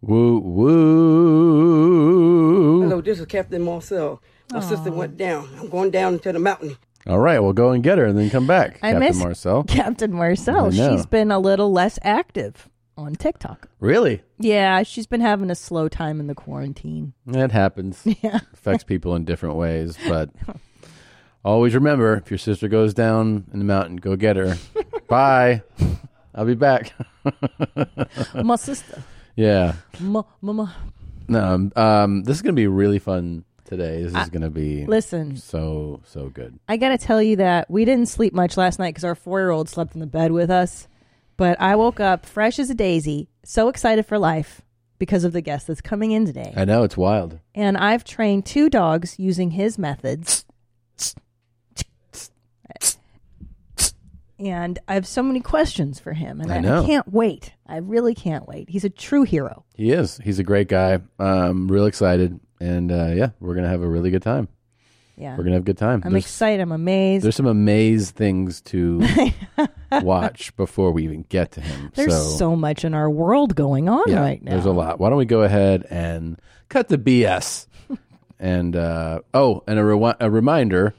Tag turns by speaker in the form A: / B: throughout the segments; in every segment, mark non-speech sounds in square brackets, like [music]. A: Woo woo.
B: Hello, this is Captain Marcel. My sister went down. I'm going down to the mountain.
A: All right, we'll go and get her and then come back.
C: I
A: Captain
C: miss [laughs]
A: Marcel.
C: Captain Marcel.
A: I know.
C: She's been a little less active on TikTok.
A: Really?
C: Yeah, she's been having a slow time in the quarantine.
A: It happens.
C: [laughs] Yeah. Oh.
A: Affects people in different ways,
C: [laughs]
A: but always remember if your sister goes down in the mountain, go get her.
C: [laughs]
A: Bye. I'll be back.
C: My sister.
A: yeah.
C: Ma, ma, ma.
A: No, um, um, this is going to be really fun today. This is going to be
C: Listen,
A: so, so good.
C: I got to tell you that we didn't sleep much last night because our four year old slept in the bed with us. But I woke up fresh as a daisy, so excited for life because of the guest that's coming in today.
A: I know, it's wild.
C: and I've trained two dogs using his methods. And I have so many questions for him, and
A: I
C: I, I
A: know.
C: can't wait. I really can't wait. He's a true hero.
A: He is. He's a great guy. Um, real excited. And uh, yeah, we're going to have a really good time.
C: Yeah,
A: We're going to have a good time.
C: I'm
A: There's-
C: excited. I'm amazed.
A: There's some amaze things to
C: [laughs]
A: watch before we even get to him.
C: There's
A: so,
C: so, much in our world going on
A: yeah,
C: right now.
A: There's a lot. Why don't we go ahead and cut the BS? and uh, oh, and a, rewi- a reminder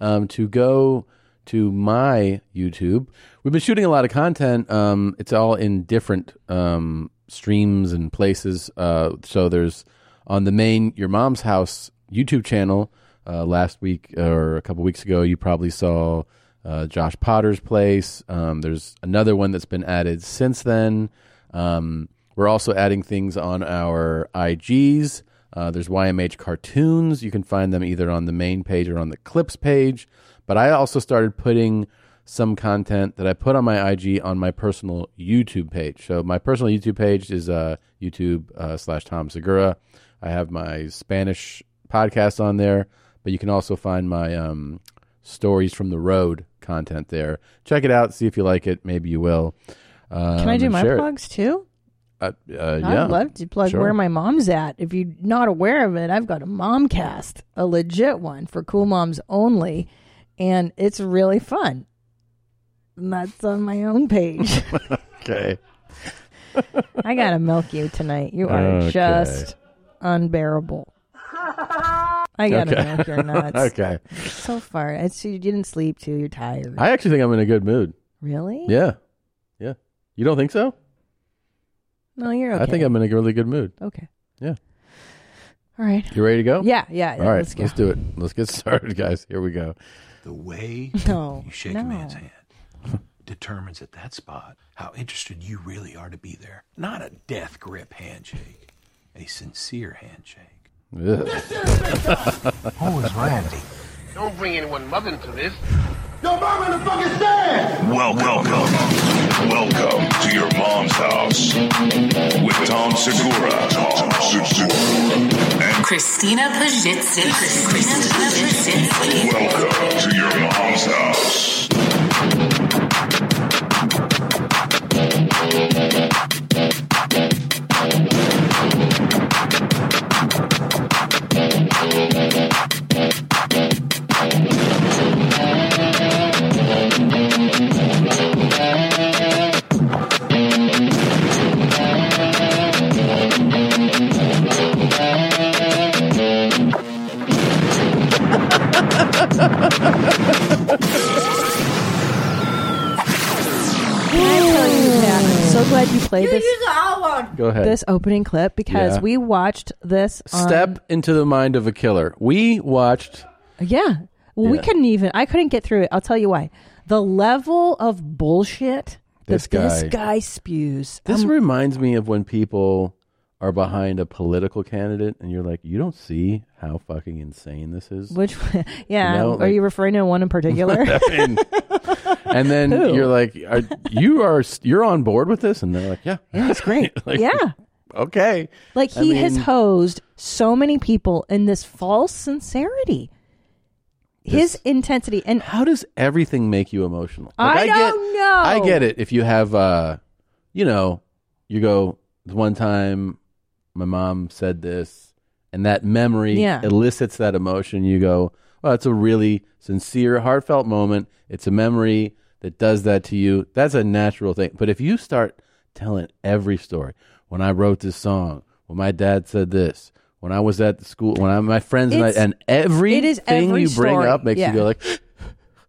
A: um, to go to my YouTube. We've been shooting a lot of content. Um, it's all in different um, streams and places. Uh, so there's on the main Your Mom's House YouTube channel. Uh, last week or a couple weeks ago, you probably saw uh, Josh Potter's place. Um, there's another one that's been added since then. Um, we're also adding things on our IGs. Uh, there's YMH cartoons. You can find them either on the main page or on the clips page. But I also started putting some content that I put on my IG on my personal YouTube page. So my personal YouTube page is uh, YouTube uh, slash Tom Segura. I have my Spanish podcast on there, but you can also find my um, stories from the road content there. Check it out, see if you like it. Maybe you will. Um,
C: Can I do
A: and
C: my
A: share it.
C: plugs too?
A: Uh, uh, yeah.
C: I'd love to plug
A: Sure.
C: where my mom's at. If you're not aware of it, I've got a mom cast, a legit one for cool moms only, and it's really fun. And that's on my
A: [laughs]
C: own page.
A: [laughs] Okay.
C: I gotta milk you tonight. You are
A: Okay.
C: just unbearable. I gotta
A: Okay.
C: milk your nuts.
A: [laughs] Okay.
C: So far, it's you didn't sleep too. You're tired.
A: I actually think I'm in a good mood.
C: really?
A: Yeah. Yeah. You don't think so?
C: No, you're okay.
A: I think I'm in a really good mood.
C: okay.
A: Yeah.
C: All right.
A: You ready to go?
C: Yeah, yeah. yeah
A: All right.
C: Let's go.
A: do it. Let's get [laughs] started, guys. Here we go.
D: The way
C: No,
D: you shake
C: no.
D: a man's hand determines at that spot how interested you really are to be there. Not a death grip handshake, a sincere handshake.
A: Ugh.
D: Who is Randy?
E: Don't bring anyone mother into this.
F: Yo, mom in the fucking stand!
G: Well, welcome. Welcome to your mom's house with Tom Segura. Tom Segura. And
H: Christina Pajitsky. Christina Pajitsky.
G: welcome to your mom's house.
C: Yeah, I'm so glad you played this
A: Go ahead.
C: this opening clip because
A: Yeah.
C: we watched this
A: [laughs]
C: on-
A: Step into the mind of a killer. We watched.
C: Yeah. Well, we
A: Yeah.
C: couldn't even. I couldn't get through it. I'll tell you why. The level of bullshit
A: This
C: that this
A: guy-
C: guy spews. Um,
A: This reminds me of when people are behind a political candidate and you're like, you don't see how fucking insane this is.
C: Which, [laughs] yeah,
A: You know,
C: are
A: like- [laughs]
C: you referring to one in particular?
A: and, and then you're like, are, you are you're on board with this, and they're like, yeah,
C: yeah, it's great.
A: [laughs] Like-
C: yeah,
A: okay.
C: like
A: I
C: he has
A: mean-
C: hosed so many people in this false sincerity. His
A: This-
C: intensity and
A: How does everything make you emotional?
C: I don't
A: get,
C: know.
A: I get it. If you have, uh, you know, you go the one time my mom said this, and that memory
C: Yeah.
A: elicits that emotion. You go, well, it's a really sincere, heartfelt moment. It's a memory that does that to you. That's a natural thing. But if you start telling every story, when I wrote this song, Well, my dad said this. When I was at the school, when I'm my friends and, I,
C: It's-
A: and every
C: it is
A: thing
C: every
A: you bring
C: story.
A: up makes
C: Yeah.
A: you go like, [laughs]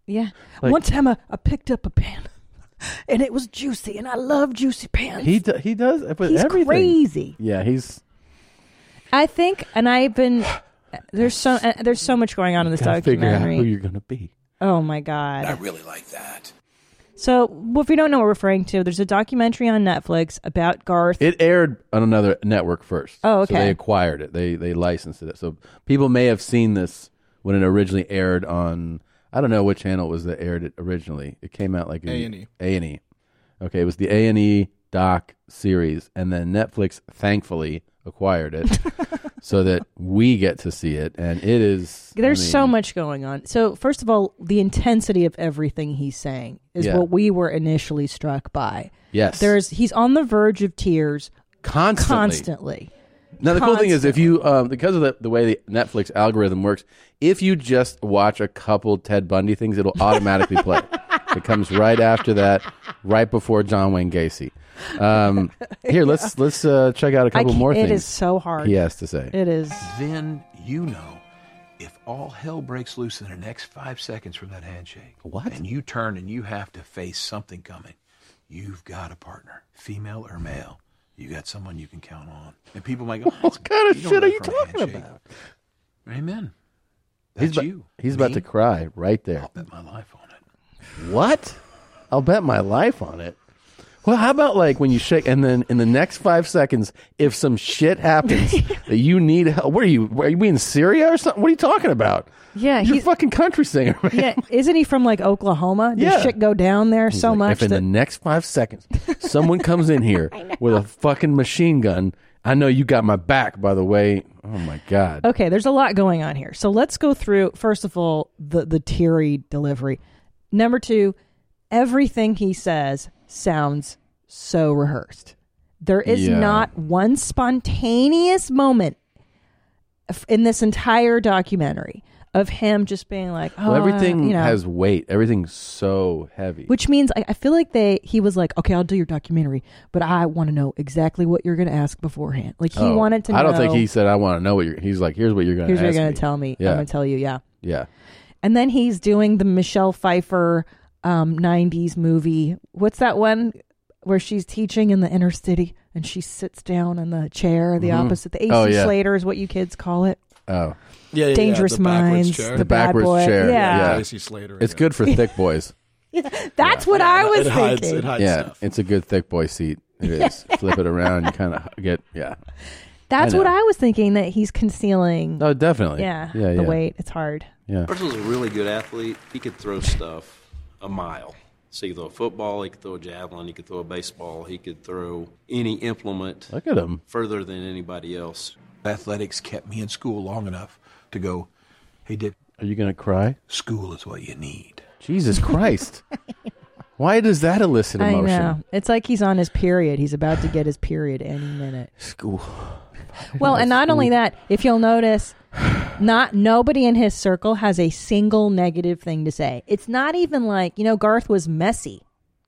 C: Yeah.
A: Like-
C: One time I, I picked up a pan [laughs] and it was juicy and I love juicy pans.
A: he do, he does. But
C: He's
A: everything.
C: crazy.
A: Yeah, he's
C: I think, and I've been. There's so uh, there's so much going on in this
A: gotta figure out who
C: documentary.
A: you're gonna be.
C: Oh my god!
D: really like that.
C: So, well, if you don't know what we're referring to, there's a documentary on Netflix about Garth.
A: It aired on another network first.
C: Oh,
A: So
C: okay.
A: they acquired it. They they licensed it. So people may have seen this when it originally aired on. I don't know what channel it was that aired it originally. It came out like a
I: A&E.
A: A and E. Okay, it was the A and E doc series, and then Netflix thankfully acquired
C: [laughs]
A: it, so that we get to see it, and it is. I
C: there's so
A: mean,
C: much going on. So, first of all, the intensity of everything he's saying is
A: Yeah.
C: what we were initially struck by.
A: Yes,
C: There's he's on the verge of tears
A: constantly.
C: constantly.
A: Now the cool thing is if you um, because of the, the way the Netflix algorithm works, if you just watch a couple Ted Bundy things, it'll automatically
C: [laughs]
A: play. it comes right after that, right before John Wayne Gacy. Um, here, let's let's uh, check out a
C: I
A: couple
C: can't-
A: more
C: it
A: things.
C: is so hard.
A: He has to say.
C: It is.
D: Then you know if all hell breaks loose in the next five seconds from that handshake,
A: What?
D: And you turn and you have to face something coming. You've got a partner, female or male. You got someone you can count on. And people might go,
A: What kind of
D: don't
A: shit are
D: live
A: you
D: from a
A: talking
D: handshake."
A: about?
D: Amen. That's
A: He's about,
D: you.
A: he's about
D: Me?
A: to cry right there.
D: I'll bet my life on it.
A: What? I'll bet my life on it. Well, how about like when you shake, and then in the next five seconds, if some shit
C: [laughs]
A: happens that you need help, what are you? Are you in Syria or something? What are you talking about?
C: Yeah,
A: you're a
C: he's- [laughs]
A: fucking country singer, man.
C: Yeah, isn't he from like Oklahoma? Does
A: Yeah.
C: shit go down there so
A: Like,
C: much
A: If in the
C: that
A: next five
C: [laughs]
A: seconds someone comes in here with a fucking machine gun, I know you got my back. By the way, oh my god,
C: Okay, there's a lot going on here. So let's go through first of all the the teary delivery. Number 2, everything he says sounds so rehearsed. There is
A: Yeah.
C: not one spontaneous moment f- in this entire documentary of him just being like, "Oh,
A: well, everything
C: you know,
A: has weight. Everything's so heavy.
C: which means I, I feel like they he was like, okay, I'll do your documentary, but I want to know exactly what you're going to ask beforehand. Like he
A: Oh,
C: wanted to.
A: I don't
C: know,
A: think he said I want to know what you're. He's like, here's what you're going to.
C: Here's what you're
A: going
C: going to tell me.
A: Yeah.
C: I'm going to tell you. Yeah.
A: Yeah.
C: And then he's doing the Michelle Pfeiffer um, 90s movie. What's that one where she's teaching in the inner city and she sits down in the chair, the opposite? The AC
A: Oh, yeah.
C: Slater is what you kids call it.
A: Oh.
I: Yeah, yeah, yeah,
C: Dangerous
I: the backwards
C: Minds.
I: chair.
A: The
C: bad
A: backwards
C: boy.
A: chair.
C: Yeah.
A: Yeah.
I: Tracy Slater.
A: It's
I: yeah.
A: good for thick boys.
C: [laughs] That's what I
A: [laughs]
I: [laughs]
C: was
I: it hides,
C: thinking.
I: It hides
A: yeah,
I: stuff.
A: it's a good thick boy seat. It
C: [laughs]
A: is. Flip it around, you kind of get yeah.
C: That's
A: I know.
C: what I was thinking that he's concealing.
A: No, definitely.
C: yeah,
A: yeah,
C: The
A: yeah.
C: weight. It's hard.
J: Marshall's a really good athlete. He could throw stuff a mile. So he could throw a football, he could throw a javelin, he could throw a baseball, he could throw any implement
A: Look at him.
J: further than anybody else.
D: Athletics kept me in school long enough to go, hey, Dick,
A: Are you gonna cry?
D: school is what you need.
A: Jesus
C: [laughs]
A: Christ! Why does that elicit
C: I
A: emotion?
C: know. It's like he's on his period. He's about
A: [laughs]
C: to get his period any minute.
A: School.
C: Well, and not only that, if you'll notice,
A: [sighs]
C: not nobody in his circle has a single negative thing to say. It's not even like you know Garth was messy.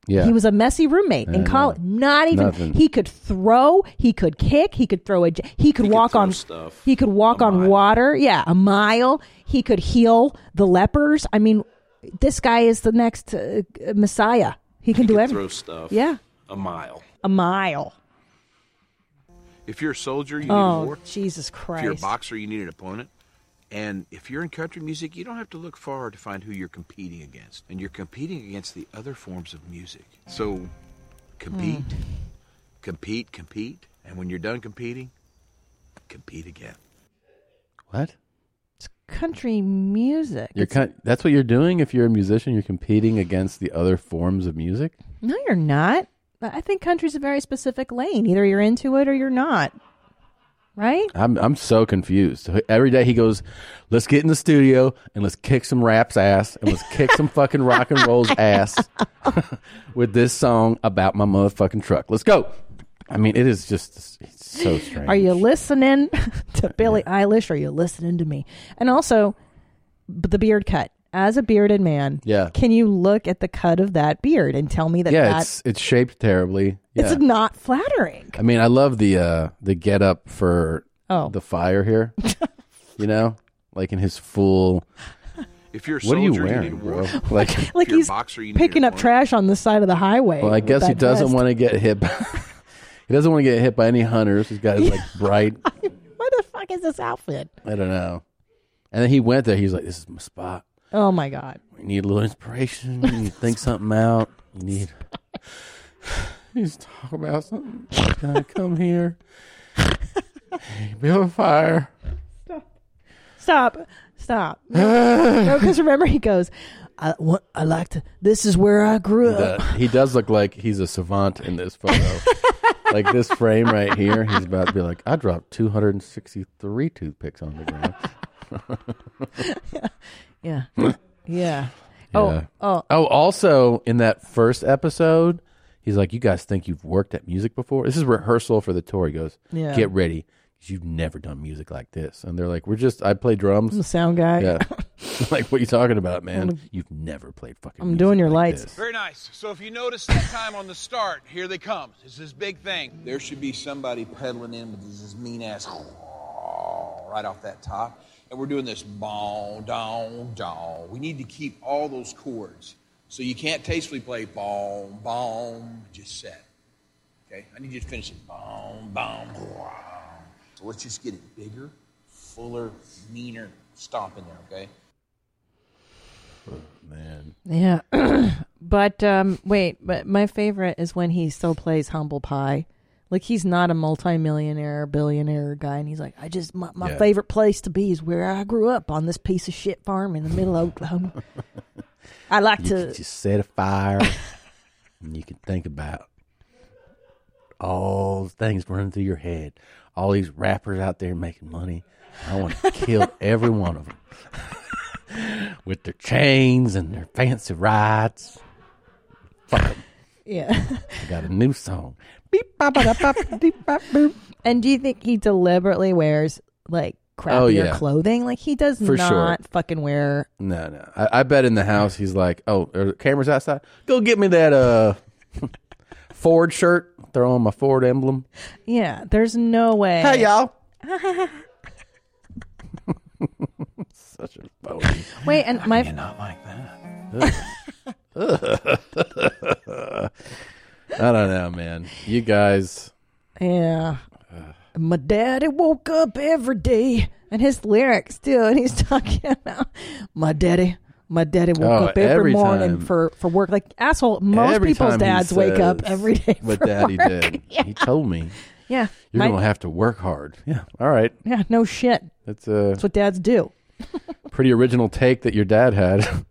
A: Yeah,
C: He was a messy roommate in college. Not even
A: Nothing.
C: he could throw, he could kick, he could throw a, j- he could
J: He could
C: walk
J: throw
C: on
J: stuff
C: he could walk
J: a
C: on
J: mile.
C: water. Yeah, a mile. He could heal the lepers. I mean, this guy is the next uh, messiah. He can
J: He
C: do
J: could
C: everything.
J: throw stuff
C: Yeah,
J: a mile.
C: a mile.
D: If you're a soldier, you need
C: Oh
D: war.
C: Jesus
D: If you're a
C: Christ!
D: boxer, you need an opponent. And if you're in country music, you don't have to look far to find who you're competing against. And you're competing against the other forms of music. So compete,
C: Hmm.
D: compete, compete. And when you're done competing, compete again.
A: what?
C: It's country music.
A: You're
C: It's-
A: kind. That's what you're doing if you're a musician. You're competing against the other forms of music.
C: No, you're not. But I think country's a very specific lane. Either you're into it or you're not. Right?
A: I'm I'm so confused. Every day he goes, "Let's get in the studio and let's kick some rap's ass and let's kick some fucking rock
C: [laughs]
A: and roll's ass [laughs] with this song about my motherfucking truck. Let's go." I mean, it is just it's so strange.
C: Are you listening [laughs] to Billie Eilish? Or are you listening to me? And also, b- the beard cut. As a bearded man,
A: Yeah.
C: can you look at the cut of that beard and tell me that
A: Yeah,
C: that
A: it's it's shaped terribly. Yeah.
C: It's not flattering.
A: I mean, I love the uh the get up for
C: Oh.
A: the fire
C: [laughs]
A: here. you know, like in his full.
D: If you're a
A: What are
D: soldier,
A: you
D: need
A: wearing,
D: a
A: bro?
D: warrant.
A: Like,
C: Like
D: you're a
C: he's
D: boxer, you need
C: picking
D: a
C: up
D: warrant.
C: trash on the side of the highway.
A: well, I guess he doesn't want to get hit. By, [laughs] he doesn't want to get hit by any hunters. He's got his
C: [laughs]
A: like bright.
C: to. what the fuck is this outfit?
A: I don't know. And then he went there. He's like, "This is my spot.
C: Oh my god.
A: You need a little inspiration. You need to think something out. You need. You need to talk about something. You gotta come here. Build a fire.
C: Stop. Stop.
A: [laughs]
C: Because remember, he goes, I, want, I like to, this is where I grew up.
A: Uh, he does look like he's a savant in this
C: [laughs]
A: photo. like this frame right here, he's about to be like, I dropped 263 toothpicks on the ground.
C: [laughs] Yeah.
A: [laughs]
C: yeah. Oh, oh,
A: Oh, also in that first episode, he's like, You guys think you've worked at music before? This is rehearsal for the tour. He goes,
C: Yeah.
A: Get ready. 'cause You've never done music like this. And they're like, We're just, I play drums.
C: the sound guy. [laughs]
A: Yeah. [laughs] like, what are you talking about, man? You've never played fucking
C: I'm
A: music
C: doing your
A: like
C: lights.
A: this."
D: Very nice. So if you notice that time on the start, here they come. It's this big thing. There should be somebody pedaling in with this mean ass right off that top. And we're doing this bong, dong, dong. We need to keep all those chords. So you can't tastefully play bong, bong, just set. Okay? I need you to finish it. Bong, bong, bong. So let's just get it bigger, fuller, meaner stomp in there, okay?
A: Man.
C: Yeah. [clears throat] but um wait, but my favorite is when he still plays humble pie. Like he's not a multimillionaire, billionaire guy and he's like, I just my, my
A: Yeah.
C: favorite place to be is where I grew up on this piece of shit farm in the middle of Oklahoma. I like
A: You
C: to
A: could just set a
C: [laughs]
A: fire and you can think about all the things running through your head. All these rappers out there making money. I
C: [laughs]
A: want to kill every one of them
C: [laughs]
A: with their chains and their fancy rides. Fuck 'em.
C: Yeah.
A: I got a new song. [laughs] Beep, bop, bada, bop, deep, bop, boop.
C: and do you think he deliberately wears like crappier
A: Oh, yeah.
C: clothing? Like he does
A: For
C: not
A: sure.
C: fucking wear
A: No, no. I, I bet in the house he's like, "Oh, are the cameras outside? Go get me that uh [laughs] Ford shirt. Throw on my Ford [laughs] emblem."
C: Yeah, there's no way.
A: Hey,
C: [laughs]
A: y'all. Such a phony.
C: Wait, and my
D: Not like that.
C: [laughs]
A: I don't know, man. You guys.
C: Yeah. My daddy woke up every day, and his lyrics, dude, he's [laughs] talking about my daddy. My daddy woke
A: Oh,
C: up every,
A: every
C: morning
A: time.
C: for for work. Like asshole, most
A: every
C: people's
A: time he
C: dads wake up
A: says
C: every day.
A: What
C: for
A: daddy
C: work.
A: did. He told me
C: [laughs] Yeah,
A: you're
C: My-
A: gonna have to work hard. [laughs] Yeah. All right.
C: yeah, no shit.
A: That's a
C: That's what dads do. [laughs]
A: pretty original take that your dad had. [laughs]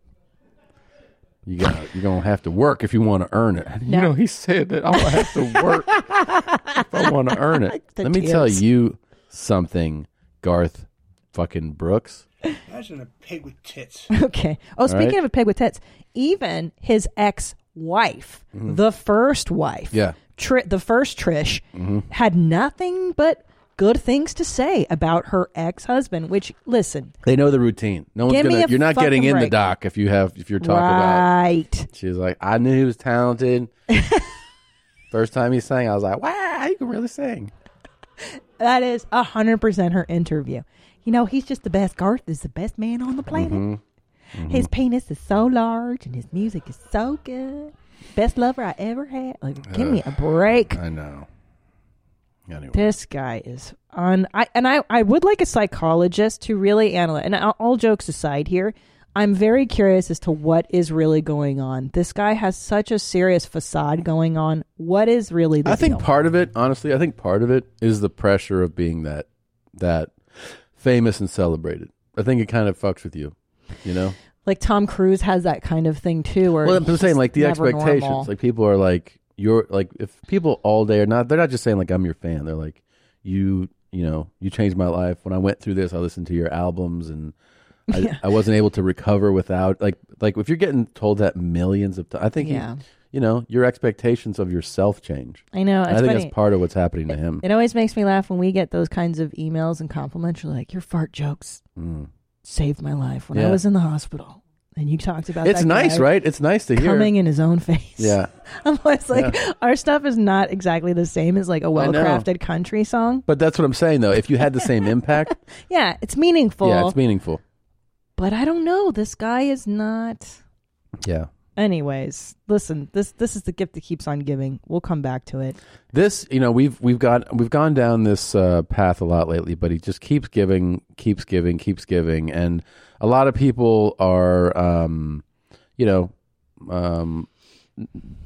A: You got. You're gonna have to work if you want to earn it. You know, he said that I'm gonna have to work
K: [laughs]
A: [laughs] if I want to earn it.
C: [laughs] The
A: Let me tell
C: tears.
A: you something, Garth, fucking Brooks.
F: Imagine a pig with tits.
C: Okay. Oh, speaking
A: right.
C: of a pig with tits, even his ex-wife, the first wife,
A: Mm-hmm. Yeah. Mm-hmm.
C: Tri- the first Trish had nothing but good things to say about her ex-husband. Which, listen,
A: They know the routine. No one's
C: Give me
A: gonna.
C: a
A: You're not getting
C: fucking
A: in the
C: break.
A: dock if you have if you're talking about.
C: right?
A: [laughs] She's like, I knew he was
C: [laughs]
A: talented. First time he sang, I was like, Wow, he Ah, can really sing.
C: That is hundred percent her interview. You know, he's just the best. Garth is the best man on the
A: Mm-hmm.
C: planet. His penis is so large, and his music is so good. Best lover I ever had. Like, give me a break.
A: Uh, I know. Anyway,
C: [laughs] This guy is on. I and I, I would like a psychologist to really analyze. And all, all jokes aside, here I'm very curious as to what is really going on. This guy has such a serious facade going on. What is really? The
A: I think
C: deal?
A: part of it, honestly, I think part of it is the pressure of being that that famous and celebrated. I think it kind of fucks with you, you know.
C: like Tom Cruise has that kind of thing too. Where
A: Well, I'm
C: he's
A: just saying, like the
C: never
A: expectations.
C: normal.
A: Like people are like, you're like, if people all day are not, they're not just saying like I'm your fan. They're like, you, you know, you changed my life. When I went through this, I listened to your albums, and
C: [laughs]
A: I, I wasn't able to recover without like, like if you're getting told that millions of times, I think,
C: Yeah.
A: you, you know, your expectations of yourself change.
C: I
A: I
C: know. It's
A: think
C: funny.
A: that's part of what's happening to him.
C: It always makes me laugh when we get those kinds of emails and compliments. You're like, your fart jokes saved my life when I
A: Mm. Yeah.
C: was in the hospital. And you talked about
A: It's
C: that
A: nice,
C: guy
A: right? It's nice to hear.
C: Coming in his own face. [laughs]
A: Yeah.
C: I'm always like, our stuff is not exactly the same as like a
A: I
C: well
A: know.
C: crafted country song.
A: But that's what I'm saying, though. If you had the
C: [laughs]
A: same impact,
C: Yeah, it's meaningful.
A: yeah, it's meaningful.
C: but I don't know. This guy is not.
A: Yeah.
C: Anyways, listen. This this is the gift that keeps on giving. We'll come back to it.
A: This, you know, we've we've got we've gone down this uh, path a lot lately, but he just keeps giving, keeps giving, keeps giving, and a lot of people are, um, you know, um,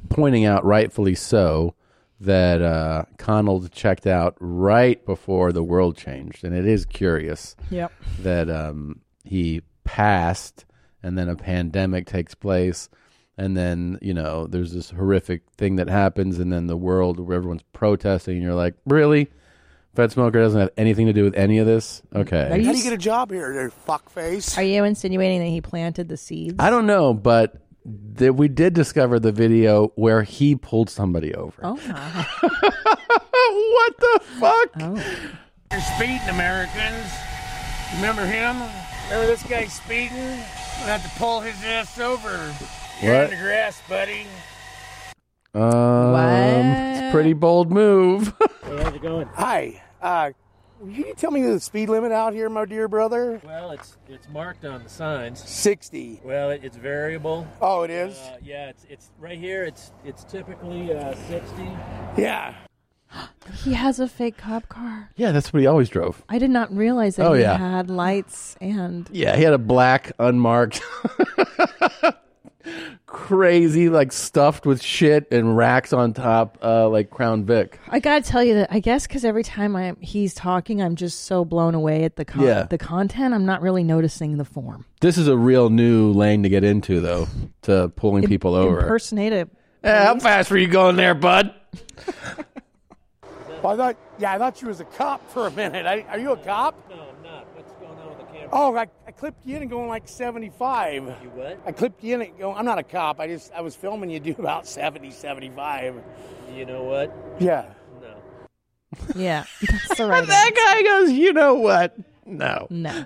A: pointing out rightfully so that uh, Connell checked out right before the world changed, and it is curious.
C: Yep.
A: that um, he passed, and then a pandemic takes place, and then you know there's this horrific thing that happens, and then the world where everyone's protesting, and you're like, really, Fed Smoker doesn't have anything to do with any of this? Okay,
C: you,
I: How do you get a job here, there, fuckface?
C: are you insinuating that he planted the seeds?
A: I don't know, but that we did discover the video where he pulled somebody over.
C: oh my.
A: what the fuck?
E: You're speeding, Americans. Remember him? Remember this guy speeding? We'll have to pull his ass over. You're
A: What?
E: in the grass, buddy.
A: Um, It's a pretty bold move. [laughs]
I: Hi. Uh, can you tell me the speed limit out here, my dear brother?
L: Well, it's it's marked on the signs.
I: 60.
L: Well, it, it's variable.
I: Oh, it is?
L: Uh, yeah, it's it's right here. It's it's typically uh, 60.
I: Yeah.
C: he has a fake cop car.
A: yeah, that's what he always drove.
C: I did not realize that
A: Oh,
C: he
A: yeah.
C: had lights and
A: Yeah, he had a black, unmarked, [laughs] crazy, like stuffed with shit and racks on top, uh, like Crown Vic.
C: I gotta tell you that I guess because every time I'm he's talking, I'm just so blown away at the con-
A: Yeah.
C: the content. I'm not really noticing the form.
A: This is a real new lane to get into, though, to pulling people over.
C: Impersonate a
A: Hey, how fast were you going there, bud?
I: Well, I thought, yeah, I thought you was a cop for a minute. I, are you a cop?
L: No, I'm not. What's going on with the camera?
I: Oh, I, I clipped you in and going like 75.
L: You what?
I: I clipped you in and going, I'm not a cop. I just, I was filming you do about 70, 75.
L: You know what?
I: Yeah.
L: No.
C: yeah. [laughs]
A: [laughs]
C: That's the right.
A: That
C: answer.
A: guy goes, you know what? No.
C: No,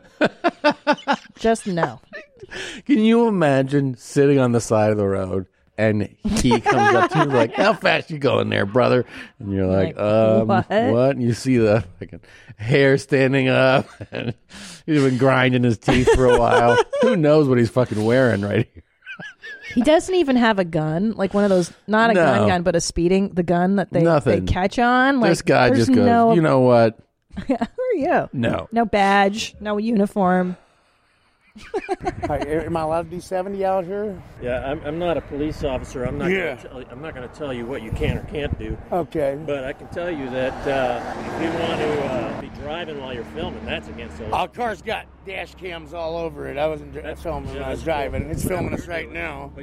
C: just [laughs] no.
A: Can you imagine sitting on the side of the road and
C: [laughs]
A: he comes up to you like, "How fast you going there, brother?" And you're like,
C: Like,
A: "Um, what?"
C: what?
A: And you see the fucking hair standing up, [laughs] and he's been grinding his teeth for a
C: [laughs]
A: while. Who knows what he's fucking wearing right here?
C: He doesn't even have a gun, like one of those not a
A: No.
C: gun gun, but a speeding the gun that they
A: Nothing.
C: they catch on. Like
A: this guy
C: there's
A: just goes,
C: no,
A: "You know what?
C: [laughs] who are you?
A: No,
C: No badge, no uniform.
I: [laughs] All right, am I allowed to do 70 out here?
L: Yeah, I'm, I'm not a police officer. I'm not.
I: Yeah.
L: Gonna tell, you- I'm not going to tell you what you can or can't do.
I: Okay.
L: But I can tell you that uh, if you want to uh, be driving while you're filming, that's against the law.
I: Our Oh, car's got dash cams all over it. I wasn't dr-
L: That's-
I: filming when
L: yeah,
I: I was
L: that's
I: driving.
L: cool.
I: It's filming us right now.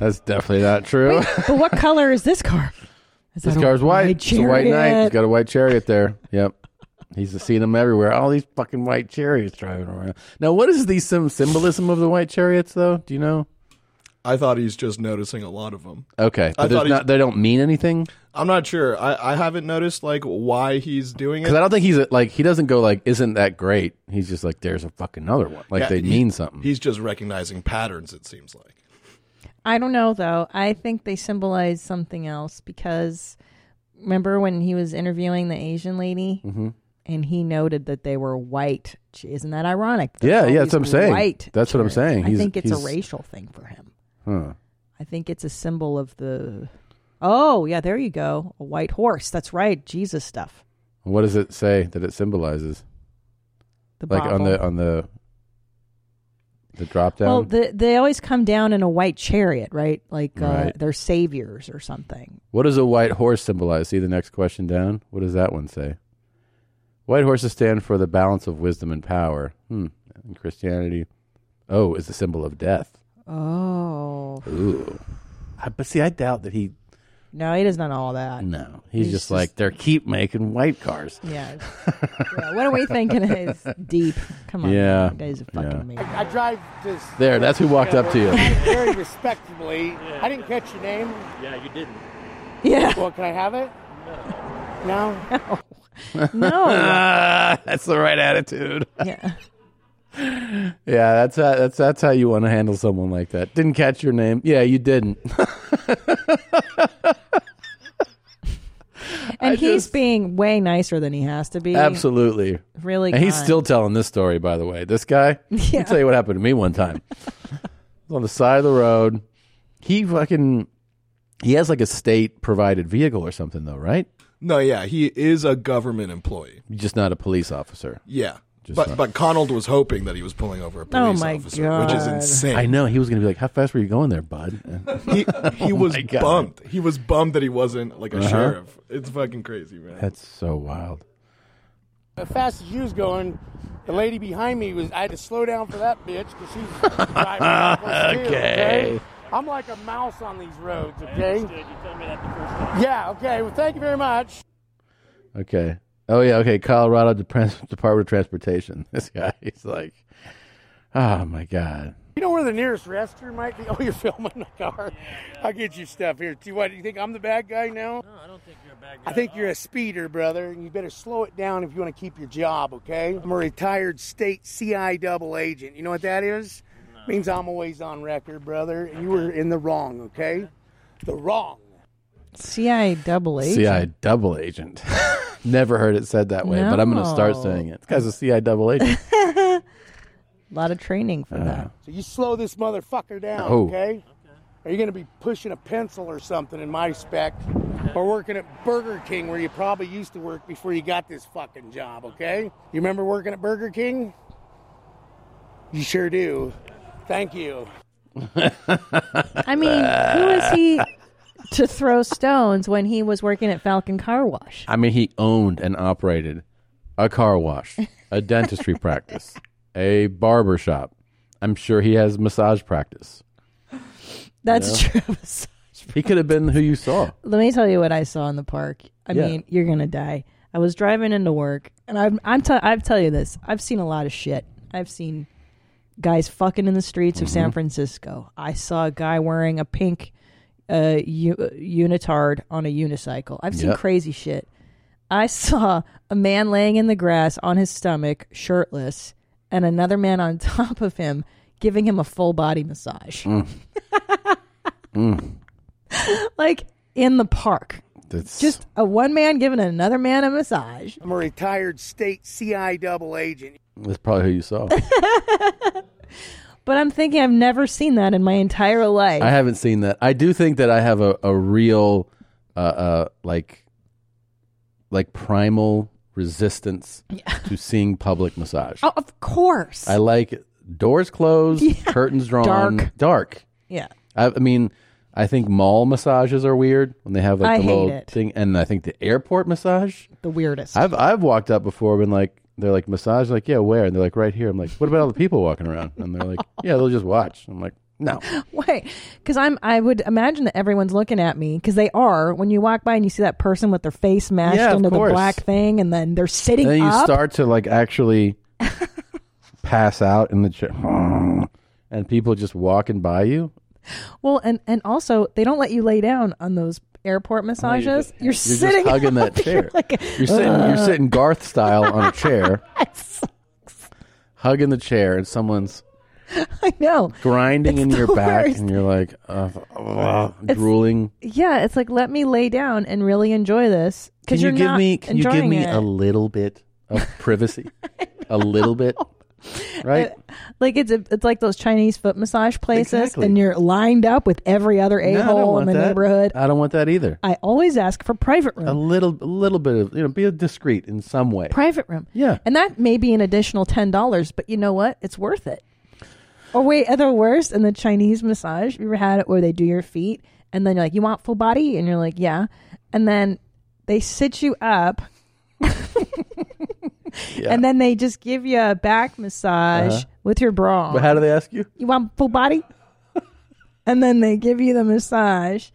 A: that's definitely not true."
C: But what [laughs] color is this car? Is
A: This
C: that a
A: car's white. It's a white knight. He's
C: chariot?
A: got a white chariot there. Yep. He's seen them everywhere. All these fucking white chariots driving around. Now, what is the sim- symbolism of the white chariots, though? Do you know?
M: I thought he's just noticing a lot of them.
A: Okay,
M: I
A: but there's
M: thought he's-
A: not, they don't mean anything
M: I'm not sure. I, I haven't noticed like why he's doing it.
A: because I don't think he's a, like he doesn't go like isn't that great. He's just like there's a fucking another one. Like
M: Yeah,
A: they
M: he-
A: mean something.
M: He's just recognizing patterns. It seems like.
C: I don't know though. I think they symbolize something else because remember when he was interviewing the Asian lady
A: Mm-hmm.
C: and he noted that they were white. Gee, Isn't that ironic? There's
A: Yeah,
C: all
A: yeah, that's
C: these
A: what I'm saying.
C: White.
A: That's what I'm
C: church.
A: saying.
C: I
A: He's-
C: think it's a
A: he's-
C: racial thing for him.
A: Huh.
C: I think it's a symbol of the. Oh yeah, there you go. A white horse. That's right. Jesus stuff.
A: What does it say that it symbolizes?
C: The
A: Like on
C: Bible.
A: the on the the drop down.
C: Well, the, they always come down in a white chariot, right? Like uh,
A: Right.
C: they're saviors or something.
A: what does a white horse symbolize? See the next question down. What does that one say? White horses stand for the balance of wisdom and power. Hmm. In Christianity, oh, is the symbol of death.
C: Oh
A: Ooh. I, but see, I doubt that he.
C: no, it is not all that.
A: No, he's,
C: He's
A: just
C: just-
A: like they're keep making white cars. [laughs]
C: Yeah. yeah. What are we thinking is deep? Come on.
A: Yeah.
C: You guys are
A: Yeah.
C: fucking me.
I: I drive this
A: There, that's who walked up to you.
I: very respectably. I didn't catch your name.
L: Yeah, you didn't.
C: Yeah.
I: Well, can I have it? No.
A: [laughs]
I: [laughs]
C: No.
A: Ah, that's the right attitude.
C: yeah.
A: yeah, that's how, that's that's how you want to handle someone like that. Didn't catch your name. Yeah, you didn't.
C: And he's being way nicer than he has to be.
A: Absolutely.
C: Really
A: And he's
C: kind.
A: still telling this story, by the way. This guy,
C: Yeah.
A: I'll tell you what happened to me one
C: [laughs]
A: time. I was on the side of the road. He fucking, he has like a state provided vehicle or something, though, right?
M: No, yeah, he is a government employee.
A: Just not a police officer.
M: Yeah.
A: Just
M: but
A: not-
M: but Conald was hoping that he was pulling over a police officer, which is insane.
A: I know. He was going to be like, How fast were you going there, bud? [laughs]
M: He [laughs] he
A: Oh
M: was
A: my God.
M: bummed. He was bummed that he wasn't like a
A: Uh-huh.
M: sheriff. It's fucking crazy, man.
A: That's so wild.
I: As fast as you was going, the lady behind me was. I had to slow down for that bitch because she was driving. at plus two,
H: Okay.
I: I'm like a mouse on these roads. Okay.
L: understood. You told me that the first time.
I: Yeah. Okay. Well, thank you very much.
A: Okay. Oh yeah. Okay. Colorado Dep- Department of Transportation. [laughs] This guy. He's like, oh my god.
I: You know where the nearest restroom might be? [laughs] Oh, you're filming the car. I'll get you stuff here. too. what? Do you think I'm the bad guy now? No, I don't think you're a bad guy. I think you're a speeder, brother, and you better slow it down if you want to keep your job, okay? I'm a retired state CI double agent. You know what that is? Means I'm always on record, brother. You were in the wrong, okay? The wrong.
C: CI double agent.
A: CI double agent. [laughs] Never heard it said that way, but I'm going to start
C: No.
A: saying it. This guy's a CI double
C: [laughs]
A: agent.
C: A lot of training for that.
I: So you slow this motherfucker down,
A: Oh.
I: okay? Are you going to be pushing a pencil or something in my spec? Or working at Burger King where you probably used to work before you got this fucking job, okay? You remember working at Burger King? You sure do. Thank you.
A: Uh.
C: I mean, who is
A: [laughs]
C: he to throw stones when he was working at Falcon Car Wash?
A: I mean, he owned and operated a car wash, a
C: [laughs]
A: dentistry practice, a barber shop. I'm sure he has massage practice.
C: That's
A: You know?
C: true. [laughs]
A: He could have been who you saw.
C: Let me tell you what I saw in the park. I
A: Yeah.
C: mean, you're gonna die. I was driving into work, and I'm I'm t- I've tell you this. I've seen a lot of shit. I've seen guys fucking in the streets of San
N: Mhm.
C: Francisco. I saw a guy wearing a pink uh, u- unitard on a unicycle. I've seen
N: Yep.
C: crazy shit. I saw a man laying in the grass on his stomach, shirtless, and another man on [laughs] top of him giving him a full body massage,
A: Mm. Mm.
C: like in the park.
A: That's-
C: Just a one man giving another man a massage.
I: I'm a retired state CI double agent.
A: That's probably who you saw.
C: But I'm thinking I've never seen that in my entire life.
A: I haven't seen that. I do think that I have a, a real, uh, uh, like, like primal resistance to seeing public massage.
C: Oh, of course.
A: I like doors closed, curtains drawn,
C: Dark.
A: dark.
C: Yeah.
A: I, I mean, I think mall massages are weird when they have like
C: I
A: the
C: hate
A: little
C: it.
A: thing, and I think the airport massage.
C: The weirdest.
A: I've I've walked up before, been like, they're like massage, like yeah, where? And they're like right here. I'm like, what about all the people walking around? And they're like, yeah, they'll just watch. I'm like, no.
C: Wait, because I'm I would imagine that everyone's looking at me because they are when you walk by and you see that person with their face mashed
A: Yeah, of
C: into the
A: course.
C: black thing and then they're sitting
A: then you
C: up.
A: start to like
C: [laughs]
A: actually pass out in the chair and people just walking by you
C: well, and and also they don't let you lay down on those airport massages.
A: Oh, you're
C: You're,
A: just
C: sitting
A: hugging
C: up. [laughs]
A: that chair.
C: You're, like,
A: you're sitting
C: [laughs]
A: you're
C: "Ugh."
A: sitting garth style on a chair hugging the chair and someone's
C: [laughs] I know.
A: grinding in
C: It's
A: your
C: the
A: back
C: worst.
A: and you're like uh, uh, drooling
C: Yeah, it's like let me lay down and really enjoy this
A: can
C: because
A: you
C: you're
A: give
C: not
A: me can you give
C: enjoying
A: me
C: it.
A: a little bit of
C: [laughs]
A: privacy a little bit right
C: Uh, Like it's a, it's like those Chinese foot massage places,
A: Exactly.
C: and you're lined up with every other
A: No,
C: a
A: I don't
C: hole in
A: want
C: the
A: that.
C: neighborhood.
A: i don't want that either
C: I always ask for private room.
A: a little a little bit of you know be discreet in some way
C: private room.
A: Yeah.
C: And that may be an additional ten dollars, but you know what? It's worth it. Or wait, other worse in the Chinese massage, you ever had it where they do your feet and then you're like, You want full body? And you're like, Yeah. And then they sit you
A: [laughs]
C: up and then they just give you a back massage
A: Uh-huh.
C: with your bra.
A: but how do they ask you
C: You want full
A: [laughs]
C: body? and then they give you the massage.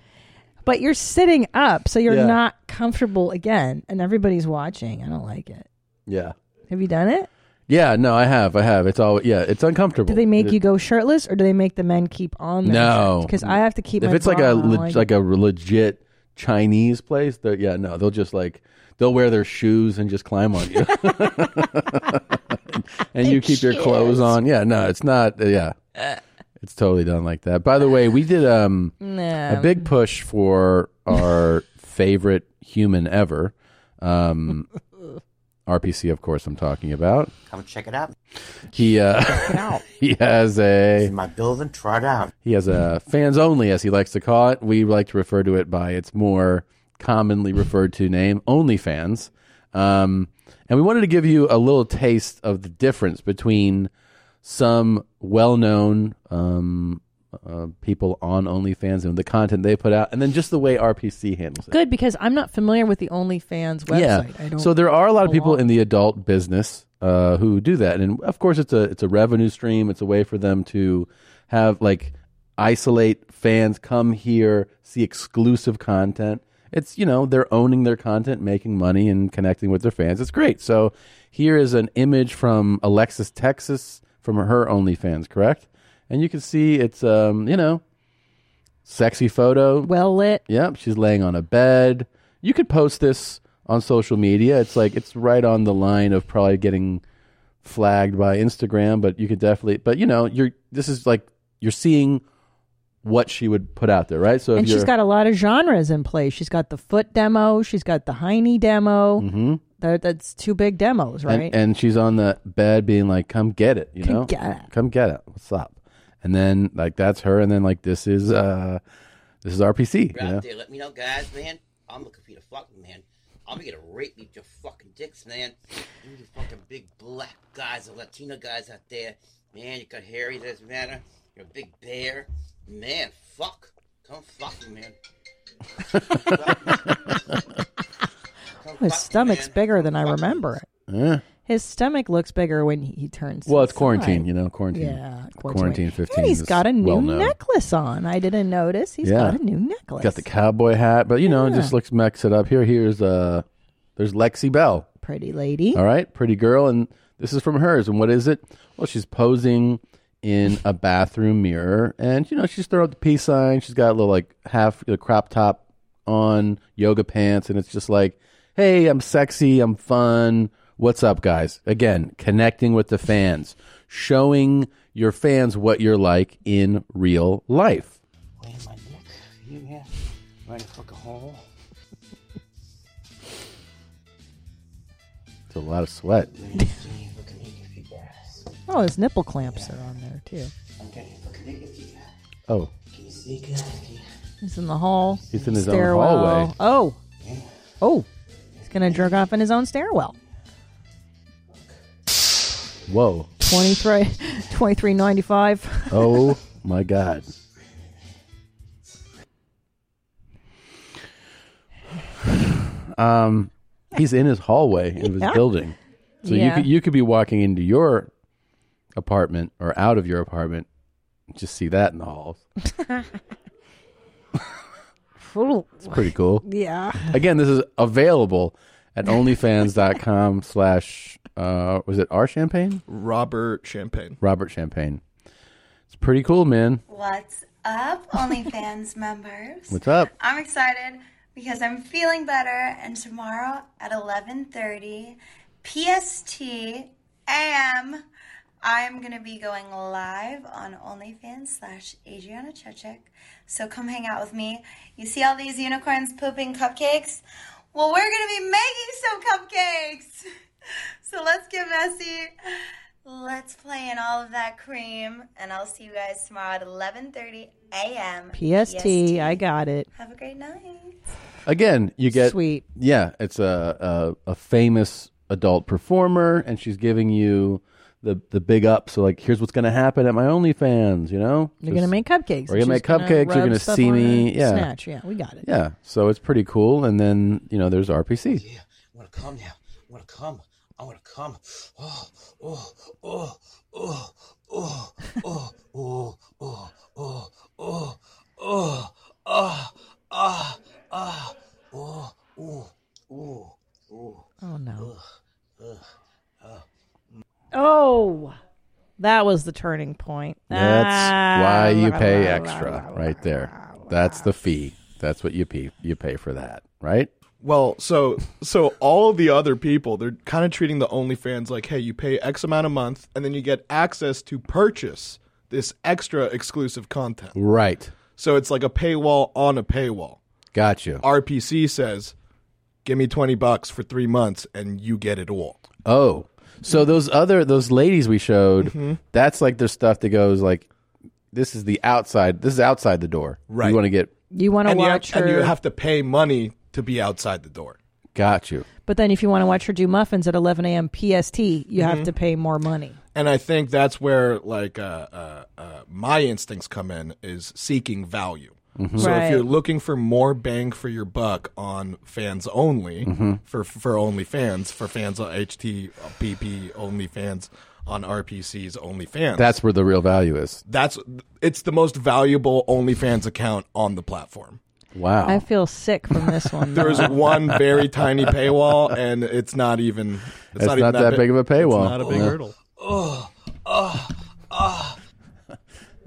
C: But you're sitting up, so you're
A: Yeah.
C: not comfortable again, and everybody's watching. I don't like it.
A: yeah
C: Have you done it?
A: Yeah, no, I have, I have. It's all yeah, it's uncomfortable.
C: Do they make
A: It-
C: you go shirtless, or do they make the men keep on? Their
A: No,
C: because I have to keep.
A: If
C: my
A: it's like
C: bra
A: a
C: on,
A: le- like, a legit Chinese place, they're- yeah, no, they'll just like they'll wear their shoes and just climb on you. [laughs] and you keep your clothes on. Yeah, no, it's not. uh, yeah, it's totally done like that. By the way, we did um
C: Nah.
A: a big push for
C: [laughs]
A: our favorite human ever. Um, RPC, of course, I'm talking about.
N: Come check it out.
A: He uh, [laughs]
N: it out.
A: he has a
N: my building. Try it out.
A: He has a fans only, as he likes to call it. We like to refer to it by its more commonly referred to name, OnlyFans. Um, and we wanted to give you a little taste of the difference between some well-known um, uh, people on OnlyFans and the content they put out, and then just the way RPC handles it.
C: Good because I'm not familiar with the OnlyFans website. I don't
A: So there are a lot of people in the adult business uh, who do that, and of course it's a it's a revenue stream. It's a way for them to have like isolate fans come here, see exclusive content. It's you know they're owning their content, making money, and connecting with their fans. It's great. So here is an image from Alexis Texas from her OnlyFans, correct? And you can see it's um you know sexy photo.
C: Well lit.
A: Yep, she's laying on a bed. You could post this on social media. It's like it's right on the line of probably getting flagged by Instagram, but you could definitely but you know, you're this is like you're seeing what she would put out there, right? So if
C: and
A: you're
C: she's got a lot of genres in place. She's got the foot demo. She's got the hiney demo.
A: Mhm.
C: That, that's two big demos, right?
A: and, and she's on the bed being like, Come get it, you
C: Come
A: know?
C: get it.
A: Come get it. What's up? And then like that's her and then like this is uh this is RPC.
O: Right
A: you know?
O: there, let me know, guys, man. I'm looking for you to fuck me, man. I'm gonna rape me with your fucking dicks, man. You you fucking big black guys or Latino guys out there, man. You got hairy, doesn't matter. You're a big bear, man. Fuck, come fuck me, man.
C: His stomach's bigger than I remember it.
A: Yeah.
C: His stomach looks bigger when he, he turns.
A: Well, it's
C: inside.
A: quarantine, you know, quarantine.
C: Yeah,
A: Quarantine 15
C: And he's
A: is
C: got a new
A: well known.
C: necklace on. I didn't notice. He's got a new necklace.
A: Got the cowboy hat, but you know, it just
C: Yeah.
A: looks mix it up. Here, here's uh, there's Lexi Bell,
C: pretty lady.
A: All right, pretty girl, and this is from hers. And what is it? Well, she's posing in a bathroom mirror, and you know, she's throwing up the peace sign. She's got a little like half a crop top on, yoga pants, and it's just like, hey, I'm sexy, I'm fun. What's up, guys? Again, connecting with the fans, showing your fans what you're like in real life.
B: You yeah. Right in the fucking hole.
A: It's a lot of sweat.
C: Oh, his nipple clamps are on there too.
A: Oh,
C: He's in the hall.
A: He's in his own
C: stairwell.
A: hallway.
C: Oh, oh, he's gonna jerk off in his own stairwell.
A: whoa.
C: 23 [laughs] 2395
A: Oh my God. Um, he's in his hallway of his
C: Yeah.
A: building, so you
C: Yeah.
A: could, you could be walking into your apartment or out of your apartment, and just see that in the halls.
C: It's
A: It's pretty cool.
C: [laughs] Yeah.
A: Again, this is available at onlyfans.com [laughs] slash uh was it R Champagne?
M: Robert Champagne.
A: Robert Champagne. It's pretty cool, man.
P: What's up,
C: [laughs]
P: OnlyFans members?
A: What's up?
P: I'm excited because I'm feeling better, and tomorrow at 11:30 PST AM, I am gonna be going live on OnlyFans slash Adriana Chechik. So come hang out with me. You see all these unicorns pooping cupcakes? Well, we're gonna be making some cupcakes. [laughs] So let's get messy. Let's play in all of that cream, and I'll see you guys tomorrow at 11:30 a.m.
C: PST, I got it.
P: Have a great night.
A: Again, you get
C: Sweet.
A: Yeah, it's a, a a famous adult performer, and she's giving you the the big up. So like, here's what's gonna happen at my OnlyFans. You know,
C: You're gonna make cupcakes.
A: We're gonna make
C: She's gonna
A: cupcakes.
C: rub
A: You're gonna
C: stuff
A: see
C: on
A: me.
C: her
A: Yeah,
C: snatch. Yeah, we got it.
A: Yeah, so it's pretty cool. And then you know, there's RPC.
O: I wanna come now. I wanna come. I wanna come. Oh, oh, oh, oh, oh, oh, oh, oh, oh, oh, oh, ah, ah, ah, oh, oh, oh, oh.
C: Oh no.
O: Ugh. Ugh.
C: Oh, that was the turning point.
A: That's why you
C: Ah,
A: pay
C: la, la, la,
A: extra right there. That's the fee. That's what you pay. You pay for that, right?
M: Well, so so all the other people, they're kind of treating the OnlyFans like, hey, you pay X amount a month, and then you get access to purchase this extra exclusive content.
A: Right.
M: So it's like a paywall on a paywall.
A: Got you.
M: RPC says, give me twenty bucks for three months, and you get it all.
A: Oh, so those other those ladies we showed,
M: Mhm.
A: that's like their stuff that goes like, this is the outside. This is outside the door.
M: Right.
A: You want to get?
C: You want to
M: And
C: watch
M: you have,
C: her,
M: and you have to pay money to be outside the door.
A: Got you.
C: but then if you want to watch her do muffins at 11 a.m. PST, you have
M: Mhm.
C: to pay more money.
M: And I think that's where like uh, uh, uh, my instincts come in is seeking value.
A: Mhm.
M: So
A: Right.
M: if you're looking for more bang for your buck on fans only
A: Mhm.
M: for for only fans for fans on HTPP only fans on RPC's only fans.
A: That's where the real value is.
M: that's it's the most valuable OnlyFans account on the platform.
A: Wow.
C: I feel sick
M: [laughs]
C: from this one.
M: Oh. There is one very tiny
C: [laughs]
M: paywall, and it's not even
A: It's
M: it's, even
A: not that
M: bi-
A: big of a paywall.
M: It's not a big
A: No.
M: hurdle.
O: Oh, oh, oh.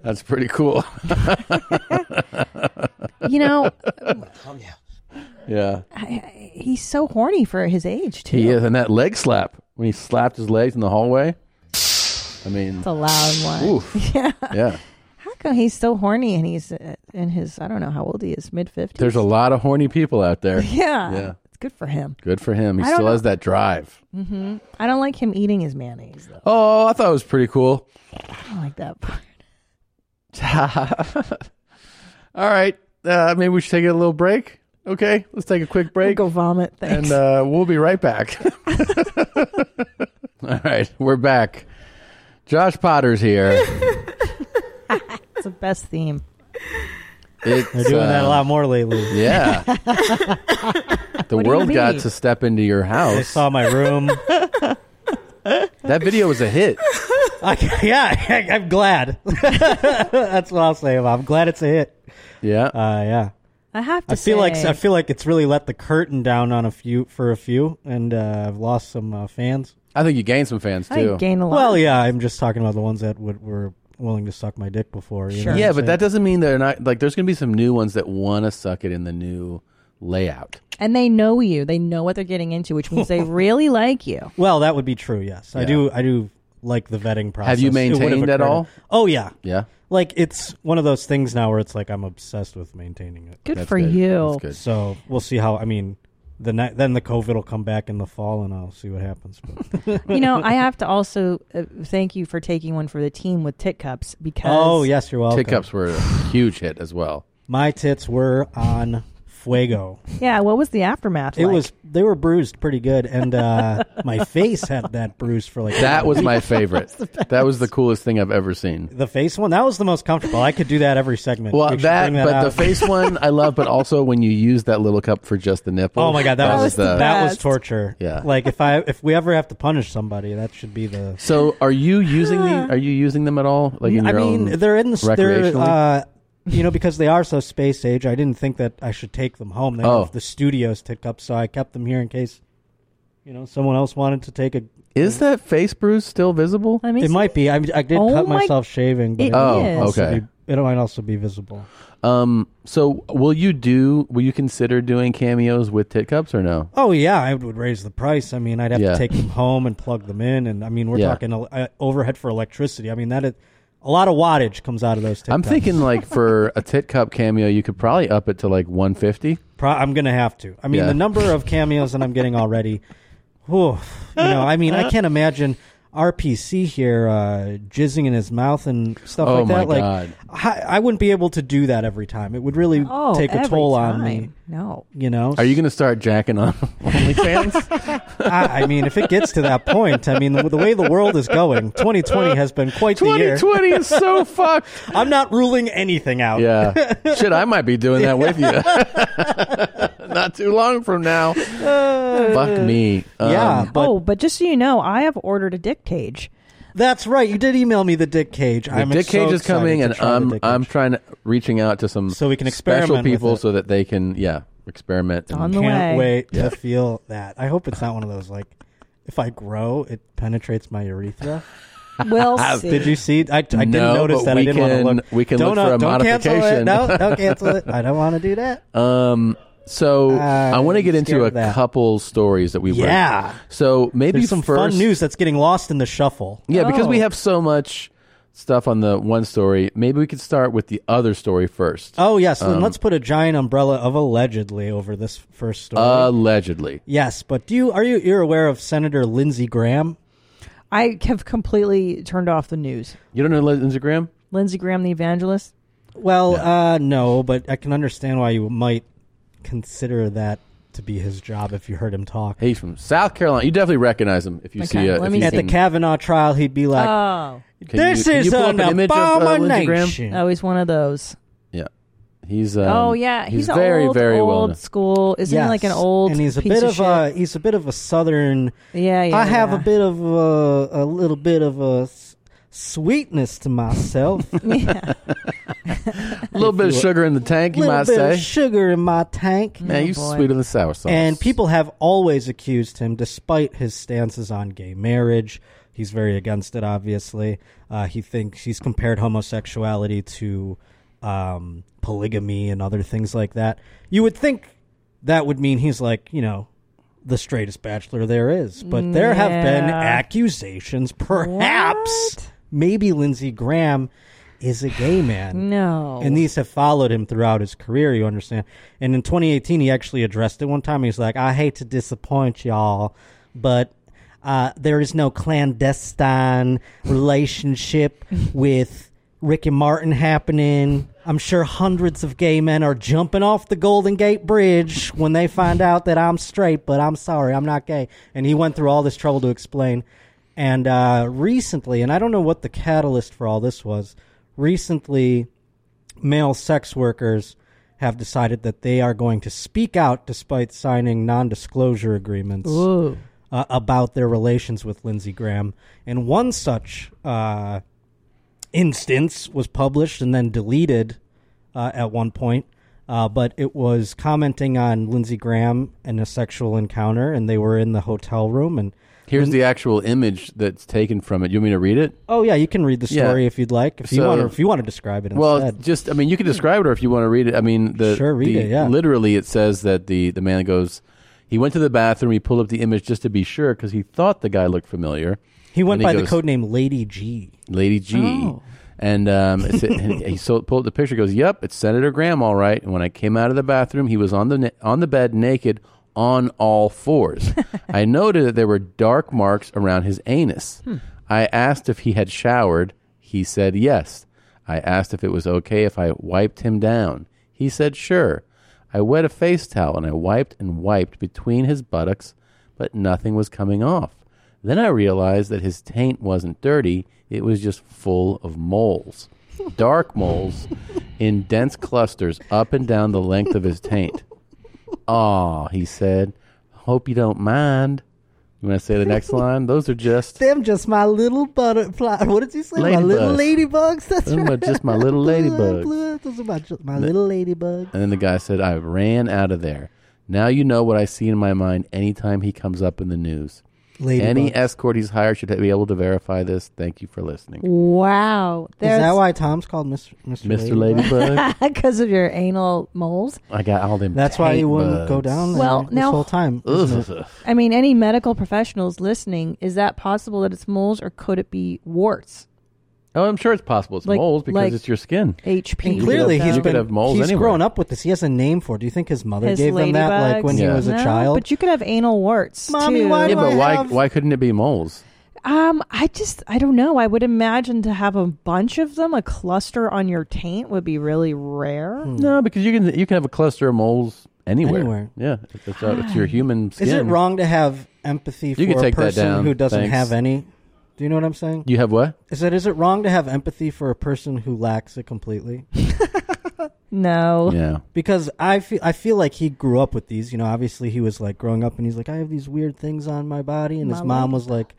A: That's pretty cool.
C: [laughs] You know-
M: Oh,
A: Yeah.
C: I, I, he's so horny for his age, too.
A: He is, and that leg slap when he slapped his legs in the hallway. I mean,
C: It's a loud one.
A: Oof.
C: [laughs] Yeah.
A: Yeah.
C: How come he's so horny and he's uh, in his, I don't know how old he is, mid 50s?
A: There's a lot of horny people out there.
C: [laughs] Yeah.
A: Yeah.
C: It's good for him.
A: Good for him. He
C: I don't
A: still
C: know-
A: has that drive.
C: hmm I don't like him eating his mayonnaise. Though.
A: Oh, I thought it was pretty
Q: [laughs]
A: cool.
C: I don't like that part. [laughs]
A: All right. Uh, maybe we should take a little break. Okay. Let's take a quick break.
C: go vomit. Thanks.
A: And uh, we'll be right back. All right. We're back. Josh Potter's
Q: [laughs]
A: here.
C: It's the best theme.
A: It's,
Q: They're doing that a
A: um,
Q: lot more lately.
A: Yeah.
Q: [laughs]
A: The
Q: What do you
A: world got
Q: mean?
A: to step into your house.
Q: They saw my
A: [laughs]
Q: room.
A: [laughs] That video was a hit.
Q: [laughs] I, yeah, I, I'm glad. [laughs] That's what I'll say. About. it. I'm glad it's a hit.
A: Yeah.
Q: Uh, yeah.
C: [laughs] I have to
Q: I feel
C: say,
Q: like I feel like it's really let the curtain down on a few for a few, and uh, I've lost some uh, fans.
A: I think you gained some fans
C: I too. gained a lot.
Q: Well, yeah, I'm just talking about the ones that would, were willing to suck my dick before. You know what
A: Yeah,
Q: I'm
A: but
Q: saying?
A: that doesn't mean they're not like there's going to be some new ones that want to suck it in the new layout.
C: and they know you. They know what they're getting into, which
A: [laughs]
C: means they really like you.
Q: Well, that would be true. Yes, I
A: Yeah.
Q: do. I do like the vetting process.
A: Have you
Q: It would've
A: maintained at
Q: occurred-
A: all?
Q: Oh yeah,
A: Yeah.
Q: Like it's one of those things now where it's like I'm obsessed with maintaining it.
C: Good That's for good. you. That's
A: good.
Q: So we'll see how. I mean, the ni- then the COVID will come back in the fall, and I'll see what happens.
C: [laughs]
Q: But.
C: you know,
Q: [laughs]
C: I have to also uh, thank you for taking one for the team with tit cups because
Q: Oh, yes, you're welcome.
A: Tick ups were a huge hit as well.
Q: My tits were on fuego.
C: yeah. What was the aftermath?
Q: It
C: like?
Q: was they were bruised pretty good, and uh, my face had that bruise for like
A: That was
Q: [laughs]
A: my
C: [laughs]
A: favorite.
Q: That was
A: that, was the coolest thing I've ever seen.
Q: The face one that was the most comfortable. I could do that every segment.
A: Well,
Q: You should
A: that,
Q: bring
A: but the
Q: out. [laughs]
A: face one I love, but also when you use that little cup for just the nipple.
Q: Oh my god, that, was,
A: the
Q: that was torture.
A: Yeah.
Q: like if I if we ever have to punish somebody, that should be the.
A: So, are you using the? Are you using them at all? Like in
Q: I
A: your
Q: mean,
A: own
Q: they're in the s- they're
A: recreationally?
Q: uh, you know because they are so space age. I didn't think that I should take them home. They
A: Oh.
Q: have the studio's tick up, so I kept them here in case you know someone else wanted to take a.
A: Is that face bruise still visible?
C: I
Q: It might be. I, I did
A: Oh
Q: cut
A: my-
Q: myself shaving. But
A: It
Q: it might
A: is.
Q: also
A: Oh, Okay.
Q: Be, it might also be visible.
A: Um. So, will you do? Will you consider doing cameos with tit cups or no?
Q: Oh yeah, I would raise the price. I mean, I'd have
A: Yeah.
Q: to take them home and plug them in, and I mean, we're
A: Yeah.
Q: talking uh, overhead for electricity. I mean, that is, a lot of wattage comes out of those.
A: I'm
Q: TikToks.
A: thinking like for a tit cup cameo, you could probably up it to like 150.
Q: Pro- I'm gonna have to. I mean,
A: Yeah.
Q: the number of cameos that I'm getting already. Whew, you know, I mean, I can't imagine RPC here uh, jizzing in his mouth and stuff
A: Oh
Q: like that.
A: my
Q: like,
A: God.
Q: I, I wouldn't be able to do that every time. It would really
C: Oh,
Q: take a
C: every
Q: toll on me.
C: time. No.
Q: you know.
A: Are you going to start jacking
Q: [laughs]
A: on OnlyFans? [laughs]
Q: I, I mean, if it gets to that point, I mean, the, the way the world is going, 2020 has been quite the year.
A: 2020 is
Q: [laughs]
A: so fucked.
Q: I'm not ruling anything out.
A: yeah. Shit, I might be doing that with
Q: [laughs]
A: you. Not too long from now. Uh, Fuck me. Um,
C: oh, but just so you know, I have ordered a dick cage.
Q: That's right. You did email me [laughs] the dick cage.
A: The Dick Cage is coming, and I'm I'm trying to reaching out to some so we
Q: can
A: special
Q: experiment with
A: people
Q: it.
A: so that they can yeah experiment. and-
Q: on the Can't wait
A: [laughs] Yeah.
Q: to feel that. I hope it's not one of those like, if I grow, it penetrates my urethra.
C: [laughs]
A: [laughs]
C: We'll see.
Q: Did you see? I, I didn't
A: No,
Q: notice
A: but
Q: that.
A: we
Q: I didn't want
A: can-
Q: to look.
A: we can
Q: don't,
A: look for a
Q: don't cancel it.
A: [laughs] modification.
Q: No, don't cancel it. I don't want to do that.
A: Um, So I want to get
Q: Ah, scared
A: into a
Q: of that.
A: couple stories that we've read.
Q: Yeah.
A: So maybe
Q: There's some
A: first,
Q: fun news Oh. that's getting lost in the shuffle.
A: Yeah, because we have so much stuff on the one story. Maybe we could start with the other story first.
Q: Oh yes, then
A: Um,
Q: let's put a giant umbrella of allegedly over this first story.
A: Uh, allegedly.
Q: yes, but do you are you you're aware of Senator Lindsey Graham?
C: I have completely turned off the news.
A: You don't know Lindsey Graham?
C: Lindsey Graham, the evangelist.
Q: Well, uh, no, but I can understand why you might consider that to be his job if you heard him talk.
A: He's from South Carolina. You definitely recognize him if you see it.
Q: at the Kavanaugh trial, he'd be like,
C: oh,
A: Can you-
Q: "This
A: can you
Q: is
A: pull up
Q: an
A: an image of, uh, Lindsey Graham?
Q: abomination."
C: Oh, he's one of those.
A: Yeah, he's. Um,
C: oh yeah, he's,
A: he's,
C: an
A: very
C: old,
A: very
C: old
A: well. known.
C: school. Isn't he like an
Q: Yes,
C: old?
Q: and he's a
C: piece
Q: bit
C: of,
Q: of, a he's a bit of a southern.
C: Yeah, yeah,
Q: I have
C: yeah.
Q: a bit of a a little bit of a s- sweetness to myself.
C: [laughs]
A: [laughs]
C: yeah.
A: A little bit of sugar in the tank, you
Q: little
A: might
Q: bit
A: say.
Q: of sugar in my tank.
A: Man, you sweet on the sour sauce.
Q: And people have always accused him, despite his stances on gay marriage. He's very against it, obviously. Uh, he thinks he's compared homosexuality to um, polygamy and other things like that. You would think that would mean he's like, you know, the straightest bachelor there is. But there have been
C: Yeah.
Q: accusations, perhaps, maybe Lindsey Graham is a gay man.
C: No.
Q: And these have followed him throughout his career, you understand. And in 2018, he actually addressed it one time. He's like, I hate to disappoint y'all, but uh, there is no clandestine relationship with Ricky Martin happening. I'm sure hundreds of gay men are jumping off the Golden Gate Bridge when they find out that I'm straight, but I'm sorry, I'm not gay. And he went through all this trouble to explain. And uh, recently, and I don't know what the catalyst for all this was, recently, male sex workers have decided that they are going to speak out despite signing non disclosure agreements
C: Ooh.
Q: uh, about their relations with Lindsey Graham. And one such uh, instance was published and then deleted uh, at one point. Uh, but it was commenting on Lindsey Graham and a sexual encounter, and they were in the hotel room. And
A: Here's the actual image that's taken from it. You want me to read it?
Q: oh yeah, you can read the
A: Yeah.
Q: story if you'd like. If you
A: So-
Q: want, to, if you want to describe it. Instead.
A: Well, just I mean, you can describe it, or if you want to read it, I mean, the
Q: Sure, read
A: the-
Q: it, yeah.
A: Literally, it says that the the man goes, he went to the bathroom, he pulled up the image just to be sure because he thought the guy looked familiar.
Q: He went
A: And
Q: by the
A: goes,
Q: code name Lady G.
A: Lady G.
Q: Oh.
A: And, um, it said- and he so pulled the picture. Goes, "Yep, it's Senator Graham, all right." And when I came out of the bathroom, he was on the na- on the bed naked, on all fours.
Q: [laughs]
A: I noted that there were dark marks around his anus.
R: Hmm.
A: I asked if he had showered. He said yes. I asked if it was okay if I wiped him down. He said sure. I wet a face towel and I wiped and wiped between his buttocks, but nothing was coming off. Then I realized that his taint wasn't dirty, it was just full of moles. Dark moles in dense clusters up and down the length of his taint. Aw, he said, hope you don't mind. You want to say the next line? Those are just
Q: Them just my little butterfly. [laughs] What did you say? My
A: Ladybugs.
Q: little ladybugs.
A: [laughs]
Q: [laughs] That's
A: those are
Q: right.
A: just my little ladybugs.
Q: Those are my, my
A: The-
Q: little ladybugs.
A: And then the guy said, I ran out of there. Now you know what I see in my mind anytime he comes up in the news.
Q: Ladybugs.
A: Any escort he's hired should be able to verify this. Thank you for listening.
C: Wow.
Q: Is that
C: There's- [laughs]
Q: why Tom's called Mr. Mr.
A: Mr.
Q: [laughs]
A: Ladybug.
C: Because of your anal moles.
A: I got all them.
Q: That's why you
A: taint
Q: wouldn't go
A: bugs.
Q: down there
C: Well,
Q: this
C: now-
Q: whole time.
A: Ugh.
Q: isn't it?
C: I mean, any medical professionals listening, is that possible that it's moles or could it be warts?
A: Oh, I'm sure it's possible it's
C: Like-
A: moles because
C: like
A: it's your skin.
C: HP.
Q: And
A: You could
Q: clearly,
A: have-
Q: he's
A: you could
Q: been
A: have moles
Q: he's
A: anywhere.
Q: grown up with this. He has a name for it. Do you think his mother gave him that, like when he
A: Yeah.
Q: was a
C: No,
Q: child?
C: But you could have anal warts.
Q: Mommy,
C: too.
Q: why
A: yeah, but why why couldn't it be moles?
C: Um, I just I don't know. I would imagine to have a bunch of them, a cluster on your taint would be really rare.
A: No, because you can you can have a cluster of moles anywhere.
Q: Hmm. Anywhere.
A: Yeah, it's, it's, uh,
Q: [gasps]
A: it's your human skin.
Q: Is it wrong to have empathy
A: You
Q: for
A: can
Q: a
A: take that
Q: person
A: down.
Q: who doesn't
A: Thanks.
Q: have any? Do you know what I'm saying?
A: You have what?
Q: Is that is it wrong to have empathy for a person who lacks it completely?
C: No.
A: Yeah.
Q: Because I feel I feel like he grew up with these. You know, obviously he was like growing up and he's like, I have these weird things on my body, and his
C: My
Q: mom was like,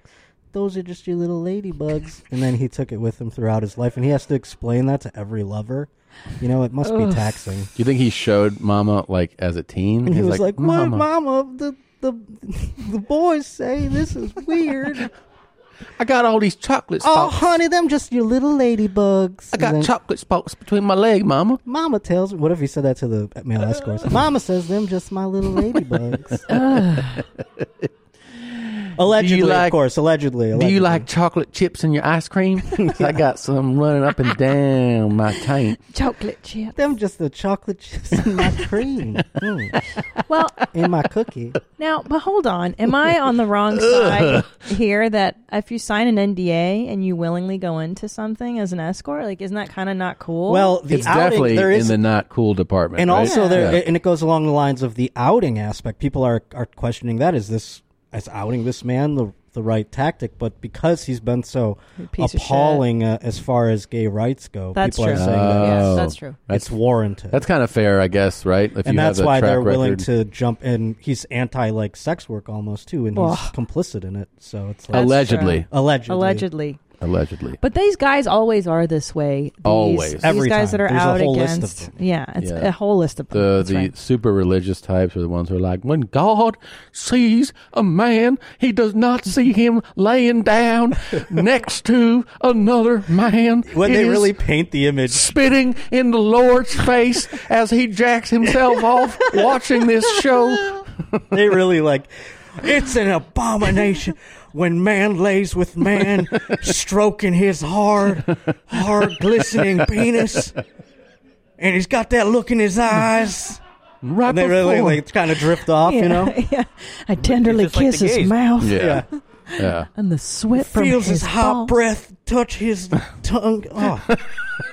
Q: Those are just your little ladybugs. and then he took it with him throughout his life, and he has to explain that to every lover. You know, it must be
A: Ugh.
Q: taxing.
A: Do you think he showed Mama like as a teen?
Q: And he
A: He's
Q: was like, "What,
A: Mama. [laughs]
Q: Mama? The the the boys say this is weird."
A: [laughs] I got all these chocolate
Q: Oh,
A: spots.
Q: honey, them just your little ladybugs.
A: I got chocolate spots between my leg, Mama.
Q: Mama tells me. What if you said that to the
A: [laughs]
Q: male escorts? Mama says them just my little ladybugs. allegedly,
A: like-
Q: of course. Allegedly.
A: Do
Q: allegedly.
A: you like chocolate chips in your ice
Q: [laughs]
A: cream? 'Cause I got some running up and down my tank.
C: chocolate chip?
Q: Them just the chocolate chips
C: [laughs]
Q: in my cream. Mm.
C: Well,
Q: in my cookie.
C: Now, but hold on. Am I on
A: [laughs]
C: the wrong side
Q: Ugh.
C: here that if you sign an NDA and you willingly go into something as an escort, like, isn't that kind of not cool?
A: it's definitely
Q: there is-
A: in the not cool department.
Q: and
A: right?
Q: also there
A: Yeah.
Q: and it goes along the lines of the outing aspect people are are questioning that is this is outing this man the the right tactic but because he's been so
C: Piece of shit.
Q: appalling uh, as far as gay rights go
C: That's
Q: people are
C: true.
Q: saying that
C: Yes, Oh. that's true.
Q: it's warranted
A: That's kind of fair, I guess, right? If
Q: and
A: you have
Q: that's
A: the
Q: why
A: track
Q: they're willing
A: record.
Q: to jump in he's anti like sex work almost too and he's
C: Ugh.
Q: complicit in it so it's like,
A: That's Allegedly. true.
Q: allegedly
C: Allegedly.
A: Allegedly.
C: But these guys always are this way. These,
A: Always.
C: These
A: Every
C: guys
A: time.
C: that are
A: There's a
C: out
A: whole list of
C: against. Yeah, it's a whole list of them.
A: The
C: That's
A: the
C: right.
A: super religious types are the ones who are like, when God sees a man, he does not see him laying
C: [laughs]
A: down [laughs] next to another man.
Q: when
A: It
Q: they
A: is
Q: really paint the
A: [laughs]
Q: image
A: spitting in the Lord's face as he jacks himself off watching this show.
Q: [laughs] they really like it's an abomination when man lays with man stroking his hard hard glistening penis and he's got that look in his eyes
A: right
Q: and they really
C: before.
Q: like kind of drift off
C: Yeah,
Q: you
C: [laughs]
Q: know
C: yeah. I
Q: [laughs]
C: tenderly
Q: It's just like
C: kiss
Q: the
C: his
Q: gays.
C: mouth.
Q: Yeah.
A: yeah
C: And the sweat from
Q: feels
C: his
Q: his hot
C: balls.
Q: breath touch his tongue oh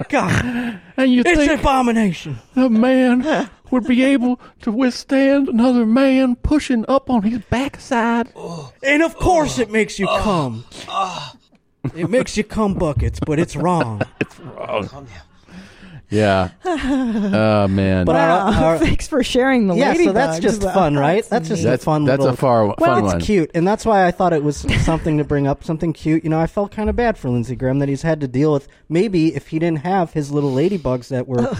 Q: god
A: And you
Q: it's
A: think-
Q: an abomination
A: A man would be able to withstand another man pushing up on his backside.
Q: and of course it makes you come it makes you come buckets but it's wrong
A: [laughs] it's wrong
C: [laughs]
A: Yeah. oh man.
Q: But
C: Wow.
Q: our-
C: [laughs]
Q: our-
C: Thanks for sharing the
Q: yeah,
C: ladybugs.
Q: so that's just
C: Wow,
Q: fun, right? That's just
A: That's-
Q: a fun.
A: that's
Q: little,
A: a far-
Q: well,
A: fun
Q: it's
A: one.
Q: cute, and that's why I thought it was something to bring up, something cute. You know, I felt kind of bad for Lindsey Graham that he's had to deal with. Maybe if he didn't have his little ladybugs that were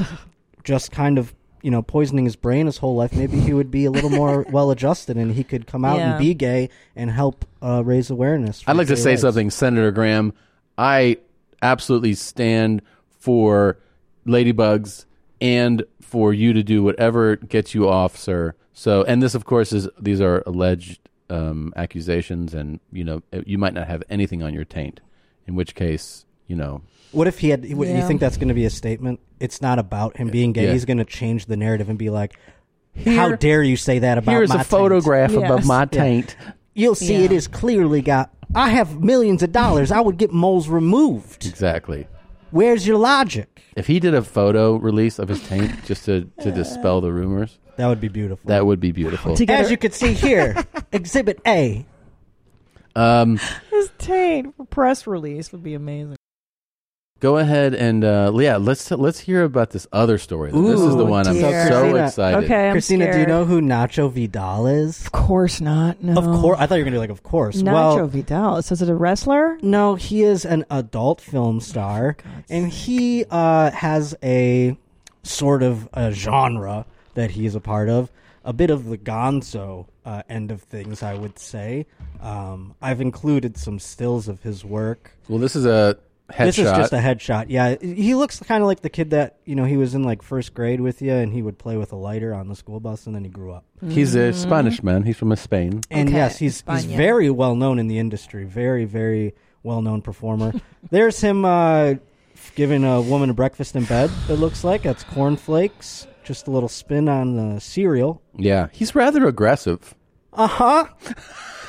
Q: just kind of you know poisoning his brain his whole life, maybe he would be a little [laughs] more well adjusted, and he could come out
A: Yeah.
Q: and be gay and help uh, raise awareness. for
A: I'd like to
Q: gay
A: say
Q: rights.
A: something, Senator Graham. I absolutely stand for ladybugs and for you to do whatever gets you off, sir. So, and this, of course, is these are alleged um, accusations, and you know you might not have anything on your taint. In which case, you know,
Q: What if he had? What,
A: Yeah.
Q: You think that's going to be a statement? It's not about him being gay.
A: Yeah.
Q: He's going to change the narrative and be like, "How
A: Here-
Q: dare you say that about
A: here's a
Q: my taint?"
A: photograph Yes. above my
Q: Yeah.
A: taint.
Q: You'll see,
A: Yeah.
Q: it is clearly got. I have millions of dollars. I would get moles removed.
A: exactly.
Q: Where's your logic?
A: If he did a photo release of his taint just to, to dispel the rumors,
Q: that would be beautiful.
A: That would be beautiful.
Q: As you can
A: [laughs]
Q: see here, Exhibit A.
A: Um,
C: His taint press release would be amazing.
A: go ahead and uh, yeah, let's let's hear about this other story. this is the
Q: Ooh,
A: one
Q: dear.
A: I'm so
Q: Christina-
A: excited.
C: Okay, I'm
Q: Christina, do you
C: scared.
Q: know who Nacho Vidal is? Of
C: course not. No.
Q: Of course. I thought you were going to be like, of course.
C: Nacho
Q: well,
C: Vidal. So is it a wrestler? Oh,
Q: No, he is an adult film star, and he uh, has a sort of a genre that he is a part of. A bit of the Gonzo uh, end of things, I would say. Um, I've included some stills of his work.
A: Well, this is a headshot.
Q: This is just a headshot. Yeah, he looks kind of like the kid that you know he was in like first grade with you, and he would play with a lighter on the school bus, and then he grew up.
A: He's
Q: Mm-hmm.
A: a Spanish man. He's from Spain.
Q: And yes, he's he's
A: España.
Q: very well known in the industry. Very very well known performer. There's him uh, giving a woman a breakfast in bed. It looks like that's cornflakes. Just a little spin on the cereal.
A: Yeah, he's rather aggressive.
Q: Uh huh.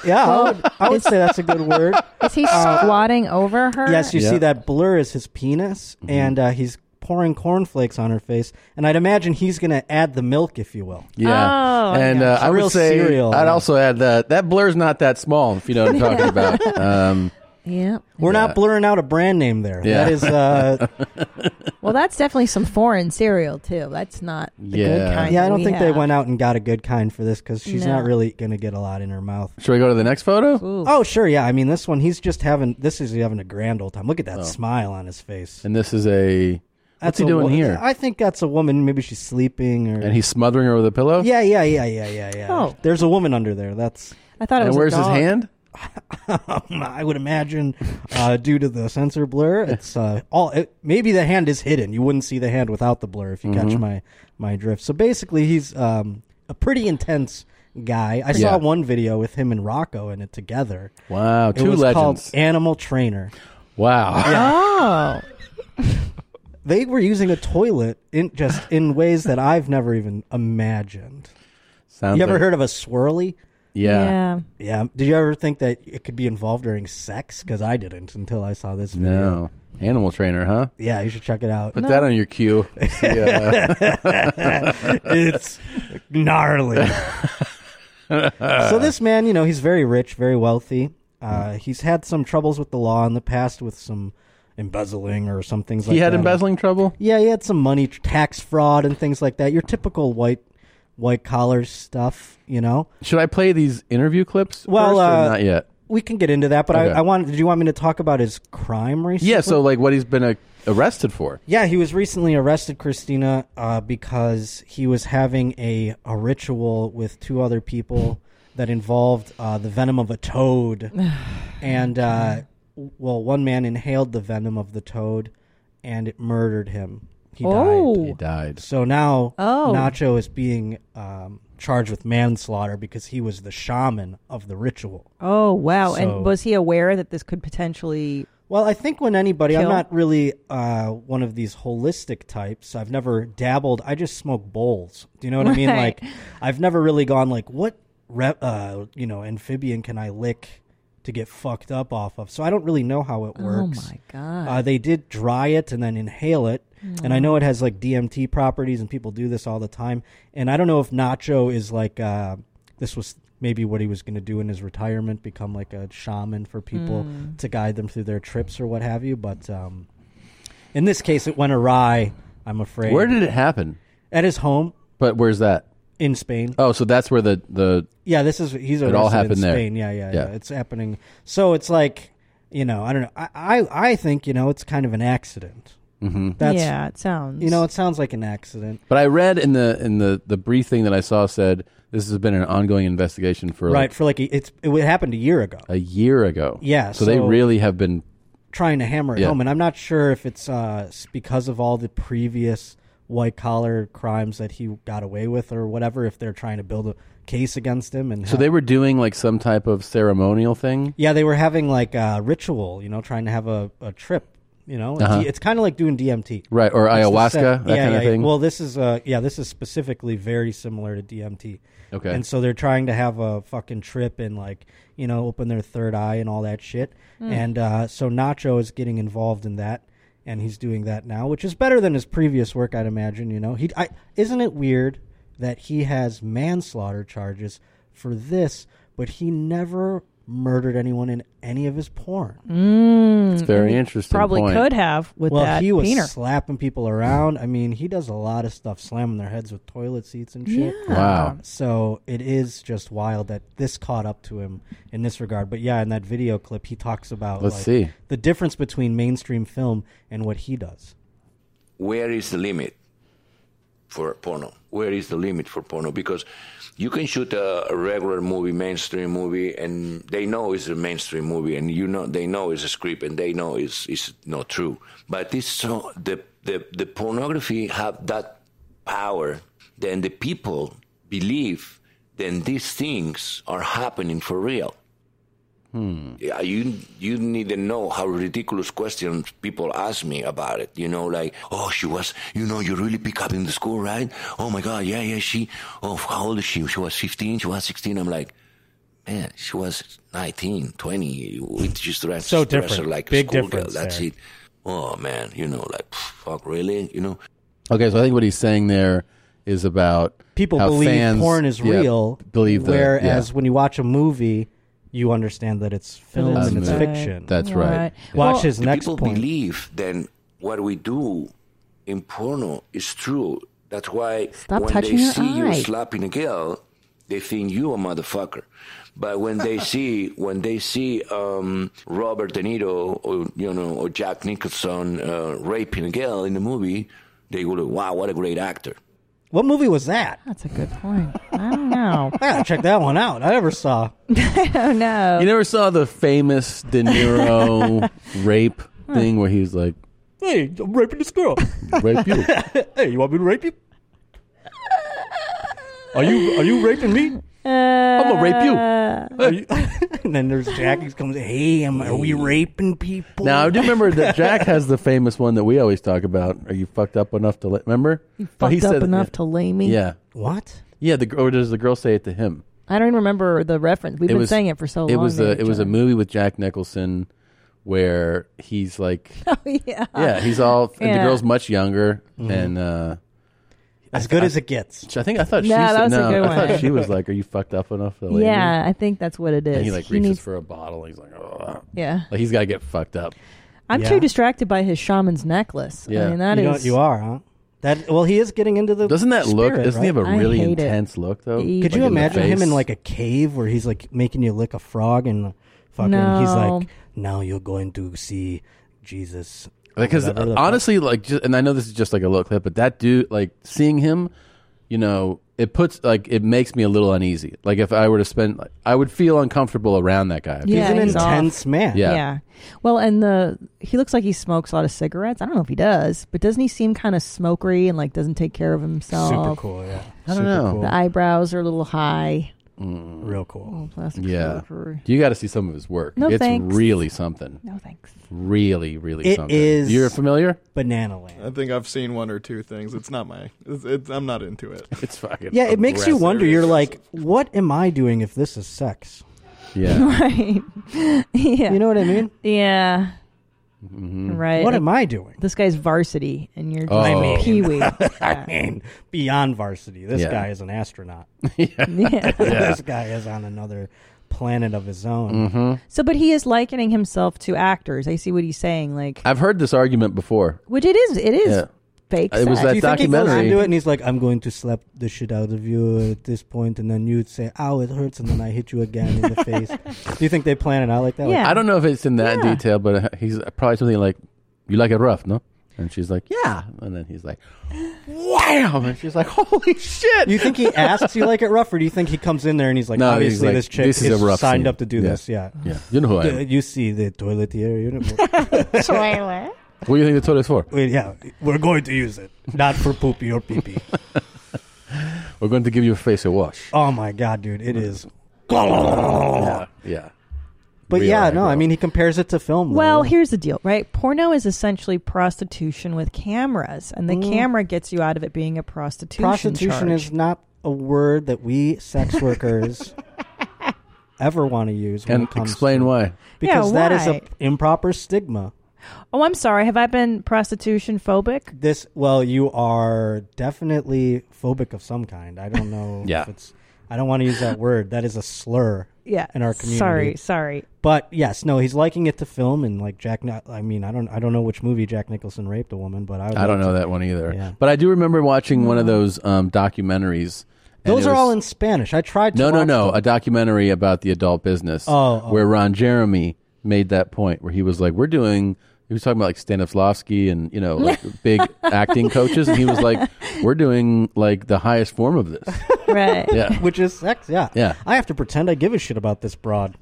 Q: Yeah, I would, I would say that's a good word.
C: [laughs] Is he
Q: Uh,
C: squatting over her?
Q: Yes, you see that blur is his penis,
A: Mm-hmm.
Q: and uh, he's pouring cornflakes on her face. And I'd imagine he's going to add the milk, if you will.
A: Yeah,
Q: Oh,
A: and
Q: yeah.
A: Uh, I
Q: Real
A: would say
Q: cereal.
A: I'd also add that that blur's not that small. If you know what I'm
Q: [laughs]
A: talking about. Um,
C: Yeah.
Q: We're
A: Yeah.
Q: not blurring out a brand name there.
A: Yeah.
Q: That is,
A: [laughs]
Q: uh,
C: Well, that's definitely some foreign cereal too. That's not the good kind.
Q: yeah. I don't
C: we
Q: think they
C: have.
Q: went out and got a good kind for this because she's
C: No.
Q: not really going to get a lot in her mouth.
A: Should we go to the next photo?
Q: Oh, sure, yeah. I mean, this one he's just having. This is having a grand old time. Look at that
A: Oh.
Q: smile on his face.
A: And this is a what's
Q: That's
A: he
Q: a
A: doing
Q: wo-
A: here?
Q: I think that's a woman. Maybe she's sleeping or.
A: and he's smothering her with a pillow.
Q: yeah, yeah, yeah, yeah, yeah, yeah.
C: Oh.
Q: There's a woman under there. That's
C: I thought it
A: And
C: was. a
A: where's his
C: dog.
A: hand?
Q: [laughs] I would imagine uh, due to the sensor blur, it's uh, all it, maybe the hand is hidden. You wouldn't see the hand without the blur if you catch
A: Mm-hmm.
R: Mhm.
Q: my my drift. So basically, he's um, a pretty intense guy. I
A: Yeah.
Q: saw one video with him and Rocco in it together.
A: Wow,
Q: It
A: two
Q: was called
A: legends.
Q: Animal Trainer.
A: Wow.
Q: Oh. they were using a toilet in just in ways that I've never even imagined.
A: Sounds
Q: you ever
A: like-
Q: heard of a swirly?
A: Yeah. Yeah.
Q: Yeah. Did you ever think that it could be involved during sex? Because I didn't until I saw this video.
A: No. Animal trainer, huh?
Q: Yeah, you should check it out.
A: Put
Q: No.
A: that on your
Q: [laughs]
A: queue. uh,
Q: It's
A: [laughs]
Q: gnarly.
A: Uh.
Q: so this man, you know, he's very rich, very wealthy. Uh, he's had some troubles with the law in the past with some embezzling or some things
A: He
Q: like that.
A: had embezzling trouble?
Q: Yeah, he had some money tr- tax fraud and things like that. Your typical white white collar stuff, you know.
A: Should I play these interview clips?
Q: Well,
A: first or
Q: uh,
A: not yet.
Q: We can get into that, but
A: Okay.
Q: I, I want. Did you want me to talk about his crime recently?
A: Yeah, so like what he's been uh, arrested for.
Q: Yeah, he was recently arrested, Christina, uh, because he was having a, a ritual with two
C: [sighs]
Q: other people that involved uh, the venom of a toad. and, uh, w- well, one man inhaled the venom of the toad and it murdered him. He
C: Oh.
Q: died.
C: He
A: died.
Q: So now
C: Oh.
Q: Nacho is being um, charged with manslaughter because he was the shaman of the ritual.
C: Oh wow!
Q: So-
C: and was he aware that this could potentially?
Q: Well, I think when anybody,
C: Kill?
Q: I'm not really uh, one of these holistic types. I've never dabbled. I just smoke bowls. Do you know what I mean?
C: Right.
Q: Like, I've never really gone like, what, re- uh, you know, amphibian can I lick to get fucked up off of? So I don't really know how it
C: Oh
Q: works.
C: my God.
Q: Uh, they did dry it and then inhale it, and I know it has like DMT properties, and people do this all the time. And I don't know if Nacho is like, uh, this was maybe what he was going to do in his retirement, become like a shaman for people
R: Mm.
Q: to guide them through their trips or what have you. But um, in this case, it went awry. I'm afraid.
A: Where did it happen?
Q: At his home.
A: But where's that?
Q: In Spain.
A: Oh, so that's where the the
Q: Yeah, this is he's
A: It all
Q: arrested
A: happened
Q: in
A: there.
Q: Spain. Yeah, yeah,
A: Yeah.
Q: yeah, It's happening. So it's like you know, I don't know. I I, I think you know it's kind of an accident.
A: Mhm.
Q: That's
C: Yeah, it sounds-
Q: You know, it sounds like an accident.
A: But I read in the in the the brief thing that I saw said this has been an ongoing investigation for
Q: right
A: like
Q: for like a, it's it happened a year ago.
A: a year ago.
Q: Yeah,
A: So, they
Q: so-
A: really have been
Q: trying to hammer it
A: Yeah.
Q: home. And I'm not sure if it's uh, s- because of all the previous white collar crimes that he got away with or whatever. If they're trying to build a case against him, and
A: So they were doing like some type of ceremonial thing.
Q: [laughs] yeah, they were having like a ritual, you know, trying to have a, a trip. You know, It's-
A: Uh-huh.
Q: it's kind of like doing DMT,
A: Right, or
Q: It's the
A: ayahuasca,
Q: sec-
A: that
Q: yeah,
A: kinda
Q: yeah,
A: thing?
Q: Well, this is uh, yeah, this is specifically very similar to DMT.
A: Okay.
Q: and so they're trying to have a fucking trip and like you know open their third eye and all that shit.
R: Mm.
Q: And uh, so Nacho is getting involved in that, and he's doing that now, which is better than his previous work, I'd imagine. You know, he I, isn't it weird that he has manslaughter charges for this, but he never murdered anyone in any of his porn.
C: Mm, [laughs]
A: It's very
C: and he
A: interesting
C: Probably
A: point.
C: could have with
Q: well,
C: that
Q: he was
C: peener.
Q: slapping people around. I mean, he does a lot of stuff, slamming their heads with toilet seats and shit.
A: Yeah. Wow.
Q: So it is just wild that this caught up to him in this regard. But yeah, in that video clip, he talks about
A: Let's
Q: like,
A: see.
Q: the difference between mainstream film and what he does.
S: where is the limit for porno? Where is the limit for porno? Because you can shoot a, a regular movie, mainstream movie, and they know it's a mainstream movie, and you know they know it's a script, and they know it's it's not true. But it's so the the, the pornography have that power. Then the people believe then these things are happening for real.
Q: Hmm.
S: Yeah, you you need to know how ridiculous questions people ask me about it. You know, like, oh, she was, you know, you really pick up in the school, right? Oh my God, yeah, yeah, she. Oh, how old is she? She was 15, she was 16. I'm like, man, she was 19, 20. We just dress, dress
Q: So
S: her
Q: different.
S: like
Q: Big
S: a schoolgirl.
Q: difference
S: That's
Q: there.
S: it. Oh man, you know, like, pff, fuck, really? You know,
A: Okay, so I think what he's saying there is about
Q: People
A: how
Q: believe
A: fans-
Q: porn is
A: yeah,
Q: real,
A: Believe that,
Q: whereas when you watch a movie, you understand that it's film
A: it's
Q: and it's
A: fake.
Q: fiction.
A: That's right. Right.
Q: Watch
S: Well,
Q: his
S: the
Q: next
S: people
Q: point.
S: believe then what we do in porno is true. That's why
Q: Stop
S: when
Q: touching
S: they
Q: your
S: see you
Q: eye.
S: slapping a girl, they think you a motherfucker. But when
Q: [laughs]
S: they see when they see um, Robert De Niro or you know or Jack Nicholson uh, raping a girl in the movie, they go, "Wow, what a great actor!"
Q: What movie was that?
C: That's a good point. I don't know.
Q: [laughs] I gotta check that one out. I never saw.
C: I don't know.
A: You never saw the famous De Niro rape thing where he was like,
Q: Hey, I'm raping this girl. [laughs]
A: rape you.
Q: hey, you want me to rape you? Are you are you raping me?
C: I'm
Q: gonna rape you.
C: Uh,
Q: [laughs] and then there's Jack. He comes. Hey, am, are we raping people?
A: Now I do remember that Jack has the famous one that we always talk about. Are you fucked up enough to let? Remember? Oh, You
C: Fucked up enough to lay me.
A: Yeah.
Q: What?
A: Yeah. The gr- or does the girl say it to him?
C: I don't even remember the reference. We've been saying it for so long.
A: It was
C: now,
A: a it was a
C: John.
A: movie with Jack Nicholson where he's like,
C: [laughs] Oh yeah.
A: yeah, he's all and the
C: Yeah.
A: girl's much younger
Q: Mhm.
A: and uh,
Q: As good as it gets.
A: I think I thought she
C: No, that
A: said,
C: was a
A: no,
C: good
A: I thought
C: one.
A: she was like, "Are you fucked up enough?" To lay
C: Yeah,
A: me?"
C: I think that's what it is.
A: And he like
C: He
A: reaches
C: needs-
A: for a bottle. He's like, "Ugh."
C: Yeah.
A: like he's got to get fucked up.
C: I'm too distracted by his shaman's necklace. I mean, that is.
Q: you know what you are, huh? That well, he is getting into the.
A: Doesn't that look?
Q: spirit,
A: Doesn't he have a
Q: right?
A: really intense look though?
Q: Could
A: Like
Q: you
A: in the
Q: imagine him
A: face?
Q: in like a cave where he's like making you lick a frog and fucking he's
C: No.
Q: like, now Oh, you're going to see Jesus.
A: Because
Q: Whatever the fuck.
A: honestly, like, just, and I know this is just like a little clip, but that dude, like, seeing him, you know, it puts like it makes me a little uneasy. Like, if I were to spend, like, I would feel uncomfortable around that guy.
C: Yeah, off.
A: Yeah.
C: Well, and the he looks like he smokes a lot of cigarettes. I don't know if he does, but doesn't he seem kind of smokery and like doesn't take care of himself?
Q: Super cool, yeah.
A: I don't know.
C: The eyebrows are a little high. [laughs]
Q: Real cool.
C: Oh, plastic
A: Mm. Yeah,
C: surgery.
A: you got to see some of his work.
C: No
A: it's
C: thanks.
A: really something.
C: No thanks.
A: Really, really
Q: It
A: something.
Q: is
A: You're familiar?
Q: Banana Land.
M: I think I've seen one or two things. It's not my. It's, it's, I'm not into it.
A: [laughs] It's fucking.
Q: Yeah, it makes you wonder. You're like, what am I doing if this is sex?
C: [laughs]
A: Yeah.
C: right. yeah.
Q: You know what I mean?
C: Yeah.
A: Mm-hmm.
C: Right.
Q: What am I doing?
C: This guy's varsity, and you're
A: Oh.
C: just
Q: [laughs] I mean,
C: peewee.
Q: I mean, beyond varsity. This
A: Yeah.
Q: guy is an astronaut.
A: [laughs] yeah.
C: [laughs]
Q: [laughs] this guy is on another planet of his own.
A: Mhm.
C: So, but he is likening himself to actors. I see what he's saying. Like,
A: I've heard this argument before.
C: which it is. It is
A: Yeah.
C: fake.
A: It was
C: sex.
A: that documentary.
Q: into it and he's like, I'm going to slap the shit out of you at this point, and then you'd say, "Ow, it hurts," and then I hit you
A: [laughs]
Q: again in the face. Do you think they plan it out like that? Like,
A: I don't know if it's in that
Q: Yeah.
A: detail, but uh, he's probably something like, "You like it rough, no?" And she's like, "Yeah," and then he's like, "Wow!" And she's like,
Q: "Oh."
A: "Holy shit!"
Q: You think he asks you like it rough, or do you think he comes in there and he's like,
A: No, he's
Q: obviously
A: like,
Q: this chick
A: "This is a rough
Q: signed
A: scene."
Q: up to do
A: Yeah.
Q: this? Yeah,
A: Yeah. You know who I
Q: Do-
A: am.
Q: You see the toilet here. You know,
A: [laughs]
C: Toilet.
A: What do you think the toilet's for?
Q: Wait, yeah, we're going to use it, not for poopy or pee
A: [laughs]
Q: pee.
A: We're going to give your face a wash.
Q: oh my god, dude, it is.
A: Yeah. yeah.
Q: But
A: Real
Q: yeah,
A: aggro.
Q: no, I mean he compares it to film.
C: Well, here's the deal, right? Porno is essentially prostitution with cameras, and the
Q: Mm.
C: camera gets you out of it being a prostitution.
Q: prostitution
C: charge.
Q: is not a word that we
C: [laughs]
Q: sex workers ever want to use. when
A: And
Q: it comes
A: explain
Q: to-
A: why.
Q: Because
C: Yeah,
Q: that is
C: why?
Q: an improper stigma.
C: Oh, I'm sorry. Have I been prostitution
Q: [sighs]
C: phobic?
Q: This, well, you are definitely phobic of some kind. I don't know.
A: Yeah.
Q: If it's, I don't want to use that word. That is a slur.
C: Yeah,
Q: In our community.
C: sorry, sorry.
Q: But yes, no, he's liking it to film and like Jack. Ni- I mean, I don't, I don't know which movie Jack Nicholson raped a woman, but I. would
A: I don't
Q: like
A: know
Q: to-
A: that one either.
Q: Yeah.
A: But I do remember watching one of those um, documentaries. and
Q: Those
A: it
Q: are
A: was-
Q: all in Spanish. I tried. to
A: No, no,
Q: watch
A: no.
Q: them.
A: A documentary about the adult business.
Q: Oh, oh.
A: Where Ron Jeremy made that point where he was like, we're doing. He was talking about like Stanislavski and you know
Q: [laughs]
A: like big acting coaches, and he was like, "We're doing like the highest form of
Q: [laughs]
A: this."
C: Right.
A: [laughs] Yeah.
Q: Which is sex. Yeah.
A: Yeah.
Q: I have to pretend I give a shit about this broad.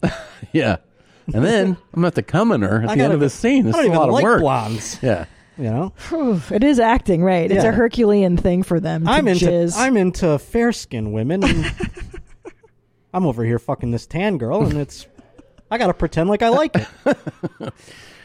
A: Yeah, and then I'm gonna have to come in her at
Q: I
A: the end
Q: gotta-
A: of this scene. This
Q: I
A: is
Q: don't
A: a
Q: even
A: lot of
Q: like
A: work.
Q: blondes.
A: Yeah, [laughs]
Q: You know,
C: Phew, it is acting, right? It's
Q: Yeah.
C: a Herculean thing for them. To
Q: I'm into
C: jizz.
Q: I'm into fair skinned
A: [laughs]
Q: women. and I'm over here fucking this tan girl, and it's I gotta pretend like I like it.
A: [laughs]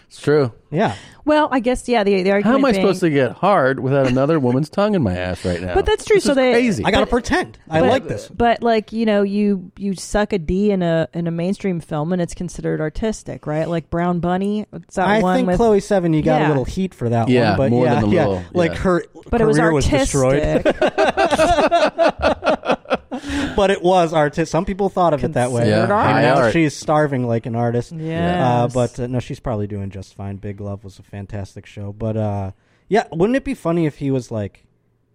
A: it's true.
Q: Yeah.
C: well, I guess yeah. The, the argument.
A: How am I
C: being-
A: supposed to get hard without another woman's tongue in my ass right now?
C: But that's true.
A: This
C: so
A: is
C: they
A: crazy.
Q: I gotta pretend I
C: But-
Q: like this.
C: But like you know, you you suck a D in a in a mainstream film, and it's considered artistic, right? Like Brown Bunny. It's that
Q: I
C: one
Q: think
C: with-
Q: Chloe Seven, you got
C: Yeah.
Q: a little heat
C: [laughs]
Q: for that
A: Yeah,
Q: one, but
A: more
Q: yeah,
A: than a
Q: yeah,
A: little,
Q: like
A: yeah.
Q: her
C: But it was
Q: career was, destroyed. [laughs] but it was artist. Some people thought of it that way.
A: Considered Yeah, art.
Q: And
A: high
Q: now
A: art.
Q: she's starving like an artist. Uh,
C: Yes.
Q: but uh, no, she's probably doing just fine. Big Love was a fantastic show. But uh, yeah, wouldn't it be funny if he was like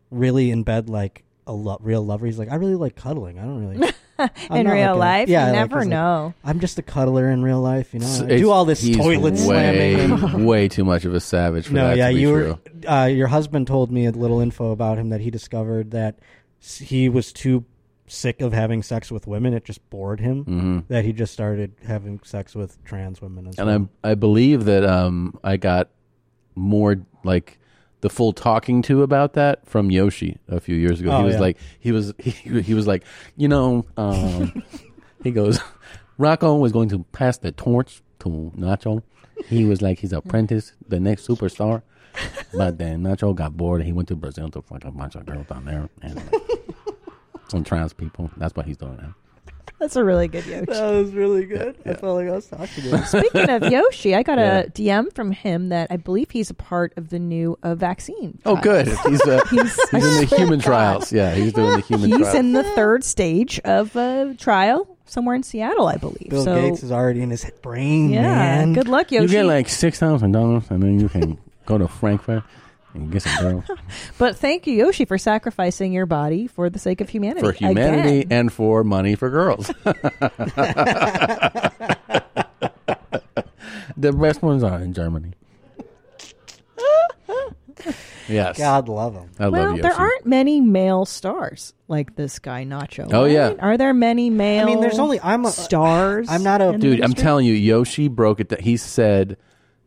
Q: really in bed, like a lo- real lover? He's like, I really like cuddling. I don't really. I'm
C: In
Q: not
C: real
Q: looking at-
C: life, you
Q: yeah, like,
C: never
Q: it's like,
C: know.
Q: I'm just a cuddler in real life, you know. I
A: It's-
Q: do all this
A: he's
Q: toilet
A: way, [laughs]
Q: slamming.
A: way too much of a savage for
Q: no,
A: that
Q: yeah,
A: to be
Q: you
A: true.
Q: were. Uh, your husband told me a little info about him that he discovered that s- he was too sick of having sex with women. It just bored him
A: Mhm.
Q: that he just started having sex with trans women as
A: and
Q: well.
A: I I believe that um I got more like the full talking to about that from Yoshi a few years ago.
Q: Oh,
A: he was
Q: yeah.
A: like he was [laughs] he, he was like you know um, [laughs] he goes Rocco was going to pass the torch to Nacho. He was like his apprentice, the next superstar. But then Nacho got bored. He went to Brazil to fuck a bunch of girls down there and like, some trans people. That's what he's doing now.
C: That's a really good Yoshi.
Q: That was really good. I felt like I was
C: [laughs]
Q: talking to him.
C: Speaking
Q: [laughs]
C: of Yoshi, I got
A: Yeah.
C: a DM from him that I believe he's a part of the new uh, vaccine.
A: Oh, good.
C: trials.
A: He's, uh, he's, in [laughs] the human trials. Yeah, he's doing the human
C: He's
A: trials.
C: in the third stage of a trial somewhere in Seattle, I believe.
Q: Bill
C: so
Q: Gates is already in his brain,
C: Yeah,
Q: man.
C: good luck,
A: You
C: Yoshi.
A: get like six thousand dollars, and then you can go to Frankfurt and get some girls
Q: [laughs]
C: But thank you, Yoshi, for sacrificing your body for the sake of humanity.
A: for humanity
C: Again.
A: and for money for girls. [laughs] the best ones are in Germany. [laughs] Yes,
Q: God love him.
A: I
C: well,
A: love you.
C: there aren't many male stars like this guy Nacho.
A: Oh,
C: right?
A: yeah.
C: are there many male?
Q: I mean, there's only I'm a, uh,
C: stars.
Q: I'm not a
A: dude. I'm telling you, Yoshi broke it. That he said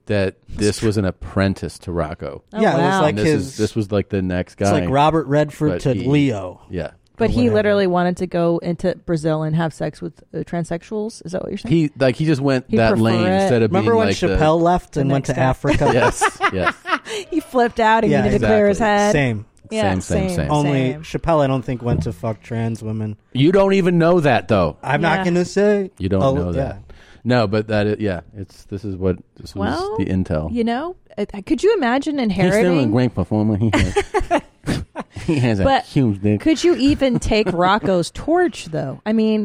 A: that this was an apprentice to Rocco.
Q: Oh, Yeah, it was wow. like
A: And this is-
Q: his-
A: this was like the next guy.
Q: It's like Robert Redford
A: But
Q: to
A: he-
Q: Leo.
A: Yeah,
C: But he literally wanted to go into Brazil and have sex with uh, transsexuals. Is that what you're saying?
A: He like he just went
C: He'd
A: that
C: prefer
A: lane
C: it.
A: instead of
Q: Remember
A: being
Q: when
A: like the-
Q: Chappelle left
C: The
Q: and
C: next
Q: went to
C: step.
Q: Africa?
A: [laughs] yes, yes.
C: he flipped out. He
Q: Yeah,
C: needed to clear his
Q: exactly.
C: head.
Q: Same.
C: Yeah,
A: Same, same, same.
Q: Only
C: Same.
Q: Chappelle, I don't think went to fuck trans women.
A: You don't even know that though.
Q: I'm
C: Yeah.
Q: not gonna say
A: You don't
Q: Oh,
A: know
Q: yeah.
A: that. No, but that is, yeah, it's this is what this
C: Well,
A: was the intel.
C: You know, Uh, could you imagine
A: He's still a
C: inheriting?
A: great performer.
Q: [laughs]
A: He has, he has a
C: But
A: huge dick.
C: could you even take Rocco's torch though? I mean,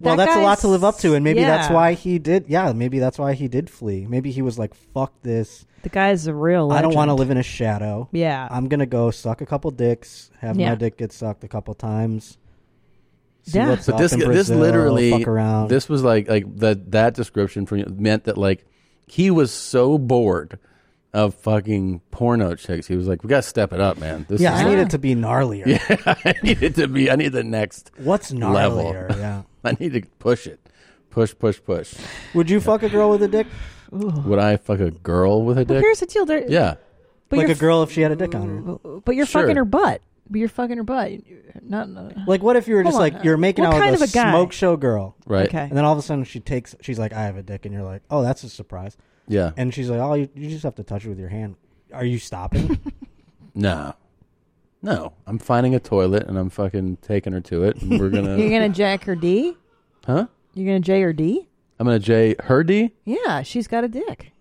Q: Well,
C: that
Q: that's a lot
C: guy's-
Q: to live up to, and maybe that's
C: yeah.
Q: why he did. Yeah, maybe that's why he did flee. Maybe he was like, "Fuck this."
C: The guy's a real. Legend.
Q: I don't want to live in a shadow.
C: Yeah.
Q: I'm gonna go suck a couple dicks, have
C: Yeah.
Q: my dick get sucked a couple times. see
C: Yeah.
Q: what's
A: but
Q: up
A: this
Q: in
A: this
Q: Brazil,
A: literally
Q: fuck around.
A: this was like like that that description for meant that like he was so bored of fucking porno chicks. He was like, we got to step it up, man. This
Q: yeah,
A: is
Q: I need it
A: [laughs]
Q: to be gnarlier.
A: Yeah, I need it to be. I need the next.
Q: What's
A: level?
Q: gnarlier? Yeah.
A: [laughs] I need to push it. Push, push, push.
Q: Would you fuck a girl with a dick?
A: Would I fuck a girl with a dick?
C: Well, here's the deal. There,
A: yeah.
C: But
Q: like
C: you're
Q: a girl if she had a dick on her.
C: But you're
Q: Sure.
C: fucking her butt. But you're fucking her butt. You're Not, not
Q: Like, what if you were just
C: Hold on.
Q: like you're making
C: What
Q: out
C: kind
Q: with a,
C: of a guy?
Q: smoke show girl,
A: Right.
C: Okay.
Q: And then all of a sudden she takes, she's like, "I have a dick," and you're like, "Oh, that's a surprise."
A: Yeah.
Q: And she's like, "Oh, you, you just have to touch it with your hand." Are you stopping? [laughs]
A: No. No. I'm finding a toilet and I'm fucking taking her to it. And we're gonna.
C: [laughs] you're gonna jack her D.
A: Huh?
C: You're gonna J her D.
A: I'm gonna J her D.
C: Yeah, she's got a dick.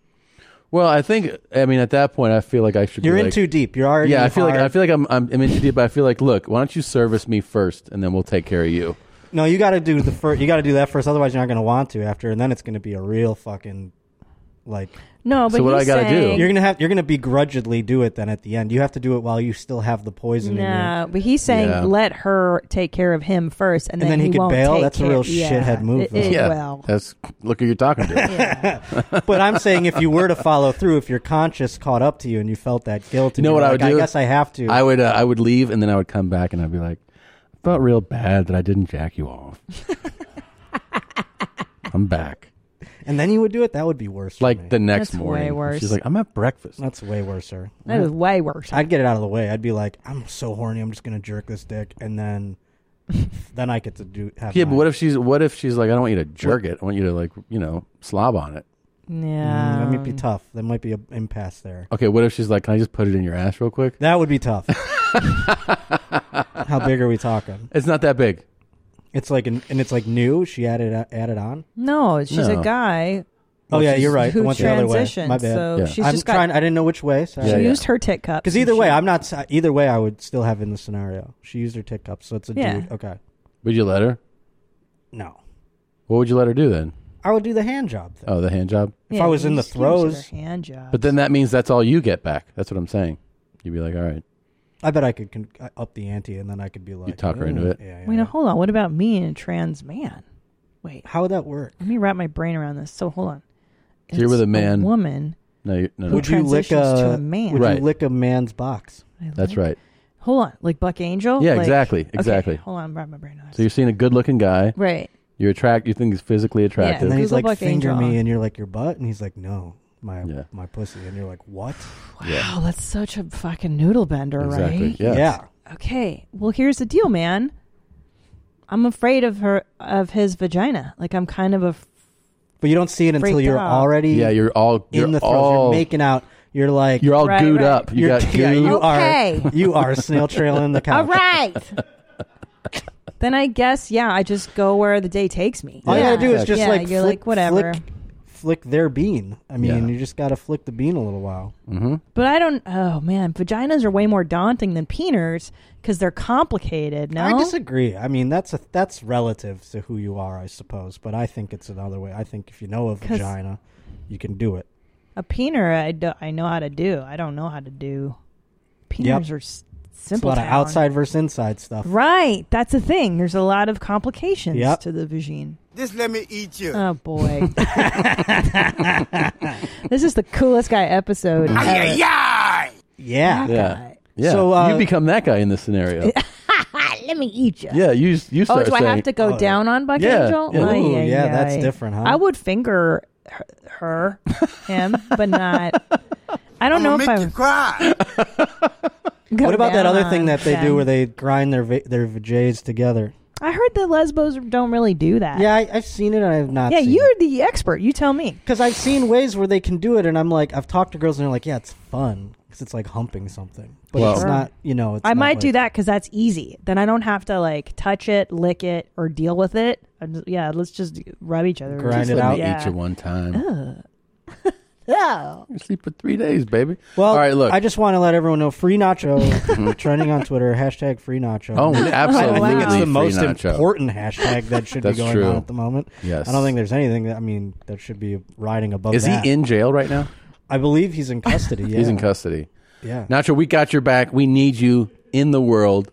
A: Well, I think. I mean, at that point, I feel like I should.
Q: You're
A: be
Q: in
A: like-
Q: too deep. You're already
A: Yeah, I feel like I
Q: hard.
A: feel like I'm, I'm I'm in too deep. But I feel like, look, why don't you service me first, and then we'll take care of you.
Q: no, you got to do the first. You got to do that first, otherwise you're not going to want to after, and then it's going to be a real fucking like.
C: No, but
A: So what
C: he's
A: I gotta do?
C: saying,
Q: You're gonna have. You're gonna begrudgingly do it. Then at the end, you have to do it while you still have the poison. in you.
C: No, but he's saying
Q: Yeah.
C: let her take care of him first, and,
Q: And then he could
C: won't
Q: bail?
C: take
Q: That's a real
C: care- yeah,
Q: shithead move,
C: it-
Q: though.
C: it-
Q: Yeah.
C: Well,
A: That's look who you're talking to. [laughs]
Q: but I'm saying if you were to follow through, if your conscience caught up to you and you felt that guilt,
A: You
Q: and
A: know
Q: you're
A: what I
Q: like,
A: would do?
Q: I guess I have to.
A: I would. Uh, I would leave, and then I would come back, and I'd be like, I felt real bad that I didn't jack you
C: [laughs]
A: off. I'm back.
Q: and then you would do it. That would be worse.
A: Like the next
Q: That's way
A: morning,
Q: worse.
A: she's like, "I'm at breakfast."
Q: That's way worse, sir.
C: That is way worse.
Q: I'd get it out of the way. I'd be like, I'm so horny. I'm just gonna jerk this dick,
C: [laughs]
Q: and then, then I get to do. Have
A: Yeah,
Q: my-
A: but what if she's what if she's like, I don't want you to jerk it. I want you to like, you know, slob on it.
C: yeah,
Q: Mm, that might be tough. That might be an impasse there.
A: Okay, what if she's like, can I just put it in your ass real quick?
Q: That would be tough. How big are we talking?
A: [laughs] It's not that big.
Q: It's like an, and it's like new. She added uh, added on.
C: no, she's
A: No.
C: a guy.
Q: Oh yeah, you're right.
C: Who
Q: I went the other way.
C: transitioned?
Q: My bad.
C: So she's
Q: I'm
C: just got.
Q: trying. I didn't know which way.
C: she used her tit cup
Q: Because either way, I'm not. s- Either way, I would still have in the scenario. She used her tit cup, so it's a
C: Yeah.
Q: dude. Okay.
A: [laughs] Would you let her?
Q: No.
A: What would you let her do then?
Q: I would do the hand job.
A: Oh, the hand job.
Q: If I was in the
C: she gives her
Q: throes,
C: hand job.
A: But then that means that's all you get back. That's what I'm saying. You'd be like, all right.
Q: I bet I could con- uh, up the ante, and then I could be like,
A: talk her into
Q: "Ooh,
A: it.
Q: Yeah,
C: Wait, now hold on. What about me and a trans man? Wait,
Q: how would that work?
C: Let me wrap my brain around this. So hold on.
A: So you're with
C: It's
A: a man.
C: woman.
A: No, you no, no.
Q: Would you lick a,
C: transitions to a man.
Q: Would
A: Right.
Q: you lick a man's box?
C: I
A: That's
C: like-
A: right.
C: Hold on, like Buck Angel.
A: Yeah,
C: Oh, Like-
A: exactly,
C: okay,
A: exactly.
C: hold on, wrap my brain.
A: So you're seeing a good-looking guy,
C: Right.
A: You're attract. You think he's physically attractive.
Q: And then he's
C: Google
Q: like,
C: Buck
Q: finger
C: Angel.
Q: me, and you're like, your butt, and he's like, no, my my pussy, and you're like, what?
A: Yeah.
C: Oh, that's such a fucking noodle bender,
Q: Exactly,
C: right?
Q: yes. Yeah.
C: Okay. Well, here's the deal, man. I'm afraid of her, of his vagina. Like I'm kind of a.
Q: But you don't see it until
C: Freaked
Q: you're
C: out.
Q: already.
A: Yeah, you're all-
Q: in
A: you're
Q: the throes.
A: all-
Q: you're making out. You're like
A: You're all Right, gooed right. up. You
Q: You're-
A: got
Q: [laughs] yeah,
A: goo.
Q: you
C: Okay.
Q: are [laughs] you are snail trailing the couch.
C: [laughs] All right. then I guess yeah, I just go where the day takes me.
Q: All
C: yeah.
Q: you gotta do is just
C: yeah,
Q: like
C: you're
Q: flick,
C: like whatever.
Q: Flick, flick their bean. I mean,
A: Yeah.
Q: you just gotta flick the bean a little while.
A: Mm-hmm.
C: But I don't. Oh man, vaginas are way more daunting than peeners because they're complicated. No,
Q: I disagree. I mean, that's a that's relative to who you are, I suppose. But I think it's another way. I think if you know a
C: 'Cause-
Q: vagina, you can do it.
C: A peener, I, do, I know how to do. I don't know how to do. Peeners
Q: Yep.
C: are s-
Q: It's a
C: simple.
Q: lot of
C: town.
Q: outside versus inside stuff.
C: Right, that's a thing. There's a lot of complications
Q: Yep.
C: to the vagine.
F: Just let me eat you.
A: [laughs]
C: Oh boy,
R: [laughs]
C: this is the coolest guy episode. ever.
Q: Yeah.
C: That
A: Yeah.
C: guy.
A: Yeah.
C: So, uh,
A: you become that guy in this
Q: [laughs]
A: scenario.
C: [laughs] Let me eat you.
A: yeah. You you
C: Oh,
A: start.
C: do I
A: saying-
C: have to go down on Buck
A: Yeah,
C: Angel?
A: yeah. Ooh,
C: Ay,
A: yeah,
C: ay,
A: that's
C: ay.
A: different, huh?
C: I would finger her, her him, but not. I don't
F: I'ma
C: know if
F: make
C: I
F: you cry.
C: Go
Q: what about that
C: down
Q: other
C: on
Q: thing that they do
C: them.
Q: where they grind their va- their vajays together?
C: I heard that lesbos don't really do that.
Q: Yeah, I, I've seen it and I've not.
C: yeah,
Q: seen
C: you're the expert. You tell me.
Q: Because I've seen ways where they can do it, and I'm like, I've talked to girls, and they're like, yeah, it's fun because it's like humping something, but
A: Well-
Q: it's not. You know, it's
C: I
Q: not
C: might
Q: like-
C: do that because that's easy. Then I don't have to like touch it, lick it, or deal with it. I'm just- yeah, let's just rub each other.
A: Grind
C: Just
A: it
C: let
A: out.
C: me-
A: Eat you one time.
C: Ugh. Oh.
A: You sleep for three days, baby.
Q: Well,
A: all right. Look. Mm-hmm.
Q: I just want to let everyone know free nacho [laughs] trending on Twitter hashtag free nacho.
A: Oh, absolutely
Q: [laughs] I think it's
A: free
Q: the most
A: nacho.
Q: important hashtag that should be
A: That's
Q: going
A: true.
Q: on at the moment.
A: Yes.
Q: I don't think there's anything that I mean that should be riding above.
A: Is
Q: that.
A: he in jail right now?
Q: I believe he's in custody.
A: [laughs]
Q: Yeah.
A: He's in custody.
Q: Yeah.
A: Nacho, we got your back. We need you in the world.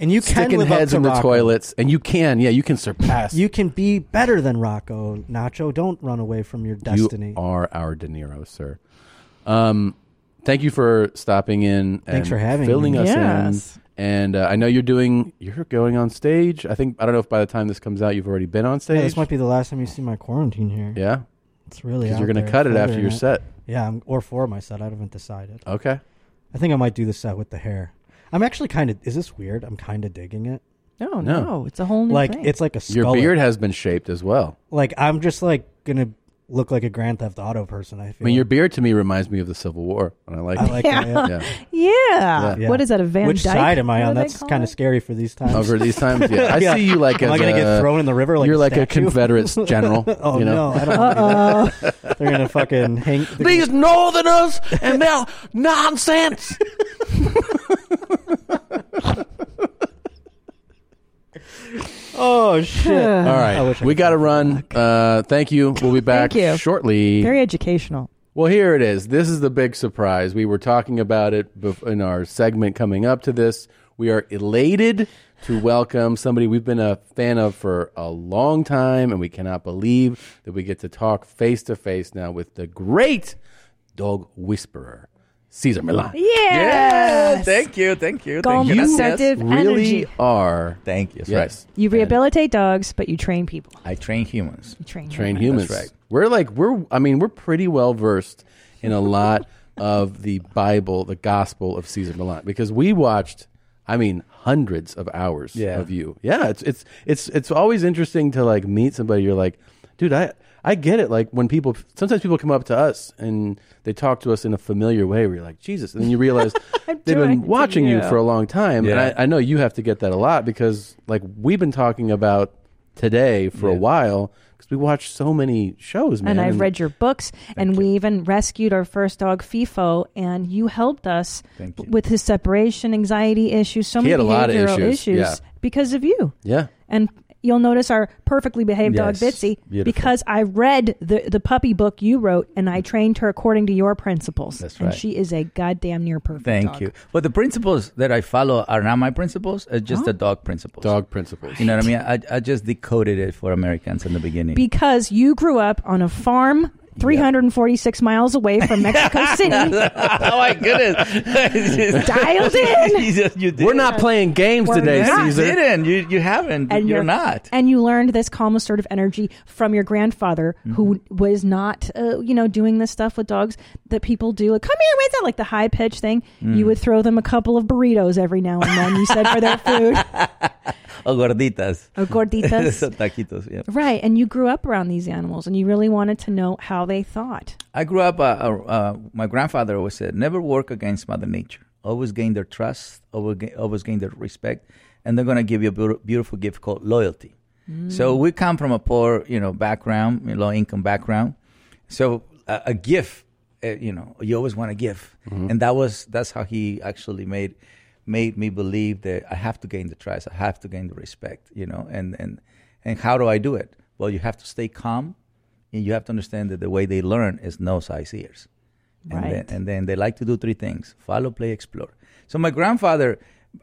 Q: And you can
A: sticking
Q: live up
A: heads
Q: to
A: in the
Q: Rocco.
A: toilets, and you can. Yeah, you can surpass.
Q: You can be better than Rocco Nacho. Don't run away from your destiny.
A: You are our De Niro, sir. Um, thank you for stopping in. And
Q: Thanks for having
A: filling
Q: me.
A: us
Q: Yes.
A: in. And uh, I know you're doing. You're going on stage. I think I don't know if by the time this comes out, you've already been on
Q: Yeah,
A: stage.
Q: this might be the last time you see my quarantine here.
A: Yeah.
Q: It's really
A: 'Cause you're
Q: out
A: gonna
Q: there.
A: cut it
Q: Further
A: after
Q: than
A: your
Q: that.
A: set.
Q: Yeah, I'm, or for my set. I haven't decided.
A: Okay.
Q: I think I might do the set with the hair. I'm actually kind of. Is this weird? I'm kind of digging it.
C: No,
A: No.
C: no, it's a whole new
Q: like
C: thing.
Q: it's like a
A: Your
Q: skullet.
A: beard has been shaped as well.
Q: Like I'm just like gonna look like a Grand Theft Auto person. I
A: I
Q: feel.
A: mean, your beard to me reminds me of the Civil War, and I like.
Q: I
A: it.
Q: like that, yeah.
C: Yeah. What is that? A Van
Q: Which
C: Dyke?
Q: side am I
C: What do
Q: on?
C: they
Q: That's
C: call
Q: kind
C: it?
Q: of scary for these times.
A: Over Oh, these times,
Q: [laughs]
A: yeah. I see you like
Q: Am
A: as
Q: I gonna
A: a-
Q: get thrown in the river? Like
A: you're
Q: a
A: like a
Q: statue?
A: Confederate general,
Q: [laughs] oh
A: you know?
Q: no,
C: [laughs]
Q: I don't
C: Uh,
Q: want to do that. [laughs] They're gonna fucking hang.
A: These northerners and their nonsense.
C: [sighs]
Q: oh shit!
A: All
Q: I
A: right,
Q: wish I
A: we got to run. Uh, thank you. We'll be back
C: Thank you.
A: shortly.
C: Very educational.
A: Well, here it is. This is the big surprise. We were talking about it bef- in our segment coming up to this. We are elated to welcome somebody we've been a fan of for a long time, and we cannot believe that we get to talk face to face now with the great dog whisperer, Caesar Milan.
C: Yes.
R: Thank you. Thank you.
C: Calm,
R: thank you.
C: assertive
A: really
C: energy.
A: are.
R: Thank you. That's
A: Yes.
C: You rehabilitate dogs, but you train people.
R: right. I train humans.
C: You train,
A: train humans.
R: That's right.
A: We're like we're. I mean, we're pretty well versed in a lot [laughs] of the Bible, the Gospel of Caesar Milan, because we watched. I mean, hundreds of hours
R: Yeah.
A: of you. Yeah, it's it's it's it's always interesting to like meet somebody. You're like, dude, I I get it. Like when people sometimes people come up to us and they talk to us in a familiar way. Where you're like, Jesus, and then you realize they've
R: doing it
A: been
R: to
A: watching you
R: you.
A: for a long time.
R: Yeah.
A: And I, I know you have to get that a lot because like we've been talking about today for a while because we watched so many shows, man.
C: and I've read your books, and we even rescued our first dog, FIFO, and you helped us
A: Thank you.
C: with his separation anxiety issues, so
A: He
C: many
A: had a lot of
C: behavioral
A: issues, yeah.
C: because of you.
A: [laughs] Yeah.
C: And you'll notice our perfectly behaved
A: Yes.
C: dog Bitsy
A: Beautiful.
C: because I read the the puppy book you wrote and I trained her according to your principles. That's
R: right.
C: And she is a goddamn near perfect.
R: Thank
C: dog.
R: you. But the principles that I follow are not my principles. It's just
C: Oh.
R: the dog principles. Dog
A: principles.
R: You know what I mean? I, I just decoded it for Americans in the beginning.
C: Because you grew up on a farm 346 miles away
R: [laughs]
C: from Mexico
R: [laughs]
C: City.
R: oh my
C: [laughs]
R: goodness!
C: [laughs] Dialed in. [laughs]
R: you just, you did.
A: We're not playing games
C: We're
A: today,
C: not.
A: Caesar.
C: You
R: didn't. You, you haven't.
C: your- And you learned this calm, assertive energy from your grandfather,
R: Mm-hmm.
C: who was not, uh, you know, doing this stuff with dogs that people do. Like, come here, wait that like the high pitched thing. You
R: Mm.
C: would throw them a couple of burritos every now and then. You said for
R: [laughs]
C: their food,
R: O gorditas.
C: O Oh, gorditas.
R: So [laughs] taquitos. Yeah.
C: right? And you grew up around these animals, and you really wanted to know how they thought.
R: I grew up. Uh, uh, uh, my grandfather always said, "Never work against Mother Nature. Always gain their trust. Always gain, always gain their respect, and they're gonna give you a beautiful, beautiful gift called loyalty."
C: Mm.
R: So we come from a poor, you know, background, low income background. So a, a gift, uh, you know, you always want to give, and that was that's how he actually made made me believe that I have to gain the trust, I have to gain the respect, you know, and and and how do I do it? Well, you have to stay calm, and you have to understand that the way they learn is nose, eyes, ears. And then,
T: Right.
R: and then they like to do three things: follow, play, explore. So my grandfather,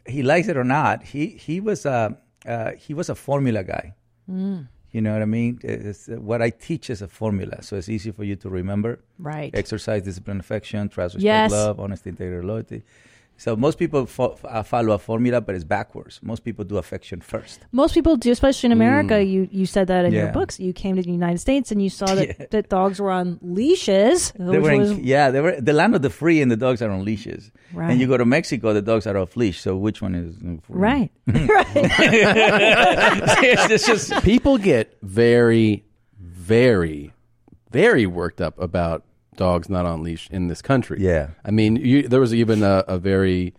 R: he likes it or not, he he was a uh, he was a formula guy.
C: Mm.
R: You know what I mean? It's, uh, what I teach is a formula, so it's easy for you to remember.
C: Right.
R: Exercise, discipline, affection, trust, respect,
C: Yes.
R: love, honesty, integrity, loyalty. So most people fo- uh, follow a formula, but it's backwards. Most people do affection first.
C: Most people do, especially in America.
R: Mm.
C: You you said that in your
R: Yeah.
C: books. You came to the United States and you saw
R: [laughs]
C: that, that dogs were on leashes,
R: They
C: which
R: were in,
C: was
R: yeah, they were the land of the free, and the dogs are on leashes.
C: Right.
R: And you go to Mexico, the dogs are off leash. So which one
C: [laughs]
R: is [laughs]
C: right.
R: Mm-hmm. it's just
A: people get very, very, very worked up about dogs not on leash in this country. Yeah, I mean, you, there was even a, a very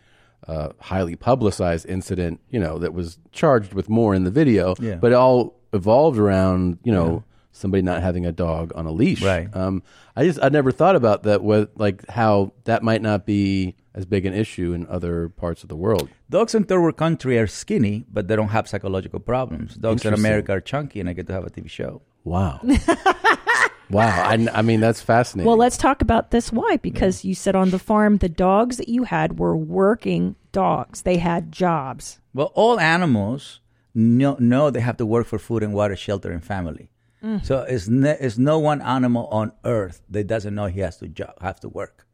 A: uh, highly publicized incident, you know, that was charged with more in the video,
R: Yeah.
A: but it all evolved around, you know. Somebody not having a dog on a leash. Right. Um, I just I never thought about that. With like how that might not be as big an issue in other parts of the world.
R: Dogs in third world country are skinny, but they don't have psychological problems. Dogs in
A: Interesting.
R: America are chunky, and I get to have a TV show.
A: [laughs] Wow. wow. I, I mean, that's fascinating.
C: [laughs] Well, let's talk about this why because you said on the farm the dogs that you had were working dogs. They had jobs. [laughs]
R: Well, all animals know, know they have to work for food and water, shelter, and family.
C: Mm.
R: So it's, ne- it's no one animal on earth that doesn't know he has to jo- have to work.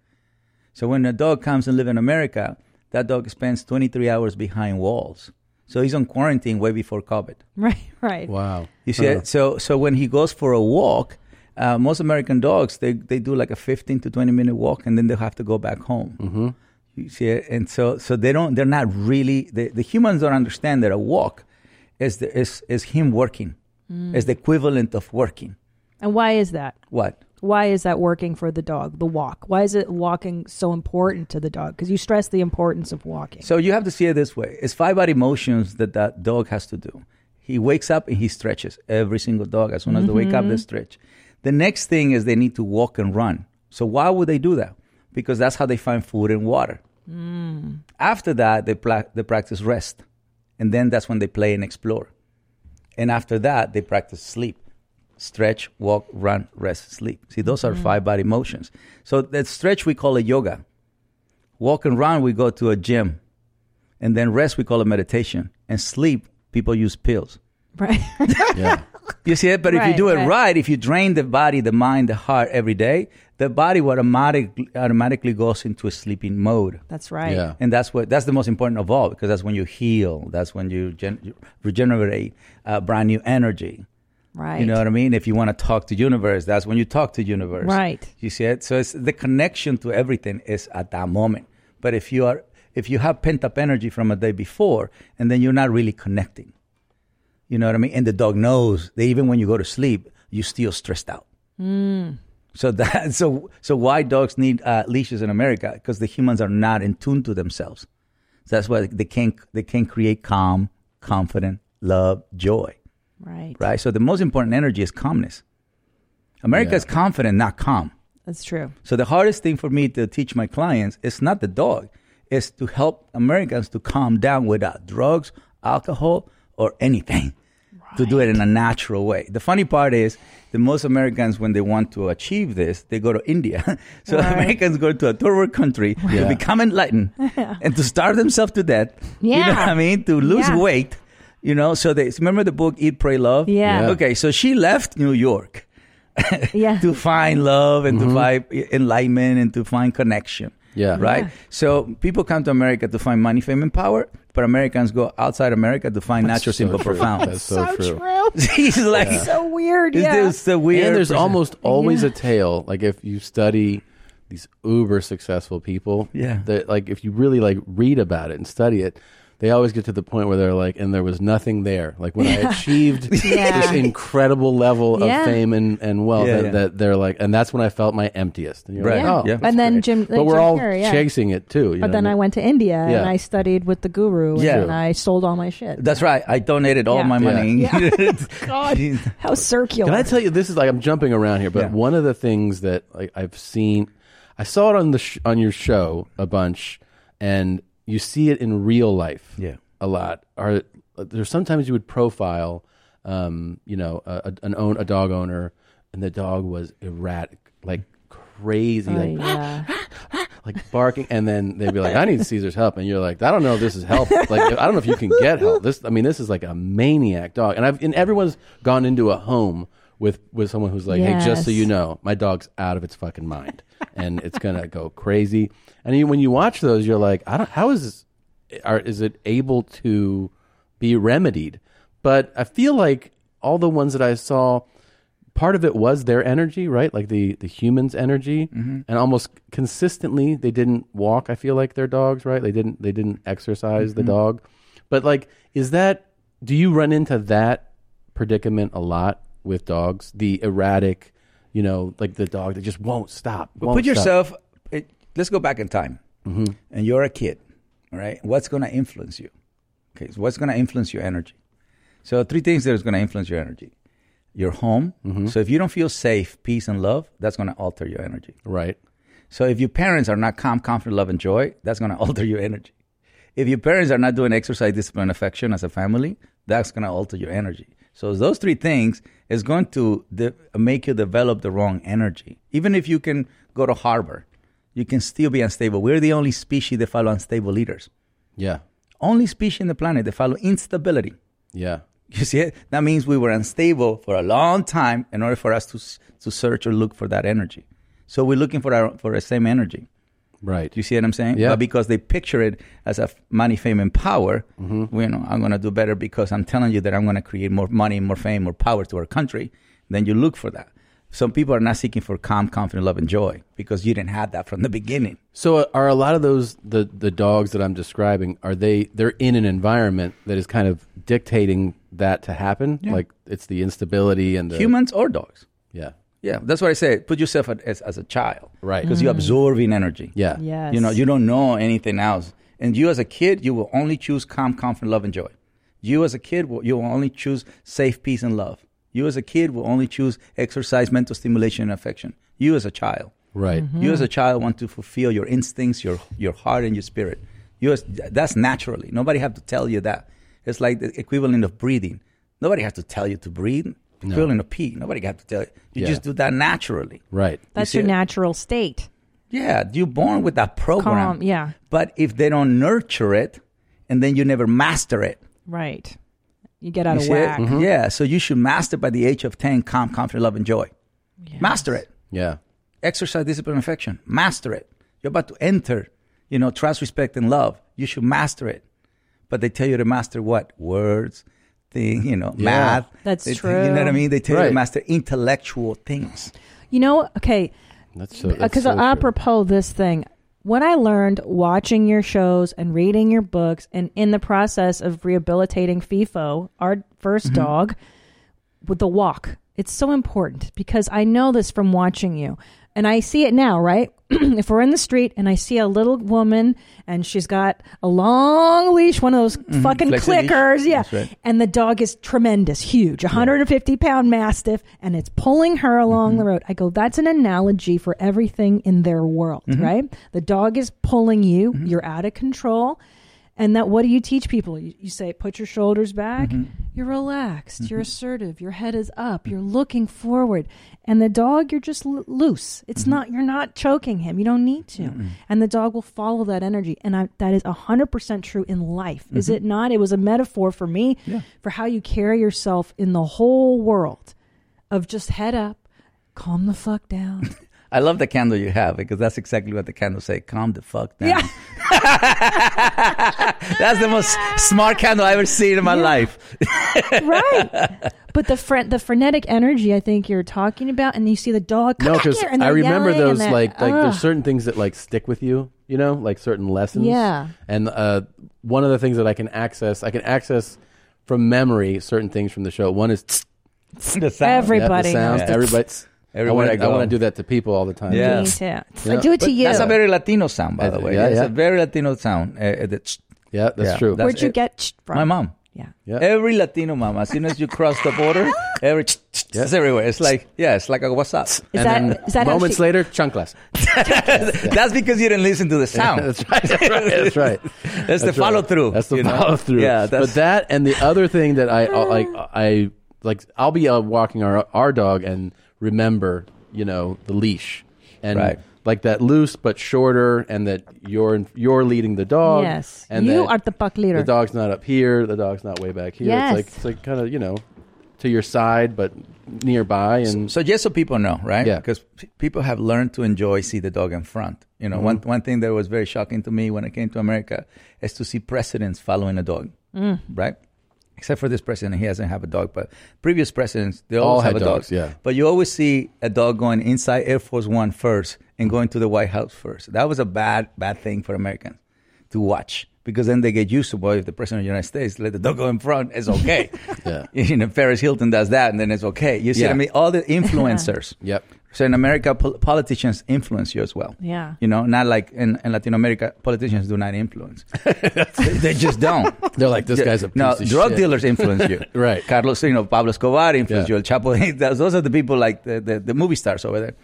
R: So when a dog comes and live in America, that dog spends 23 hours behind walls. So he's on quarantine way before COVID.
C: Right, right.
A: Wow.
R: You see,
A: Huh.
R: so so when he goes for a walk, uh, most American dogs they they do like a fifteen to twenty minute walk, and then they have to go back home. Mm-hmm. You see, and so so they don't they're not really the, the humans don't understand that a walk is the, is is him working,
C: Mm.
R: is the equivalent of working.
C: And why is that?
R: What?
C: Why is that working for the dog, the walk? Why is it walking so important to the dog? Because you stress the importance of walking.
R: So you have to see it this way: it's five body motions that that dog has to do. He wakes up and he stretches. Every single dog, as soon as they wake up, they
T: Mhm.
R: stretch. The next thing is they need to walk and run. So why would they do that? Because that's how they find food and water.
T: Mm.
R: After that, they, pla- they practice rest, and then that's when they play and explore. And after that, they practice sleep, stretch, walk, run, rest, sleep. See, those are
T: Mhm.
R: five body motions. So that stretch we call a yoga. Walk and run we go to a gym, and then rest we call a meditation. And sleep people use pills.
C: Right.
R: [laughs] yeah. You see it, but if you
T: Right,
R: do it
T: right.
R: right. if you drain the body, the mind, the heart every day, the body will automatic, automatically goes into a sleeping mode.
C: That's right. Yeah.
R: And that's what that's the most important of all because that's when you heal. That's when you, gen- you regenerate uh, brand new energy.
C: Right.
R: You know what I mean? If you want to talk to universe, that's when you talk to universe.
C: Right.
R: You see it? So it's the connection to everything is at that moment. But if you are if you have pent up energy from a day before and then you're not really connecting. You know what I mean? And the dog knows that even when you go to sleep, you're still stressed out.
T: Mm.
R: So [laughs] that so so why dogs need uh, leashes in America? Because the humans are not in tune to themselves. So that's why they can they can create calm, confident, love, joy.
C: Right.
R: Right. So the most important energy is calmness. America
C: Yeah.
R: is confident, not calm.
C: That's true.
R: So the hardest thing for me to teach my clients is not the dog, it's to help Americans to calm down without drugs, alcohol, or anything. to do it in a natural way. The funny part is that most Americans, when they want to achieve this, they go to India. [laughs] so
T: Right.
R: Americans go to a third world country
T: Yeah.
R: to become enlightened
C: [laughs]
R: and to starve themselves to death. You know
T: Yeah.
R: what I mean? To lose
T: Yeah.
R: weight. You know, so they remember the book Eat, Pray, Love?
T: Yeah. Yeah.
R: Okay, so she left New York [laughs]
C: yeah.
R: to find love and to find enlightenment and to find connection.
A: Mm-hmm. Yeah.
R: Right?
A: Yeah.
R: So people come to America to find money, fame, and power, but Americans go outside America to find natural, simple,
A: true.
R: profound.
A: That's so So true.
R: He's like,
C: It's so weird.
R: Is
C: Yeah.
R: this the weird?
A: And there's
R: person-
A: almost always
C: Yeah.
A: a tale. Like if you study these uber successful people,
R: Yeah.
A: That like if you really like read about it and study it, they always get to the point where they're like, and there was nothing there. Like when I
C: [laughs]
T: Yeah.
A: achieved
T: Yeah.
A: this incredible level
T: Yeah.
A: of fame and, and wealth,
R: Yeah,
A: that,
R: yeah.
A: that they're like, and that's when I felt my emptiest. And you're
R: Right.
A: like,
R: Yeah.
A: oh,
R: Yeah.
A: that's
C: and then
A: great.
C: Jim,
A: but we're all
C: Carrey, yeah.
A: chasing it too. You know
C: but then
A: what
C: I went to India
R: Yeah.
C: and I studied with the guru and
R: Yeah.
C: then I sold all my shit.
A: [laughs]
R: That's right. I donated all
C: Yeah.
R: my money. [laughs]
C: Yeah. God, how circular.
A: Can I tell you? This is like I'm jumping around here, but one of the things that like, I've seen, I saw it on the sh- on your show a bunch, and you see it in real life, yeah, a lot. Are there's sometimes you would profile, um, you know, a, a- an own a dog owner, and the dog was erratic, like crazy,
T: Oh,
A: like
T: yeah.
A: like barking, and then they'd be like, "I need Caesar's help," and you're like, "I don't know if this is help. Like, I don't know if you can get help. This, I mean, this is like a maniac dog." And I've and everyone's gone into a home with with someone who's like, "Hey, just so
T: Yes.
A: you know, my dog's out of its fucking mind, and it's gonna go crazy." And you, when you watch those, you're like, "I don't. How is this? Are, is it able to be remedied?" But I feel like all the ones that I saw part of it was their energy, right? Like the the humans' energy, and almost consistently they didn't walk. I feel like their dogs, right? They didn't they didn't exercise the
R: Mhm.
A: dog, but like, is that do you run into that predicament a lot with dogs? The erratic, you know, like the dog that just won't stop.
R: But
A: won't
R: put
A: stop. Mm-hmm.
R: yourself. It, let's go back in time, Mm-hmm. and you're a kid. All right, what's going to influence you? Okay, so what's going to influence your energy? So three things that is going to influence your energy: your home. So if you don't feel safe, peace, and love, that's going to alter your energy.
A: Right.
R: So if your parents are not calm, confident, love, and joy, that's going to [laughs] alter your energy. If your parents are not doing exercise, discipline, and affection as a family, that's going to alter your energy. So those three things is going to de- make you develop the wrong energy. Even if you can go to Harvard, you can still be unstable. We're the only species that follow unstable leaders.
A: Yeah.
R: Only species in the planet that follow instability.
A: Yeah.
R: You see it? That means we were unstable for a long time in order for us to s- to search or look for that energy. So we're looking for our for the same energy.
A: Right.
R: You see what I'm saying?
A: Yeah.
R: But because they picture it as a f- money, fame, and power,
A: Mm-hmm.
R: you know, I'm going to do better because I'm telling you that I'm going to create more money, more fame, more power to our country. Then you look for that. Some people are not seeking for calm, confident, love, and joy because you didn't have that from the beginning.
A: So uh, are a lot of those the the dogs that I'm describing? Are they they're in an environment that is kind of dictating that to happen?
R: Yeah.
A: Like it's the instability and the
R: Humans or dogs.
A: Yeah.
R: Yeah, that's what I say. Put yourself at- as, as a child,
A: right?
R: Because you're
A: Mm.
R: absorbing energy.
A: Yeah.
R: You know,
A: Yes.
R: you don't know anything else, and you as a kid, you will only choose calm, confident, love, and joy. You as a kid, will, you will only choose safe, peace, and love. You as a kid will only choose exercise, mental stimulation, and affection. You as a child,
A: Right. Mhm.
R: You as a child want to fulfill your instincts, your your heart, and your spirit. You as, that's naturally. Nobody have to tell you that. It's like the equivalent of breathing. Nobody has to tell you to breathe.
A: No.
R: Equivalent of pee. Nobody have to tell you. You
A: Yeah.
R: just do that naturally.
A: Right.
C: That's
R: You
C: your
R: see it?
C: natural state.
R: Yeah, you're born with that program.
C: Calm, yeah.
R: But if they don't nurture it, and then you never master it,
C: Right. You get out
R: you
C: of
R: see it? Mm-hmm.
C: whack.
R: Yeah, so you should master by the age of ten: calm, confident, love, and joy. Master it.
A: Yeah.
R: Exercise, discipline, and affection. Master it. You're about to enter. You know, trust, respect, and love. You should master it. But they tell you to master what words, thing. You know,
A: Yeah.
R: math.
C: That's
R: They-
C: true.
R: You know what I mean? They tell you
A: Right.
R: to master intellectual things.
C: You know, okay,
A: That's so. that's
C: because
A: so true.
C: apropos this thing, when I learned watching your shows and reading your books, and in the process of rehabilitating FIFO, our 1st
U: Mhm.
C: dog, with the walk, it's so important because I know this from watching you, and I see it now. Right, [clears throat] if we're in the street and I see a little woman and she's got a long leash, one of those
U: Mhm,
C: fucking
U: flexi leash.
C: clickers, yeah,
U: That's right.
C: and the dog is tremendous, huge, 150 pound mastiff, and it's pulling her along the road. I go, that's an analogy for everything in their world,
U: Mhm.
C: right? The dog is pulling you, you're out of control. And that what do you teach people? You, you say, put your shoulders back.
T: Mhm.
C: You're relaxed. You're assertive. Your head is up. You're looking forward. And the dog, you're just l- loose. It's not. You're not choking him. You don't need to.
T: Mm-mm.
C: And the dog will follow that energy. And I, that is hundred percent true in life. Is
T: Mhm.
C: it not? It was a metaphor for me for how you carry yourself in the whole world, of just head up, calm the fuck down.
R: I love the candle you have because that's exactly what the candle say. Calm the fuck down.
C: Yeah.
R: that's the most smart candle I've ever seen in my life. [laughs]
C: right. But the fren- the frenetic energy I think you're talking about, and you see the dog. Come
A: no,
C: back
A: because
C: here, and
A: I
C: they're
A: remember
C: yelling and
A: those
C: they're-
A: like like
C: ugh.
A: there's certain things that like stick with you, you know, like certain lessons.
C: Yeah.
A: And uh, one of the things that I can access, I can access from memory certain things from the show. One is
R: the
A: Yeah,
C: Everybody
A: the sound,
C: knows the
A: everybody. I
R: Everywhere
A: want
R: I
A: to I
R: go.
A: want to do that to people all the time.
R: Yeah.
C: Me too. I do it to
R: But
C: you.
R: That's a very Latino sound, by the way.
A: yeah,
R: it's
A: yeah.
R: a very Latino sound. Uh, uh, the tsh.
A: yeah, that's true.
C: Where'd you get tsh from?
R: My mom.
C: Yeah.
R: Every Latino mom, as soon as you cross the border, every tsh, tsh, tsh, it's everywhere. It's like yeah, it's like a what's up. Is
A: And that- then is that how moments she- later, chunkless.
R: [laughs] that's because you didn't listen to
A: [laughs]
R: the sound.
A: that's right. That's right. That's
R: [laughs]
A: right.
R: That's the follow through.
A: That's the [laughs]
R: you know?
A: follow through.
R: Yeah, that's
A: but that and the other thing that I
C: [laughs]
A: I- like I like I'll be uh, walking our our dog and remember you know the leash and
R: Right.
A: like that loose but shorter and that you're you're leading the dog.
C: Yes.
A: and
C: You
A: that
C: are the buck leader.
A: The dog's not up here. The dog's not way back here.
C: Yes.
A: It's like it's like kind of you know to your side but nearby and
R: so just so people know, right?
A: Yeah.
R: Because p- people have learned to enjoy see the dog in front. You know, one
A: Mhm.
R: one thing that was very shocking to me when I came to America is to see presidents following a dog,
T: Mm.
R: right? Except for this president, he doesn't have a dog. But previous presidents, they
A: All
R: always have
A: had
R: a dog.
A: dogs, yeah.
R: But you always see a dog going inside Air Force One first and going to the White House first. That was a bad bad thing for Americans to watch because then they get used to. Boy, if the president of the United States let the dog go in front, it's okay.
A: [laughs] yeah.
R: [laughs] You know, Ferris Hilton does that, and then it's okay. You see what I
A: [laughs] Yeah.
R: mean? All the influencers.
A: yep.
R: So in America, pol- politicians influence you as well.
C: Yeah.
R: You know, not like in, in Latin America, politicians do
A: [laughs]
R: not influence. they, they just don't.
A: They're like, this
R: Yeah.
A: guy's a piece
R: no.
A: of
R: drug
A: shit.
R: dealers influence you,
A: [laughs] Right.
R: Carlos, you know, Pablo Escobar influence
A: Yeah.
R: you. El Chapo, [laughs] those- those are the people like the, the, the movie stars over there.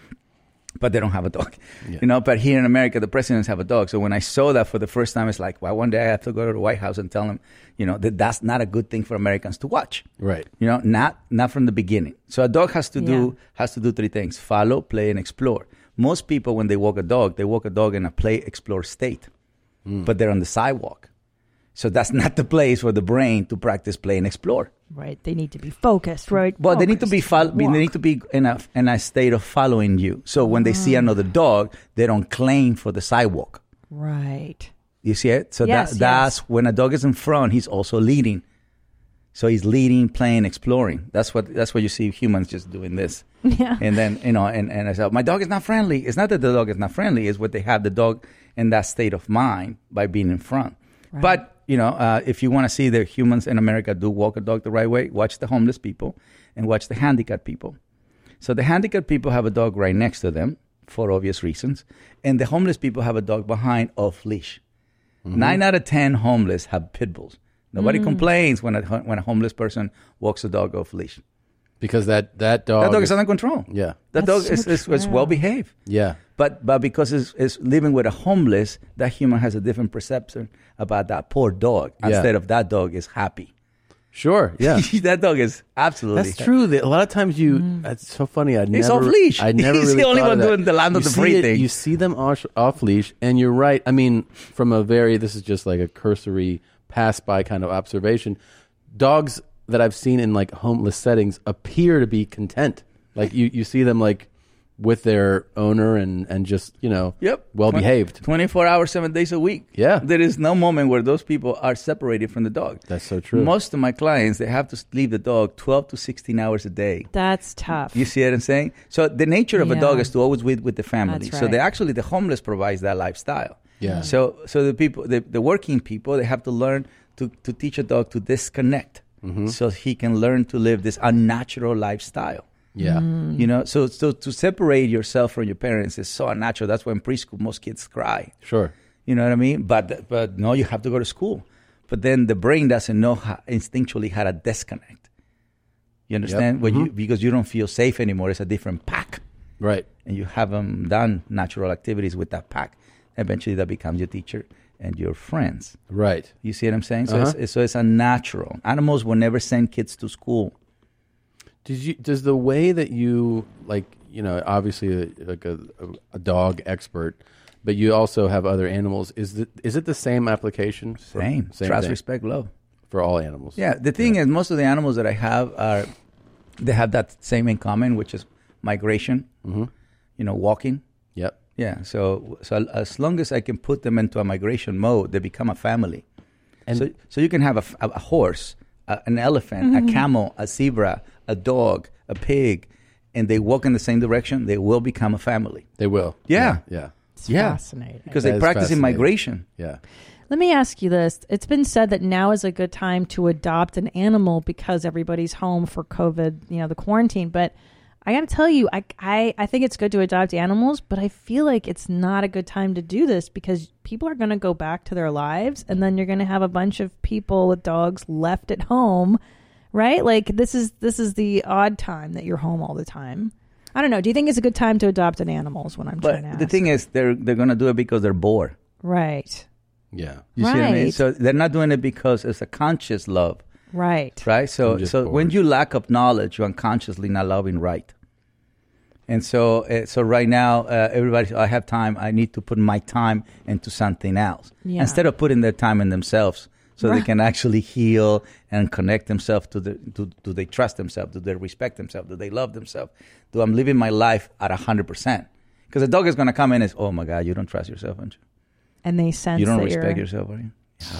R: But they don't have a dog, you know. But here in America, the presidents have a dog. So when I saw that for the first time, it's like, well, one day I have to go to the White House and tell them, you know, that that's not a good thing for Americans to watch
A: right.
R: you know not not from the beginning so a dog has to do has to do three things follow play and explore most people when they walk a dog they walk a dog in a play explore state but they're on the sidewalk so that's not the place for the brain to practice play and explore
C: Right. They need to be focused. Right.
R: well, they need to be fol- they need to be in a in a state of following you. So when they
C: Hmm.
R: see another dog, they don't claim for the sidewalk.
C: Right. [laughs]
R: You see it? So
C: Yes,
R: that, that's when a dog is in front, he's also leading. So he's leading, playing, exploring. That's what that's what you see humans just doing this.
C: Yeah.
R: And then, you know, and, and I said, My dog is not friendly. It's not that the dog is not friendly, it's what they have the dog in that state of mind by being in front. But, you know, uh, if you want to see that humans in America do walk a dog the right way, watch the homeless people and watch the handicapped people. So the handicapped people have a dog right next to them for obvious reasons, and the homeless people have a dog behind off leash.
A: Mm-hmm.
R: Nine out of ten homeless have pit bulls. Nobody
A: Mm.
R: complains when a ho- when a homeless person walks a dog off leash
A: because that that dog
R: that dog
A: is-
R: is under control.
A: Yeah.
R: that
A: That's
R: dog
A: so
R: is, is, is
A: true.
R: well behaved.
A: Yeah.
R: But but because it's, it's living with a homeless, that human has a different perception about that poor dog
A: Yeah.
R: instead of that dog is happy. [laughs]
A: Sure. Yeah.
R: that dog is absolutely. Mm.
A: That's true. That a lot of times you. It's so funny. I
R: He's
A: never.
R: off leash.
A: I never.
R: He's the
A: really
R: only
A: thought
R: one
A: of that.
R: doing the land of
A: You
R: the
A: see
R: free
A: it-
R: thing.
A: You see them off, off leash, and you're right. I mean, from a very this is just like a cursory pass by kind of observation. Dogs that I've seen in like homeless settings appear to be content. Like you, you see them like with their owner and and just you know.
R: Yep. Mm.
A: Well behaved.
R: 24 hours, seven days a week.
A: Yeah.
R: There is no moment where those people are separated from the dog.
A: That's so true.
R: Most of my clients, they have to leave the dog 12 to 16 hours a day.
C: That's tough.
R: You see what I'm saying? So the nature of a dog
C: Yeah.
R: is to always be with the family.
C: That's
R: So they
C: right.
R: actually the homeless provides that lifestyle.
A: Yeah.
R: So so the people the, the working people they have to learn to, to teach a dog to disconnect so he can learn to live this unnatural lifestyle.
A: Yeah.
R: You know, so so to separate yourself from your parents is so unnatural. That's why in preschool most kids cry.
A: Sure.
R: You know what I mean? But but no, you have to go to school. But then the brain doesn't know how, instinctually how to disconnect. You understand? When you, because you don't feel safe anymore. It's a different pack.
A: Mm-hmm. Right.
R: And you haven't done natural activities with that pack. Eventually, that becomes your teacher. and your friends.
A: Right.
R: You see what I'm saying? So,
A: Uh-huh.
R: it's, so it's unnatural. Animals will never send kids to school.
A: Did you? Does the way that you like, you know, obviously uh, like a, a dog expert, but you also have other animals. Is the is it the same application? for-
R: Same. Trust,
A: thing?
R: respect, love.
A: for all animals.
R: Yeah, the thing is, most of the animals that I have are they have that same in common, which is migration. Mm-hmm. You know, walking.
A: Yep.
R: Yeah. So, so as long as I can put them into a migration mode, they become a family. And so, so you can have a, f- a- a horse, a, an elephant,
C: Mm-hmm.
T: Mhm.
R: a camel, a zebra, a dog, a pig, and they walk in the same direction. They will become a family.
A: They will.
R: Yeah.
A: Yeah. yeah.
C: It's Yeah. fascinating.
R: Because
A: That
R: they
A: is
R: practice in
A: fascinating.
R: migration.
A: Yeah.
C: Let me ask you this. It's been said that now is a good time to adopt an animal because everybody's home for COVID, you know, the quarantine. But I got to tell you, I, I, I think it's good to adopt animals, but I feel like it's not a good time to do this because people are going to go back to their lives and then you're going to have a bunch of people with dogs left at home, right? Like this is this is the odd time that you're home all the time. I don't know. Do you think it's a good time to adopt an animal is what I'm trying to
R: But
C: ask.
R: the thing is, they're they're gonna do it because they're bored.
C: right.
A: Yeah.
R: You see what I mean?
C: Right.
R: So they're not doing it because it's a conscious love,
C: Right.
R: right? So
C: I'm just
R: so when you lack of knowledge, you're unconsciously not loving right. And so uh, so right now, uh, everybody, I have time. I need to put my time into something else
T: Yeah.
R: instead of putting their time in themselves, so they
T: Right.
R: can actually heal and connect themselves to the. Do, do they trust themselves? Do they respect themselves? Do they love themselves? Do I'm living my life at hundred percent? Because the dog is gonna come in and oh my god, you don't trust yourself, aren't you?
C: And they sense
R: you don't
C: that
R: respect
C: you're,
R: yourself, are you?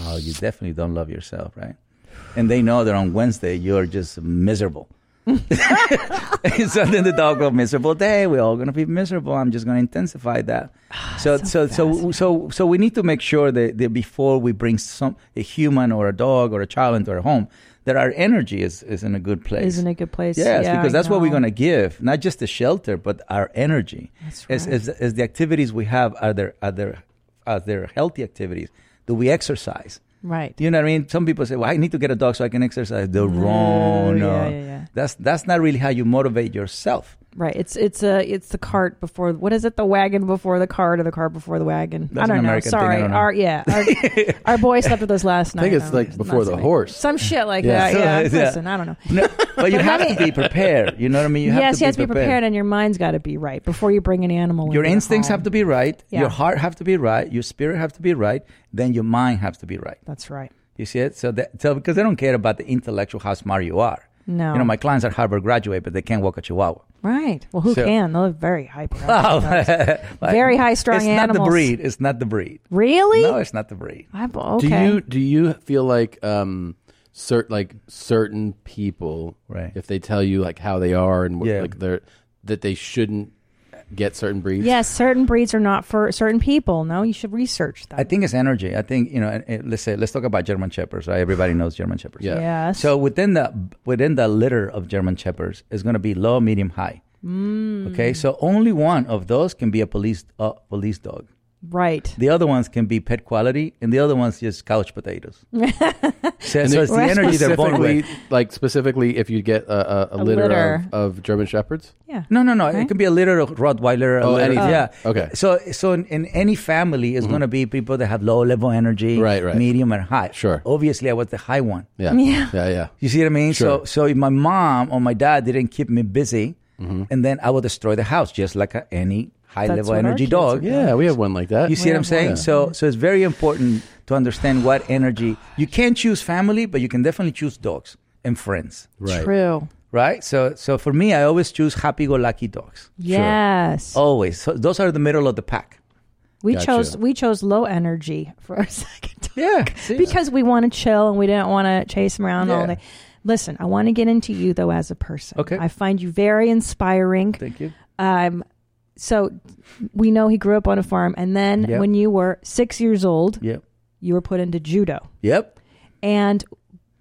R: Oh, you definitely don't love yourself, right? [sighs] And they know that on Wednesday you're just miserable. [laughs] so then the dog will miserable day. We're all gonna be miserable. I'm just gonna intensify
C: [sighs]
R: that.
C: Ah,
R: So so so so so we need to make sure that, that before we bring some a human or a dog or a child into our home, that our energy is, is in a good place.
C: Is in a good place.
R: Yes,
C: Yeah,
R: because
C: I
R: that's what we're
C: know.
R: going to give, not just the shelter, but our energy.
C: That's
R: As,
C: right.
R: as, as the activities we have are there, are there, are there healthy activities? Do we exercise?
C: Right.
R: Do you know what I mean? Some people say, "Well, I need to get a dog so I can exercise." The wrong.
C: yeah,
R: no.
C: yeah, yeah.
R: That's that's not really how you motivate yourself.
C: Right. It's it's a it's the cart before what is it? The wagon before the cart or the cart before the wagon?
R: That's
C: I
R: an
C: don't know.
R: American thing, I
C: Sorry.
R: don't know.
C: Our yeah. Our,
R: [laughs]
C: our boy slept with us last night.
A: I think it's
C: I'm
A: like
C: not
A: before the
C: saying-
A: horse.
C: Some shit like
R: Yeah. [laughs]
C: that. Yeah.
R: Yeah.
C: Listen, I don't know. [laughs]
R: But you
C: But
R: have
C: having-
R: to be prepared. You know what I mean? You
C: yes,
R: have to
C: you have
R: be
C: to be prepared, and your mind's got to be right before you bring an animal.
R: Your
C: into the
R: instincts
C: home.
R: have to be right.
C: Yeah.
R: Your heart have to be right. Your spirit have to be right. Then your mind has to be right.
C: That's right.
R: You see it? So, that, so because they don't care about the intellectual how smart you are.
C: No.
R: You know, my clients are Harvard graduate, but they can't walk a
C: [laughs]
R: chihuwa.
C: Right. Well, who
R: So-
C: can? They're very hyper.
R: [laughs] Oh, [laughs]
C: Very high-strung
R: It's not
C: animals.
R: the breed. It's not the breed.
C: [laughs] Really?
R: No, it's not the breed.
C: I've,
A: Do
C: okay.
A: you do you feel like um cert like certain people right if they tell you like how they are and what, like they're that they shouldn't get certain breeds?
C: Yes, certain breeds are not for certain people. No, you should research them.
R: I think it's energy. I think you know. and- and Let's say let's talk about German shepherds. Right? Everybody knows German shepherds.
C: Yeah. Yes.
R: So within the within the litter of German shepherds is going to be low, medium, high.
C: Mm.
R: Okay. So only one of those can be a police uh, police dog.
C: Right.
R: The other ones can be pet quality, and the other ones just couch
C: [laughs]
R: potatoes. so, so it's the energy they're born
A: Specifically-
R: with.
A: Like specifically, if you get a, a, a,
R: A
A: litter,
R: litter.
A: Of, of German shepherds.
C: Yeah.
R: No, no, no. It can be a litter of Rottweiler. a
A: Oh,
R: litter-
A: anything.
R: Yeah.
A: Okay. Mm-hmm.
R: So, so in, in any family, it's going to be people that have low level energy, right, right. medium, and high. Sure. Obviously, I was the high one.
A: Yeah.
C: Yeah.
A: Yeah. Yeah.
R: You see what I mean? So, so if my mom or my dad didn't keep me busy,
A: Mm-hmm.
R: and then I would destroy the house just like a, any high
A: That's
R: level
A: what our
R: energy
A: kids
R: dog.
A: are doing. Yeah, we have one like that.
R: You see
A: We
R: what I'm
A: have
R: saying?
A: one.
R: So, so it's very important to understand what energy you can choose family, but you can definitely choose dogs and friends.
C: Right. True.
R: Right. So, so for me, I always choose happy-go-lucky dogs.
C: Yes.
R: Always. So those are the middle of the pack.
C: We
R: Gotcha.
C: chose we chose low energy for our [laughs] second dog.
R: Yeah.
C: because we want to chill and we didn't want to chase him around all
R: Yeah.
C: day. Listen, I want to get into you though as a person. Okay. I find you very inspiring.
R: Thank you.
C: Um so we know he grew up on a farm and then
R: Yep.
C: when you were 6 years old,
R: Yep.
C: you were put into judo.
R: Yep.
C: And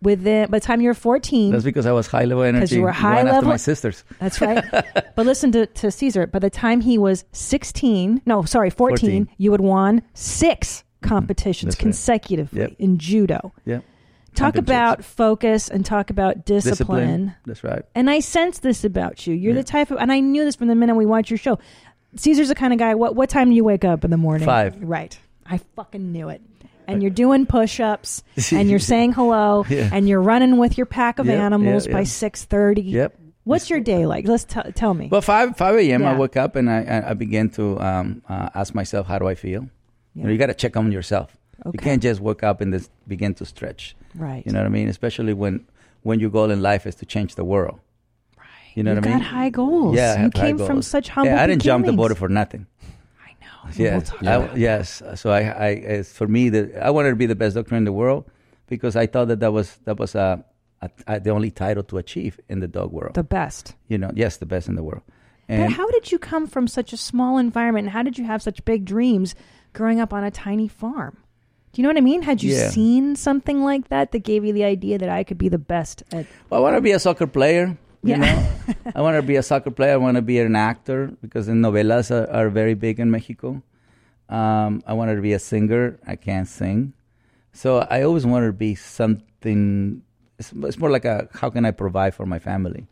C: within by the time you were 14,
R: That's because I was high level energy.
C: you were high
R: going after
C: level-
R: my sisters.
C: That's right. but listen to, to Caesar. By the time he was 16, no, sorry, 14,
R: 14.
C: you had won six competitions
R: Mm-hmm. That's right.
C: consecutively
R: Yep.
C: in judo.
R: Yep.
C: Talk
R: Championships.
C: about focus and talk about discipline.
R: That's right.
C: And I sense this about you. You're the type of, and I knew this from the minute we watched your show. Caesar's the kind of guy, what, what time do you wake up in the morning?
R: Five.
C: Right. I fucking knew it. And you're doing push ups
R: [laughs]
C: and you're saying hello
R: Yeah.
C: and you're running with your pack of
R: Yep, yeah,
C: animals by
R: yeah.
C: six thirty.
R: Yep.
C: What's your day like? Let's t- tell me.
R: But five five a.m. I
C: Yeah.
R: woke up and I- I I began to um, uh, ask myself, how do I feel? You know,
C: Yeah.
R: you got to check on yourself.
C: Okay.
R: You can't just wake up and just begin to stretch.
C: Right.
R: You know what I mean? Especially when when your goal in life is to change the world. Right. You know
C: You've
R: what I mean?
C: got high goals.
R: Yeah, I
C: You
R: have high
C: came from
R: goals.
C: such humble
R: Yeah, I didn't jump the
C: beginnings.
R: border for nothing. I know. Yes,
C: talk
R: I-
C: about that.
R: yes. So I, I, it's for me, the, I wanted to be the best doctor in the world because I thought that that was that was a, a, a the only title to achieve in the dog world.
C: The best.
R: You know, yes, the best in the world.
C: but
R: And
C: how did you come from such a small environment and how did you have such big dreams growing up on a tiny farm? Do you know what I mean? Had you
R: Yeah.
C: seen something like that that gave you the idea that I could be the best at
R: Well, I want to be a soccer player. You
C: Yeah. [laughs]
R: know, I want to be a soccer player. I want to be an actor because the novelas are, are very big in Mexico. Um, I wanted to be a singer. I can't sing, so I always wanted to be something. It's, it's more like a how can I provide for my family?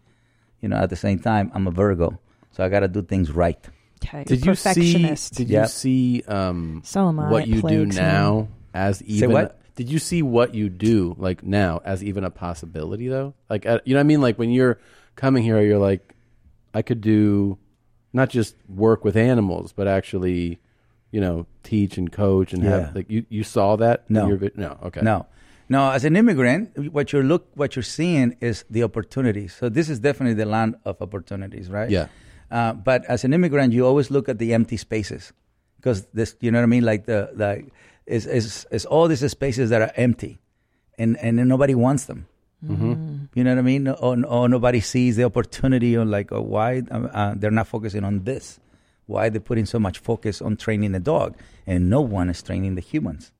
R: You know, at the same time, I'm a Virgo, so I got to do things right.
C: Okay,
A: Did you see?
C: perfectionist.
A: Did you
R: Yep.
A: see um,
C: So am I.
A: what you do
C: Plagues me.
A: now as
R: Say
A: even?
R: what?
A: Did you see what you do like now as even a possibility though? Like uh, you know what I mean? Like when you're coming here, you're like, I could do not just work with animals, but actually, you know, teach and coach and
R: Yeah.
A: have like you you saw that? in
R: No.
A: your vi- no. Okay.
R: No. No, as an immigrant, what you're look what you're seeing is the opportunities. So this is definitely the land of opportunities, right?
A: Yeah.
R: Uh, but as an immigrant, you always look at the empty spaces because this, you know what I mean? Like the like is is is all these spaces that are empty, and and then nobody wants them.
A: Mhm.
R: You know what I mean? Or, or nobody sees the opportunity, or like, oh, why um, uh, they're not focusing on this? Why they're putting so much focus on training the dog, and no one is training the humans.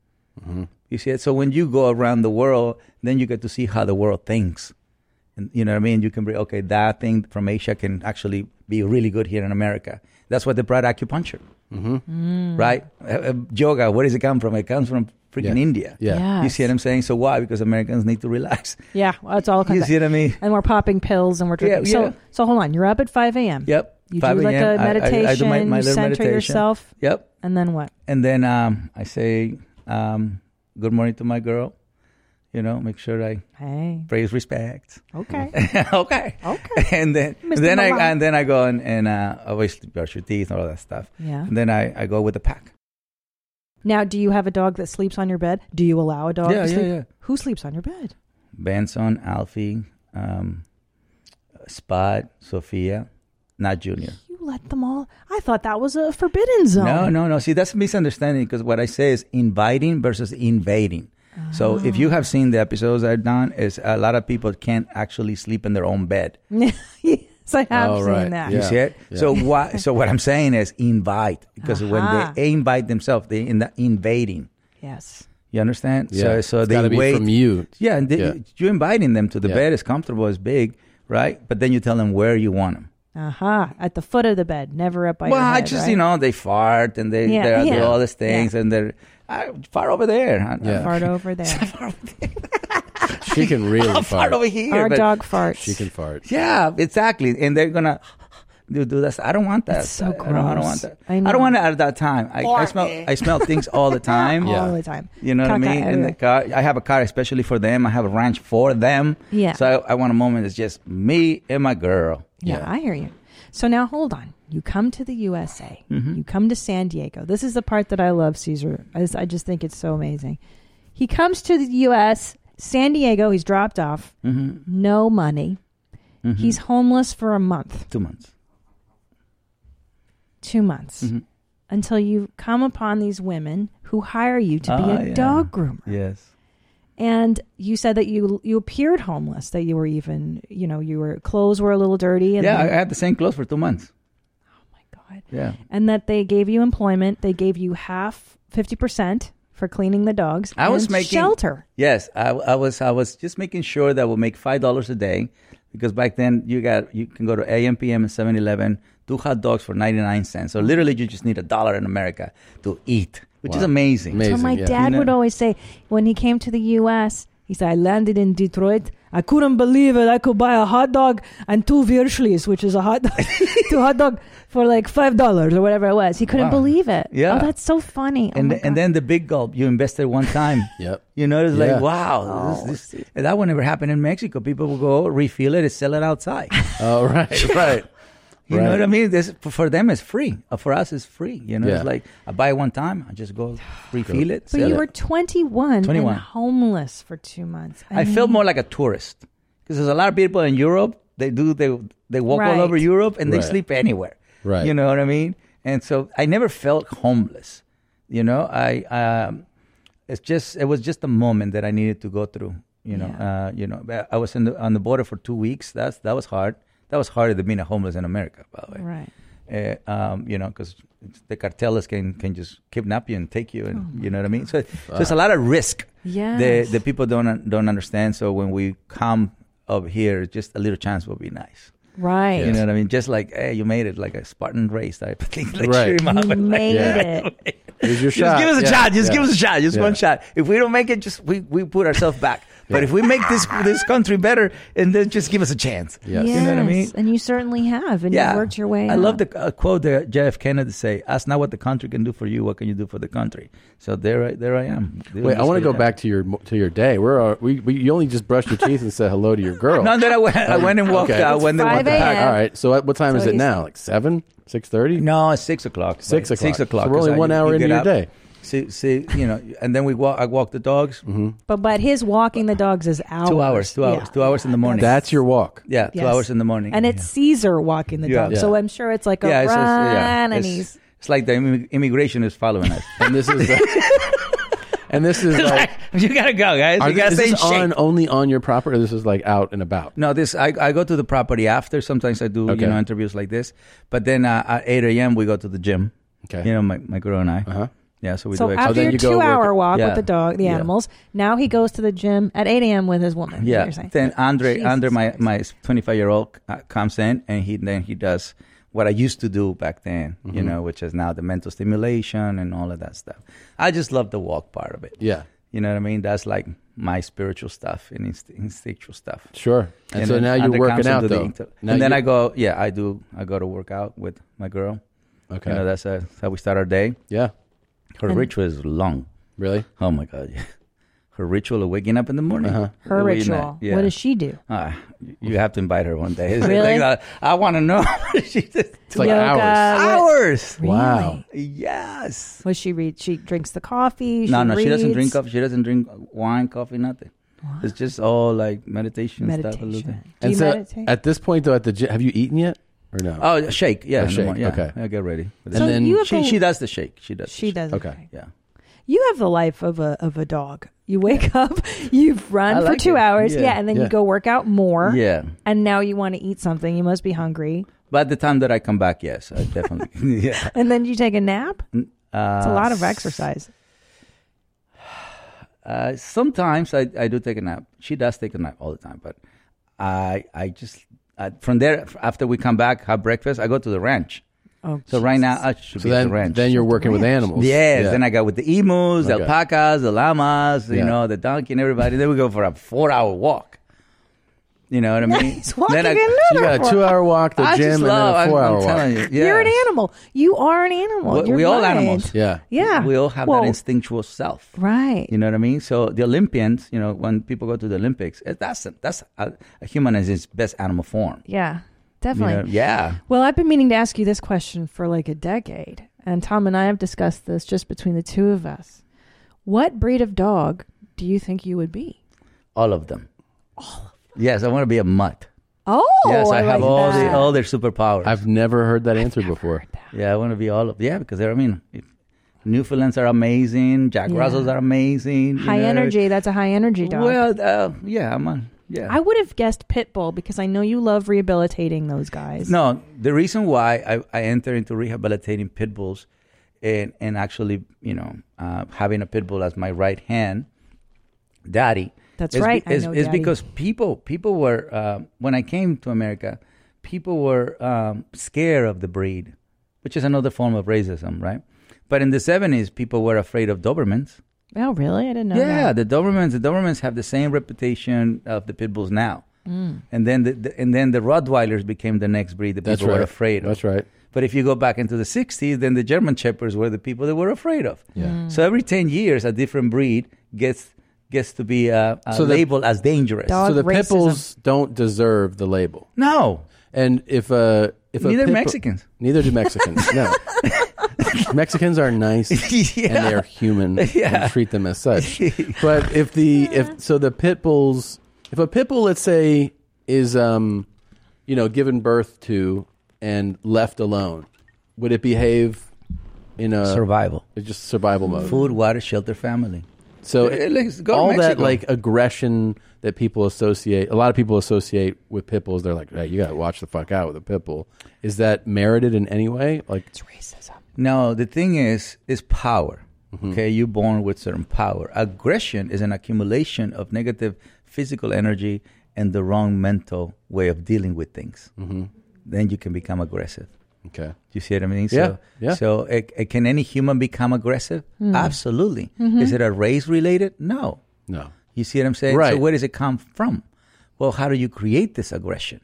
R: Mm-hmm. You see it? So when you go around the world, then you get to see how the world thinks. And you know what I mean? You can bring, okay, that thing from Asia can actually be really good here in America. That's what they brought acupuncture,
A: Mm-hmm.
O: Mm.
R: right? Uh, uh, yoga, where does it come from? It comes from freaking India.
C: Yeah.
R: You see what I'm saying? So why? Because Americans need to relax.
C: Yeah, well, it's all
R: You
C: kind
R: see what I mean?
C: And we're popping pills and we're drinking.
R: Yeah, yeah.
C: So, so hold on. You're up at five a.m.
R: Yep.
C: You
R: 5
C: do like
R: a.m.
C: a
R: I- I- I do my-
C: meditation.
R: my
C: you
R: little
C: center
R: meditation.
C: yourself.
R: Yep.
C: And then what?
R: And then um, I say, um, good morning to my girl. You know, make sure I
C: Hey.
R: praise respect.
C: Okay.
R: [laughs] okay. Okay. And then
C: Mr.
R: then I
C: Milan.
R: and then I go and, and uh, obviously brush your teeth and all that stuff.
C: Yeah.
R: And then I, I go with the pack.
C: Now, do you have a dog that sleeps on your bed? Do you allow a dog?
R: Yeah,
C: to
R: yeah,
C: sleep?
R: yeah.
C: Who sleeps on your bed?
R: Benson, Alfie, um, Spot, Sophia, not Junior.
C: You let them all. I thought that was a forbidden zone.
R: No, no, no. See, that's a misunderstanding because what I say is inviting versus invading. So
C: Ah.
R: if you have seen the episodes I've done, is a lot of people can't actually sleep in their own bed.
C: no. [laughs] yes, I have
A: Oh,
C: seen that.
R: You see it? So
C: [laughs]
R: why? So what I'm saying is invite because
C: Aha.
R: when they invite themselves, they in the invading.
C: Yes.
R: You understand?
A: Yeah.
R: So so
A: It's gotta
R: they
A: be
R: wait
A: from you.
R: Yeah, and they,
A: Yeah.
R: you're inviting them to the
A: Yeah.
R: bed. It's comfortable. It's big, right? But then you tell them where you want them.
C: Aha. Uh-huh. At the foot of the bed, never up by
R: well,
C: your
R: I
C: head.
R: just
C: right?
R: you know they fart and they
C: Yeah,
R: they do
C: yeah.
R: all these things and they're uh, far over there. I- I- [laughs]
C: Fart over there.
A: She can really
R: I'll fart
A: fart.
R: over here.
C: Our
R: but-
C: dog farts.
A: She can fart.
R: Yeah, exactly. And they're gonna do, do this. I don't want that.
C: It's so
R: I, I don't, I don't want
C: gross.
R: that.
C: I
R: I,
C: know.
R: don't want it at that time. I, I smell
C: Farty.
R: I smell things all
C: [laughs]
R: the time.
C: All Yeah. the time.
R: You know what I
C: Caca
R: mean? In
C: everywhere.
R: the car, I have a car especially for them. I have a ranch for them.
C: Yeah.
R: So I, I want a moment that's just me and my girl.
C: Yeah, I hear you. So now hold on. You come to the USA.
R: Mm-hmm.
C: You come to San Diego. This is the part that I love, Caesar. I just, I just think it's so amazing. He comes to the US, San Diego. He's dropped off.
R: Mhm.
C: No money.
R: Mhm.
C: He's homeless for a month,
R: Two months.
C: two months,
R: Mhm.
C: until you come upon these women who hire you to be
R: Ah,
C: a
R: yeah.
C: dog groomer.
R: Yes.
C: And you said that you you appeared homeless, that you were even you know you were clothes were a little dirty. And
R: yeah, I
C: then-
R: I had the same clothes for two months. Oh my
C: God.
R: Yeah.
C: and that they gave you employment. They gave you half, fifty percent for cleaning the dogs.
R: I was
C: and
R: making
C: shelter.
R: Yes, I, I was. I was just making sure that we'll make five dollars a day, because back then you got you can go to AM, PM, and 7-Eleven, do hot dogs for ninety nine cents. So literally, you just need a dollar in America to eat, which is
A: Wow.
R: amazing.
C: so my dad
R: You know?
C: would always say when he came to the U.S., he said, "I landed in Detroit. I couldn't believe it. I could buy a hot dog and two Virschlis, which is a hot dog, [laughs] two hot dog for like five dollars or whatever it was. He couldn't
R: Wow.
C: believe it.
R: Yeah.
C: oh, that's so funny. Oh
R: and
C: my
R: and then the big gulp you invested one time.
A: [laughs] yep.
R: You know, it's
A: Yeah.
R: like wow,
C: Oh,
R: this, this, that would never happen in Mexico. People will go refill it and sell it outside.
A: [laughs] Oh
R: [laughs]
A: right, right.
R: You
A: Right.
R: know what I mean? This for- for them it's free. Uh, For us it's free. You know,
A: Yeah.
R: it's like I buy one time, I just
C: [sighs]
R: go refill it.
C: But
R: sell
C: you
R: it.
C: were 21,
R: 21.
C: and homeless for two months.
R: I, felt
C: mean,
R: more like a tourist because there's a lot of people in Europe. They do they they walk
C: Right.
R: all over Europe and
A: Right.
R: they sleep anywhere.
A: Right.
R: You know what I mean? And so I never felt homeless. You know, I um, it's just it was just a moment that I needed to go through. You know, uh, you know, But I was in the, on the border for two weeks. That's that was hard. That was harder than being a homeless in America, by the way.
C: Right.
R: Uh, um, you know, because the cartels can can just kidnap you and take you, and you know what I mean. So, so it's a lot of risk
C: Oh Yes.
R: the the people don't don't understand. So when we come up here, just a little chance will be nice.
C: Right.
R: You know what I mean? Just like, hey, you made it, like a Spartan race type of thing. [laughs] Like,
A: Right.
R: cheer him
A: You
R: up. Like,
A: made Yeah. it. Here's your shot.
R: [laughs] Just give us a
A: Yeah.
R: shot. Just
A: Yeah.
R: give us a shot. Just
A: Yeah.
R: one shot. If we don't make it, just we, we put ourselves
A: [laughs]
R: back. But if we make this this country better, and then just give us a chance. You know what I mean?
C: Yes, And you certainly have, and you've worked your way.
R: I
C: out.
R: love the uh, quote that JF Kennedy say, "Ask not what the country can do for you, what can you do for the country." So there, I, there I am.
A: Wait, I want to go
R: back.
A: back to your to your day. Where are we, we? You only just brushed your teeth and said hello to
R: [laughs]
A: your girl.
R: No, then I went- I
A: Oh,
R: went and walked out when they It's walked 5 out. a.m.
A: All right. So at, what time
R: So
A: is it
R: he's-
A: now? Like seven, six thirty?
R: No, it's six o'clock.
A: Six
R: Like,
A: o'clock.
R: Six o'clock.
A: So we're only
R: 'cause I-
A: one
R: you
A: hour
R: get
A: into your
R: up,
A: day.
R: See, see, you know, and then we walk. I walk the dogs.
A: Mm-hmm.
C: But but his walking the dogs is hours.
R: Two hours. Two hours.
C: Yeah.
R: Two hours in the morning.
A: That's your walk.
R: Yeah, two
C: Yes.
R: hours in the morning.
C: And it's Caesar walking the
R: Yeah.
C: dog,
R: Yeah.
C: so I'm sure it's like a
R: it's,
C: run,
R: it's-
C: and
R: it's,
C: he's
R: It's like the immi- immigration is following us,
A: and this is. uh, [laughs] and this
R: [laughs]
A: is like,
R: you gotta go, guys.
A: Are
R: you
A: thi-
R: gotta
A: is
R: stay in
A: this
R: shape.
A: on only on your property? Or this is like out and about.
R: No, this I, I go to the property after. Sometimes I do
A: Okay.
R: you know interviews like this, but then uh, at eight a.m. we go to the gym.
A: Okay, Oh,
R: you know my, my girl and I. Uh-huh. Yeah, so we
C: so
R: do.
C: after your two hour walk with the dog, the
R: animals.
C: animals. Now he goes to the gym at 8 a.m. with his woman. is what
R: Yeah.
C: you're saying.
R: Then Andre,
C: Jesus
R: Andre, my my 25 year old uh, comes in and he then he does what I used to do back then, you
A: Mhm.
R: know, which is now the mental stimulation and all of that stuff. I just love the walk part of it.
A: Yeah.
R: You know what I mean? That's like my spiritual stuff and inst- instinctual stuff.
A: Sure. And so
R: then
A: now you're
R: Andre
A: working
R: comes
A: out,
R: into the
A: though.
R: inter-
A: Now
R: and then
A: you-
R: I go, yeah, I do. I go to work out with my girl.
A: Okay.
R: You know, that's uh how we start our day.
A: Yeah.
R: Her
A: And-
R: ritual is long.
A: Really?
R: Oh my god. yeah. Her ritual of waking up in the morning.
A: Uh-huh.
C: Her
R: Wait,
C: ritual.
R: no, yeah.
C: What does she do?
R: Uh, you have to invite her one day. [laughs] It's
C: Really?
R: like, uh, I want to know. [laughs] she just,
C: It's like Yoga, hours.
R: Hours.
C: what- Wow.
R: Yes.
C: Was she read? She drinks the coffee.
R: No, no, she doesn't
C: reads.
R: drink coffee. She doesn't drink wine, coffee, nothing. It's just all like meditation, stuff. a little
C: Meditation.
R: thing.
A: and so at this point, though, at the gym, have you eaten yet or no?
R: Oh, a shake. Yeah,
A: A
R: in the
A: shake,
R: morning, yeah.
A: okay.
R: Yeah, get ready. for
A: So
R: that.
A: then- you have
R: she,
C: a-
R: she does the shake. She does. the
C: She
R: shake.
C: does the Okay. shake.
R: Yeah.
C: You have the life of a of a dog. You wake up, [laughs] you've
R: I
C: run
R: like
C: for two
R: it.
C: hours, yeah,
R: Yeah.
C: and then you
R: Yeah.
C: go work out more,
R: Yeah.
C: and now you want to eat something. You must be hungry,
R: By the time that I come back, yes, I definitely. [laughs] yeah.
C: and then you take a nap.
R: Uh,
C: It's a lot of exercise.
R: Uh, sometimes I, I do take a nap. She does take a nap all the time, but I I just I, from there after we come back have breakfast. I go to the ranch.
C: Oh,
R: so right now I should
A: So
R: be at
A: then,
R: the ranch.
A: then you're working with animals.
R: Yes, then I got with the emus, the
A: Okay.
R: alpacas, the llamas, you
A: Yeah.
R: know, the donkey and everybody. Then we go for a four hour walk. You know what I mean?
C: He's walking
R: I,
C: another
A: You got a
C: one.
A: two-hour walk, the
C: I
A: gym,
C: just
A: and then
R: love-
A: a
R: I'm-
A: four-hour
R: I'm
A: walk.
R: telling you,
C: You're an
R: yes.
C: animal. You are an animal.
R: We,
C: You're
R: we all
C: right.
R: animals.
C: Yeah.
R: We all have
C: Well,
R: that instinctual self.
C: Right.
R: You know what I mean? So the Olympians, you know, when people go to the Olympics, eh, that's that's a, a human is its best animal form.
C: Yeah.
R: You
C: Definitely.
R: know, yeah.
C: Well, I've been meaning to ask you this question for like a decade, and Tom and I have discussed this just between the two of us. What breed of dog do you think you would be?
R: All of them. Yes, I want to be a mutt.
C: Oh,
R: yes, I, have
C: like
R: all
C: that.
R: the, all their superpowers.
A: I've never heard that answer before.
R: Yeah, I want to be all of yeah because they're, I mean, if- Newfoundlands are amazing. Jack
C: Yeah.
R: Russells are amazing. you
C: high
R: know what I mean?
C: energy. That's a high energy dog.
R: Well, uh, yeah, I'm on. Yeah.
C: I would have guessed pit bull because I know you love rehabilitating those guys.
R: No, the reason why I, I enter into rehabilitating pit bulls and, and actually, you know, uh, having a pit bull as my right hand, daddy.
C: That's
R: is
C: right, I
R: Is,
C: know
R: is
C: daddy.
R: because people people were um when I came to America, people were um, scared of the breed, which is another form of racism, right? But in the seventies, people were afraid of Dobermans.
C: Oh, really? I didn't know.
R: yeah,
C: that.
R: the Dobermans. The Dobermans have the same reputation of the pit bulls now,
C: Mm.
R: and then the, the and then the Rottweilers became the next breed that
A: That's
R: people were
A: right.
R: afraid of.
A: That's right.
R: But if you go back into the '60s, then the German Shepherds were the people that were afraid of.
A: Yeah. Mm.
R: So every 10 years, a different breed gets gets to be uh, uh,
A: So the-
R: labeled as dangerous.
A: so the pit bulls don't deserve the label.
R: No.
A: And if uh if a
R: Neither
A: pit bull-
R: Mexicans.
A: neither do Mexicans.
R: [laughs]
A: no. Mexicans are nice
R: Yeah.
A: and they are human
R: Yeah.
A: and treat them as
R: [laughs]
A: such. but if the if so the pit bulls if a pit bull let's say is um you know given birth to and left alone would it behave in a
R: Survival.
A: just survival mode
R: Food, water, shelter, family.
A: so
R: It- it looks- go to
A: all that
R: Mexico.
A: like aggression that people associate, a lot of people associate with pit bulls. They're like, hey, you gotta watch the fuck out with a pit bull. Is that merited in any way? Like it's
C: racism.
R: No, the thing is, is power.
A: Mm-hmm.
R: Okay, you're born with certain power. Aggression is an accumulation of negative physical energy and the wrong mental way of dealing with things. Then you can become aggressive.
A: Mm-hmm. Okay,
R: you see what I mean?
A: Yeah,
R: So,
A: yeah.
R: So, eh, eh, can any human become aggressive?
A: Mm.
R: Absolutely.
A: Mhm.
R: Is it a race related? No.
A: No.
R: You see what I'm saying? So
A: Right.
R: where does it come from? Well, how do you create this aggression?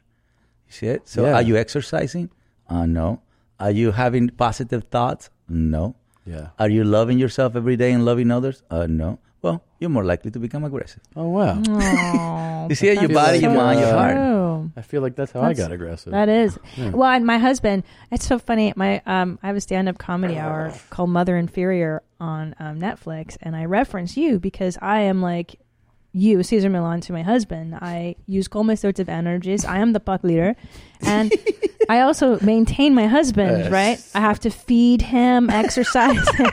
R: You see it? So
A: Yeah.
R: are you exercising? Uh, no. Are you having positive thoughts? No.
A: Yeah.
R: Are you loving yourself every day and loving others? Uh, no. Well, you're more likely to become aggressive.
A: Oh wow.
R: [laughs] You see it? Your body, your mind, your
C: true.
R: heart.
A: uh, I feel like that's how I
C: That's-
A: got aggressive.
C: That is.
A: [laughs] Yeah.
C: Well, and my husband, it's so funny. My um, I have a stand-up comedy
A: Oh,
C: hour called Mother Inferior on um, Netflix, and I reference you because I am like you, Caesar Milan, to my husband. I use como sorts of energies. I am the puck leader, and I also maintain my husband.
T: Yes.
C: Right? I have to feed him, exercise. [laughs] him.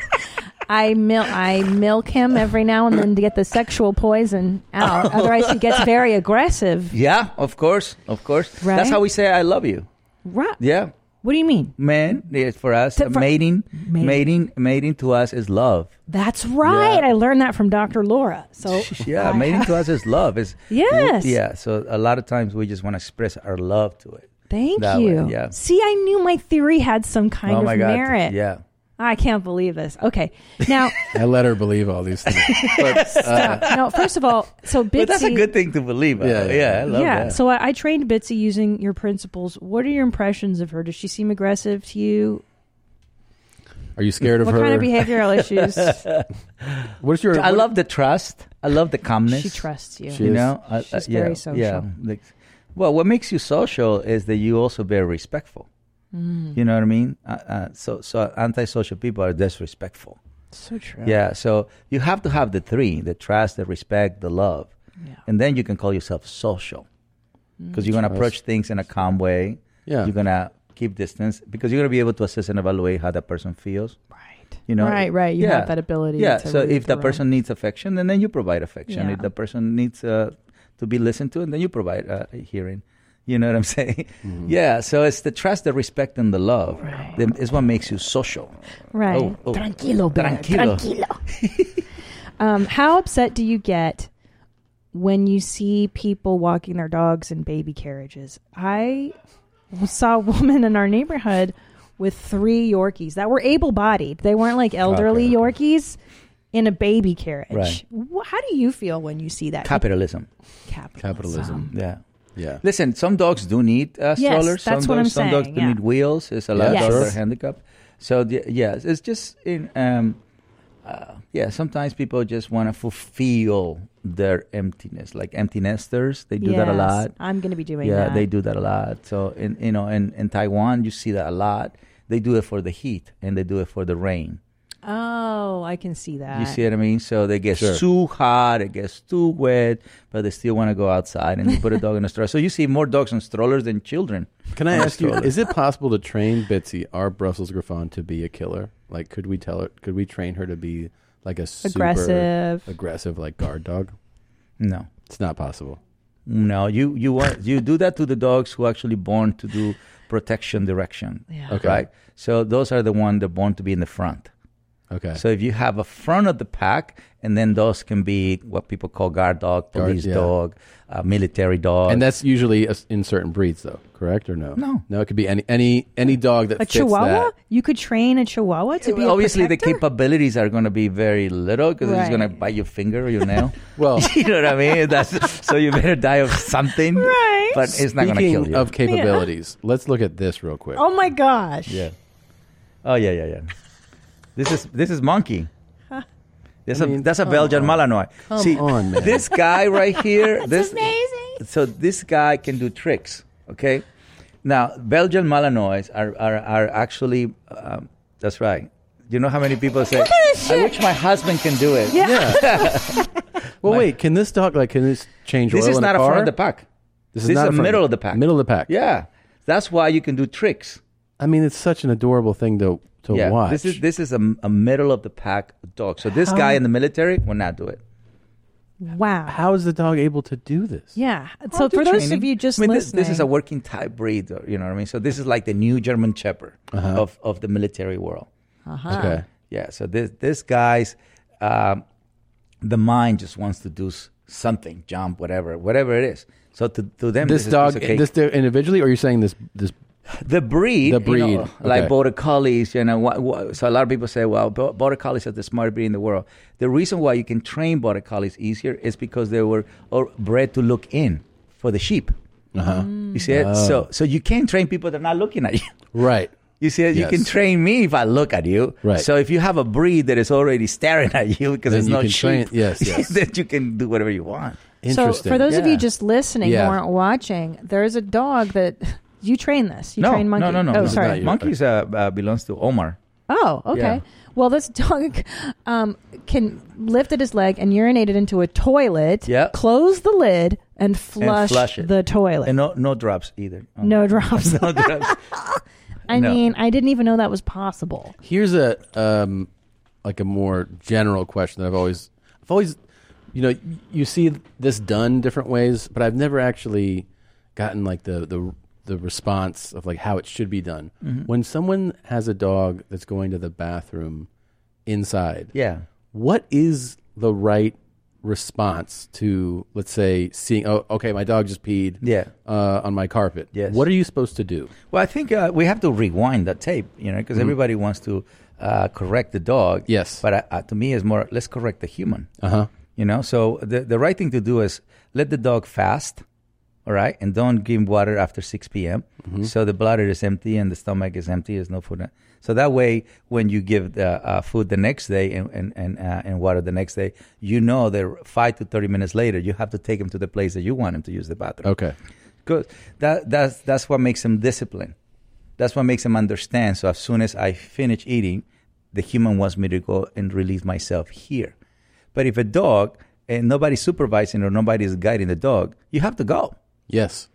C: I milk I milk him every now and then to get the sexual poison
A: [laughs]
C: out.
A: Oh.
C: Otherwise, he gets very aggressive.
R: Yeah, of course. Of course.
C: Right.
R: That's how we say I love you.
C: Right?
R: Yeah.
C: What do you mean?
R: Man, yes, for us, mating, mating, mating, to us is love.
C: That's right. I learned that from Dr. Laura. So
R: [laughs] Yeah,
C: I
R: mating
C: have-
R: to us is love.
C: [laughs]
R: Is
C: Yes.
R: yeah. So a lot of times we just want to express our love to it.
C: Thank
R: that way,
C: you.
R: yeah.
C: See, I knew my theory had some kind
R: oh
C: of
R: my God.
C: merit.
R: Yeah.
C: I can't believe this. Okay.
R: [laughs]
C: Now,
A: I let her believe all these
C: [laughs]
A: things. But,
C: stop. no, first of all, so Bitsy.
R: Uh, But that's a good thing to believe. Yeah, yeah, I love
C: yeah.
R: that.
C: So I, I trained Bitsy using your principles. What are your impressions of her? Does she seem aggressive to you?
A: Are you scared of
C: What
A: her?
C: kind
A: [laughs]
C: of behavioral issues?
A: What's your?
R: I
A: what-
R: love the trust. I love the calmness.
C: She trusts you. She
R: You
C: is-
R: know, I- uh,
C: she's
R: yeah,
C: very social.
R: Yeah. Like, well, what makes you social is that you also very respectful.
C: Mm.
R: You know what I mean? Uh, uh, so, so antisocial people are disrespectful.
C: So true.
R: Yeah. So you have to have the three: the trust, the respect, the love,
C: Yeah.
R: and then you can call yourself social because
J: Mm.
R: you're going to
J: Trust.
R: approach things in a calm way.
J: Yeah.
R: You're going to keep distance because you're going to be able to assess and evaluate how that person feels. Right. You know.
C: Right, right. You have that ability
R: Yeah.
C: to
R: so
C: read
R: if
C: the
R: that person needs affection, then then you provide affection.
C: Yeah.
R: If the person needs uh, to be listened to, and then you provide uh, hearing. You know what I'm [laughs] saying? Yeah. So it's the trust, the respect, and the love. Right. Is what makes you social.
C: Right.
R: Oh, oh.
C: Tranquilo, Bella.
R: Tranquilo. [laughs]
C: um, how upset do you get when you see people walking their dogs in baby carriages? I saw a woman in our neighborhood with three Yorkies that were able bodied. They weren't like elderly Yorkies in a baby carriage.
R: Right.
C: Wh- How do you feel when you see that?
R: Capitalism.
A: Capitalism.
R: Yeah.
A: Yeah.
R: Listen, some dogs do need uh,
C: Yes,
R: strollers.
C: that's
R: some
C: what
R: dogs,
C: I'm
R: some dogs
C: saying,
R: do
C: yeah.
R: need wheels. It's a lot
C: Yeah,
R: of dogs
C: sure.
R: are handicapped. So the, yes, it's just in. Um, uh, yeah, sometimes people just want to fulfill their emptiness, like empty nesters. They do that a
C: Yes,
R: lot.
C: I'm gonna be doing
R: yeah,
C: that.
R: they do that a lot. So in you know in, in Taiwan, you see that a lot. They do it for the heat and they do it for the rain.
C: Oh, I can see that.
R: You see what I mean? So they get
A: Sure.
R: too hot, it gets too wet, but they still want to go outside and you put a dog in a stroller. So you see more dogs in strollers than children.
A: Can I
R: in a
A: ask you?
R: stroller. [laughs]
A: Is it possible to train Bitsy, our Brussels Griffon, to be a killer? Like, could we tell her? Could we train her to be like a super
C: Aggressive.
A: aggressive like guard dog?
R: No,
A: it's not possible.
R: No, you you want you do that to the dogs who actually born to do protection direction.
A: Yeah. Okay.
R: Right. So those are the one that born to be in the front.
A: Okay.
R: So if you have a front of the pack, and then those can be what people call guard dog,
A: Guard-
R: police
A: yeah.
R: dog, uh, military dog.
A: And that's usually a- in certain breeds, though, correct or no?
R: No.
A: no. It could be any any any dog that
C: A
A: fits
C: chihuahwa?
A: that.
C: You could train a chihuahua to be a
R: obviously the
C: protector?
R: capabilities are going to be very little because it's going to bite your finger or your nail.
A: [laughs] well,
R: [laughs] you know what I mean. That's so you better die of
C: [laughs]
R: something, right? But it's not going to kill
A: Speaking
R: you.
A: of capabilities, let's look at this real quick.
C: Oh my gosh.
R: Yeah. Oh yeah, yeah, yeah. This is this is monkey.
C: Huh.
R: That's a that's a Belgian Malinois.
A: Come
R: See
A: on, man.
R: this guy right here. this amazing. So this guy can do tricks. Okay. Now Belgian Malinois are are, are actually um, that's right. You know how many people say,
H: Look at this
R: "I
H: shit."
R: wish my husband can do it."
H: Yeah.
A: Well, wait. Can this dog like can this change
R: This
A: oil
R: is
A: in
R: not
A: a
R: a
A: car?
R: front of the pack.
A: This is
R: This
A: not
R: is
A: a
R: a
A: front-
R: middle of the pack.
A: Middle of the pack.
R: Yeah, that's why you can do tricks.
A: I mean, it's such an adorable thing to to
R: yeah,
A: watch.
R: this is this is a, a middle of the pack dog. So this
A: How-
R: guy in the military will not do it.
C: Wow.
A: How is the dog able to do this?
C: Yeah.
R: I'll
C: So
R: do
C: for those
R: training.
C: of you just
R: I mean, this,
C: listening,
R: this is a working type breed, or- you know what I mean? So this is like the new German Shepherd
A: Uh-huh.
R: of, of the military world.
C: Uh-huh. Okay.
R: Yeah. So this this guy's um, the mind just wants to do s- something, jump, whatever, whatever it is. So to, to them,
A: this,
R: this,
A: dog,
R: is a piece of cake.
A: this do- individually, or are you saying this this
R: [laughs] the
A: [laughs]
R: breed,
A: the
R: you
A: breed,
R: know, like
A: Okay.
R: border collies, you know. What, what, so a lot of people say, well, bo- border collies are the smartest breed in the world. The reason why you can train border collies easier is because they were or bred to look in for the sheep.
A: Uh-huh.
C: Mm.
R: You see it?
A: Oh.
R: So so you can train people that are not looking at you. [laughs]
A: Right.
R: You see it? You can
A: Yes.
R: train me if I look at you.
A: Right.
R: So if you have a breed that is already staring at you because
A: Then
R: it's
A: you
R: not
A: can train-
R: sheep, [laughs]
A: yes, yes.
R: then you can do whatever you want.
C: so for those of
R: Yeah.
C: you just listening
R: Yeah.
C: who aren't watching, there's a dog that [laughs] you train this. You
R: no,
C: train monkey.
R: no, no, no,
C: Oh, sorry.
R: Monkeys uh, uh, belongs to Omar.
C: Oh, okay.
R: Yeah.
C: Well, this dog um, can lifted his leg and urinated into a toilet.
R: Yep.
C: Close the lid and
R: and
C: flush,
R: flush it.
C: the toilet.
R: And no, no drops either.
C: No drops.
R: [laughs] no drops.
C: I
A: No.
C: mean, I didn't even know that was possible.
A: Here's a um, like a more general question that I've always, I've always, you know, you see this done different ways, but I've never actually gotten like the the the response of like how it should be done.
R: Mhm.
A: When someone has a dog that's going to the bathroom inside,
R: Yeah.
A: what is the right response to let's say seeing oh okay my dog just peed
R: Yeah.
A: uh, on my carpet yes what are you supposed to do
R: Well, I think uh, we have to rewind that tape, you know, because
A: Mhm.
R: everybody wants to uh, correct the dog. Yes. But uh, uh, to me, it's more let's correct the human.
A: Uh huh.
R: You know, so the the right thing to do is let the dog fast, all right, and don't give him water after six p.m.
J: Mhm.
R: So the bladder is empty and the stomach is empty. There's no food. in- So that way, when you give the uh, food the next day and and and, uh, and water the next day, you know that five to thirty minutes later, you have to take him to the place that you want him to use the bathroom.
A: Okay.
R: Good. That that's that's what makes him disciplined. That's what makes him understand. So as soon as I finish eating, the human wants me to go and release myself here. But if a dog and nobody's supervising or nobody's guiding the dog, you have to go.
A: Yes.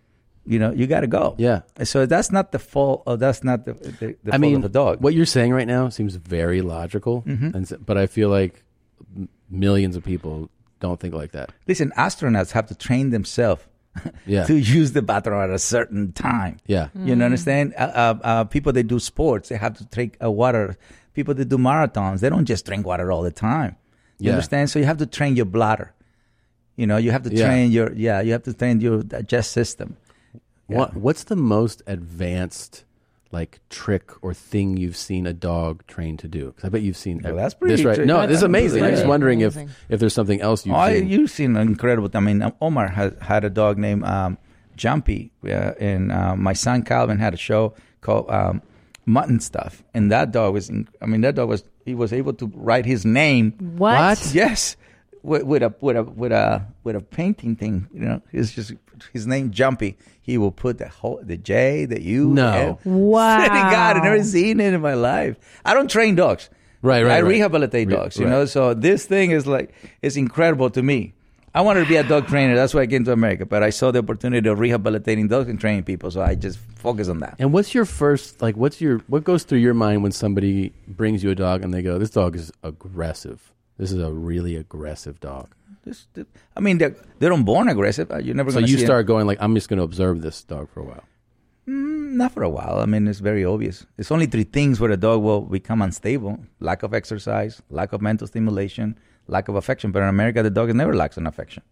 R: You know, you got to go.
A: Yeah.
R: So that's not the fault. Or that's not the the, the
A: I
R: fault
A: mean,
R: of the dog.
A: What you're saying right now seems very logical,
R: Mhm.
A: and s- but I feel like m- millions of people don't think like that.
R: Listen, astronauts have to train themselves [laughs]
A: Yeah.
R: to use the bathroom at a certain time.
A: Yeah.
R: You
A: Mm.
R: know, understand? Uh, uh, uh, people that do sports, they have to drink uh, water. People that do marathons, they don't just drink water all the time. You
A: Yeah.
R: understand? So you have to train your bladder. You know, you have to
A: Yeah.
R: train your, yeah, you have to train your digest system.
A: What What's the most advanced like trick or thing you've seen a dog trained to do? Because I bet you've seen.
R: Well, that's pretty
A: This right,
R: trick-
A: no,
R: that's
A: this is amazing. I'm just
R: amazing.
A: wondering
R: Amazing.
A: if if there's something else you've
R: oh,
A: seen.
R: you've seen incredible. I mean, um, Omar has had a dog named um, Jumpy, uh, and uh, my son Calvin had a show called um, Mutton Stuff, and that dog was. In, I mean, that dog was. He was able to write his name.
C: What? What?
R: Yes. With, with a with a with a with a painting thing, you know, it's just his name Jumpy. He will put the whole the J, the U.
A: No.
R: the L. [laughs] Swear to God, I
A: Wow.
R: never seen it in my life. I don't train dogs.
A: Right, right,
R: I
A: right.
R: rehabilitate
A: Re-
R: dogs, you
A: right.
R: know. So this thing is like it's incredible to me. I wanted to be a dog trainer. That's why I came to America. But I saw the opportunity of rehabilitating dogs and training people. So I just focus on that.
A: And what's your first like? What's your what goes through your mind when somebody brings you a dog and they go, "This dog is aggressive. This is a really aggressive dog."
R: This, th- I mean, they're, they're not born aggressive. Uh, You're never
A: so
R: going to
A: you start going like, "I'm just going to observe this dog for a while."
C: Mm,
R: Not for a while. I mean, it's very obvious. It's only three things where a dog will become unstable lack of exercise, lack of mental stimulation, lack of affection. But in America, the dog never lacks an affection.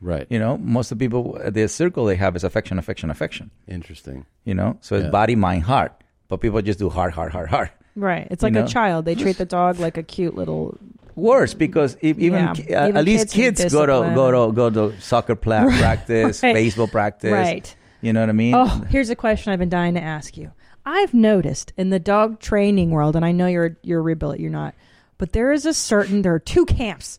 A: Right.
R: You know, most of the people, uh, the circle they have is affection, affection, affection.
A: Interesting.
R: You know, so it's
A: Yeah.
R: body, mind, heart. But people just do heart, heart, heart, heart.
C: Right. It's
R: You
C: like
R: know?
C: a child. They treat the dog like a cute little.
R: Worse because if, even,
C: Yeah.
R: ki- uh,
C: Even
R: at least
C: kids need
R: kids, go to
C: discipline.
R: go to go to soccer pla-
C: [laughs] Right.
R: practice,
C: Right.
R: baseball practice.
C: Right.
R: You know what I mean?
C: Oh, here's a question I've been dying to ask you. I've noticed in the dog training world, and I know you're you're a rebuilt, you're not, but there is a certain there are two camps.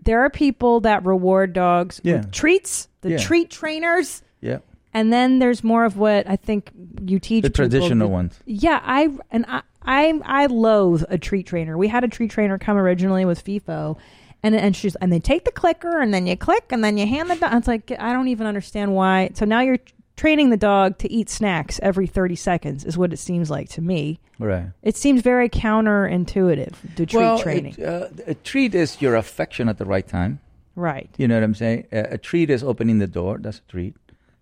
C: There are people that reward dogs
R: Yeah.
C: with treats, the
R: Yeah.
C: treat trainers,
R: Yeah.
C: and then there's more of what I think you teach
R: The
C: people.
R: traditional ones.
C: Yeah, I and I, I I loathe a treat trainer. We had a treat trainer come originally with FIFO, and and she's and they take the clicker and then you click and then you hand the dog. It's like I don't even understand why. So now you're training the dog to eat snacks every 30 seconds is what it seems like to me.
R: Right.
C: It seems very counterintuitive to treat
R: well,
C: training.
R: it, uh, a treat is your affection at the right time.
C: Right.
R: You know what I'm saying? A, a treat is opening the door. That's a treat.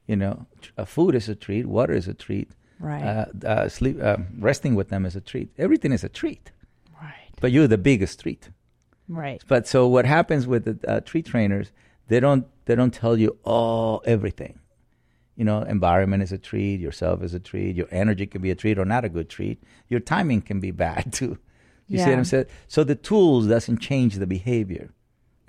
R: You know, tr- uh, food is a treat. Water is a treat.
C: Right.
R: Uh, uh, sleep, um, resting with them is a treat. Everything is a treat.
C: Right.
R: But you're the biggest treat.
C: Right.
R: But so what happens with the uh, tree trainers? They don't they don't tell you all everything. You know, environment is a treat, yourself is a treat, your energy can be a treat or not a good treat. Your timing can be [laughs] bad too. You see what
T: Yeah.
R: I'm saying? So the tools doesn't change the behavior,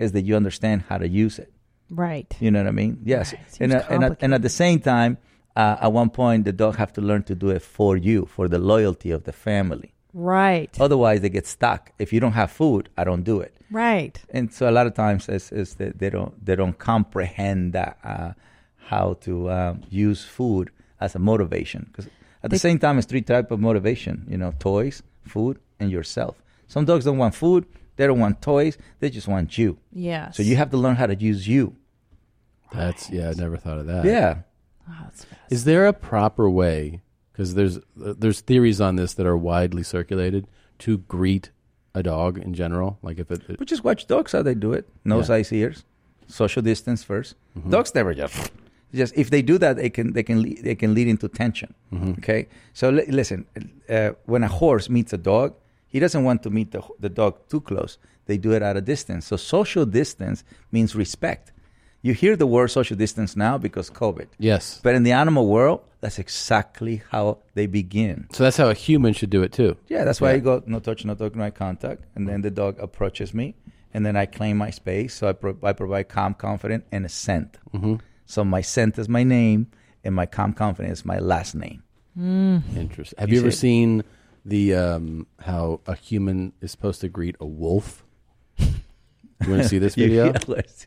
R: is that you understand how to use it.
C: Right.
R: You know what I mean? Yes.
C: Seems
R: And, uh, and, at, and at the same time, uh, at one point, the dog have to learn to do it for you, for the loyalty of the family.
C: Right.
R: Otherwise, they get stuck. If you don't have food, I don't do it.
C: Right.
R: And so a lot of times, it's, it's that they don't they don't comprehend that, uh, how to um, use food as a motivation. Because at the
T: They-
R: same time, it's three type of motivation. You know, toys, food, and yourself. Some dogs don't want food. They don't want toys. They just want you.
C: Yes.
R: So you have to learn how to use you.
A: That's yeah. I never thought of that.
R: Yeah.
A: Is there a proper way? Because there's uh, there's theories on this that are widely circulated to greet a dog in general. Like if it, it-
R: But just watch dogs how they do it. Nose,
A: Yeah. Mm-hmm.
R: eyes, ears. Social distance 1st Dogs never just just if they do that, they can they can lead, they can lead into tension.
A: Mm-hmm.
T: Mhm.
R: Okay, so li- listen, uh, when a horse meets a dog, he doesn't want to meet the the dog too close. They do it at a distance. So social distance means respect. You hear the word social distance now because COVID.
A: Yes.
R: But in the animal world, that's exactly how they begin.
A: so that's how a human should do it too.
R: Yeah, that's why I go no touch, no dog, no eye contact, and then the dog approaches me, and then I claim my space. So I, pro- I provide calm, confident, and a scent.
A: Mhm.
R: So my scent is my name, and my calm, confident is my last name.
A: Mm. Interesting. Have you,
R: You
A: ever
R: see-
A: seen the um, how a human is supposed to greet a wolf? You want to
R: [laughs]
A: see this
R: You-
A: video?
R: yeah, let's-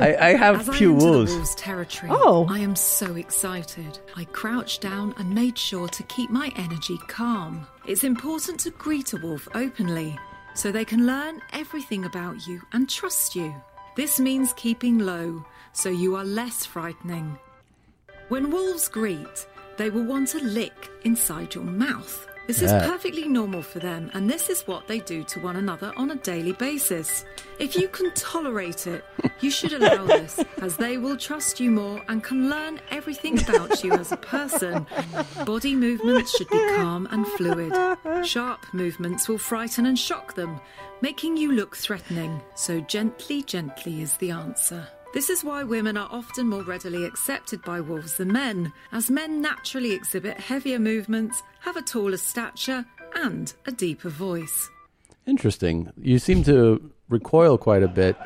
R: I, I have
U: As
R: few
U: I enter
R: wolves.
U: The wolves' territory. [laughs]
C: Oh.
U: I am so excited. I crouched down and made sure to keep my energy calm. It's important to greet a wolf openly so they can learn everything about you and trust you. This means keeping low so you are less frightening. When wolves greet, they will want a lick inside your mouth. This is
K: Yeah.
U: perfectly normal for them, and this is what they do to one another on a daily basis. If you can tolerate it, you should allow this, as they will trust you more and can learn everything about you as a person. Body movements should be calm and fluid. Sharp movements will frighten and shock them, making you look threatening. So, gently, gently is the answer. This is why women are often more readily accepted by wolves than men, as men naturally exhibit heavier movements, have a taller stature, and a deeper voice.
A: Interesting. You seem to recoil quite a bit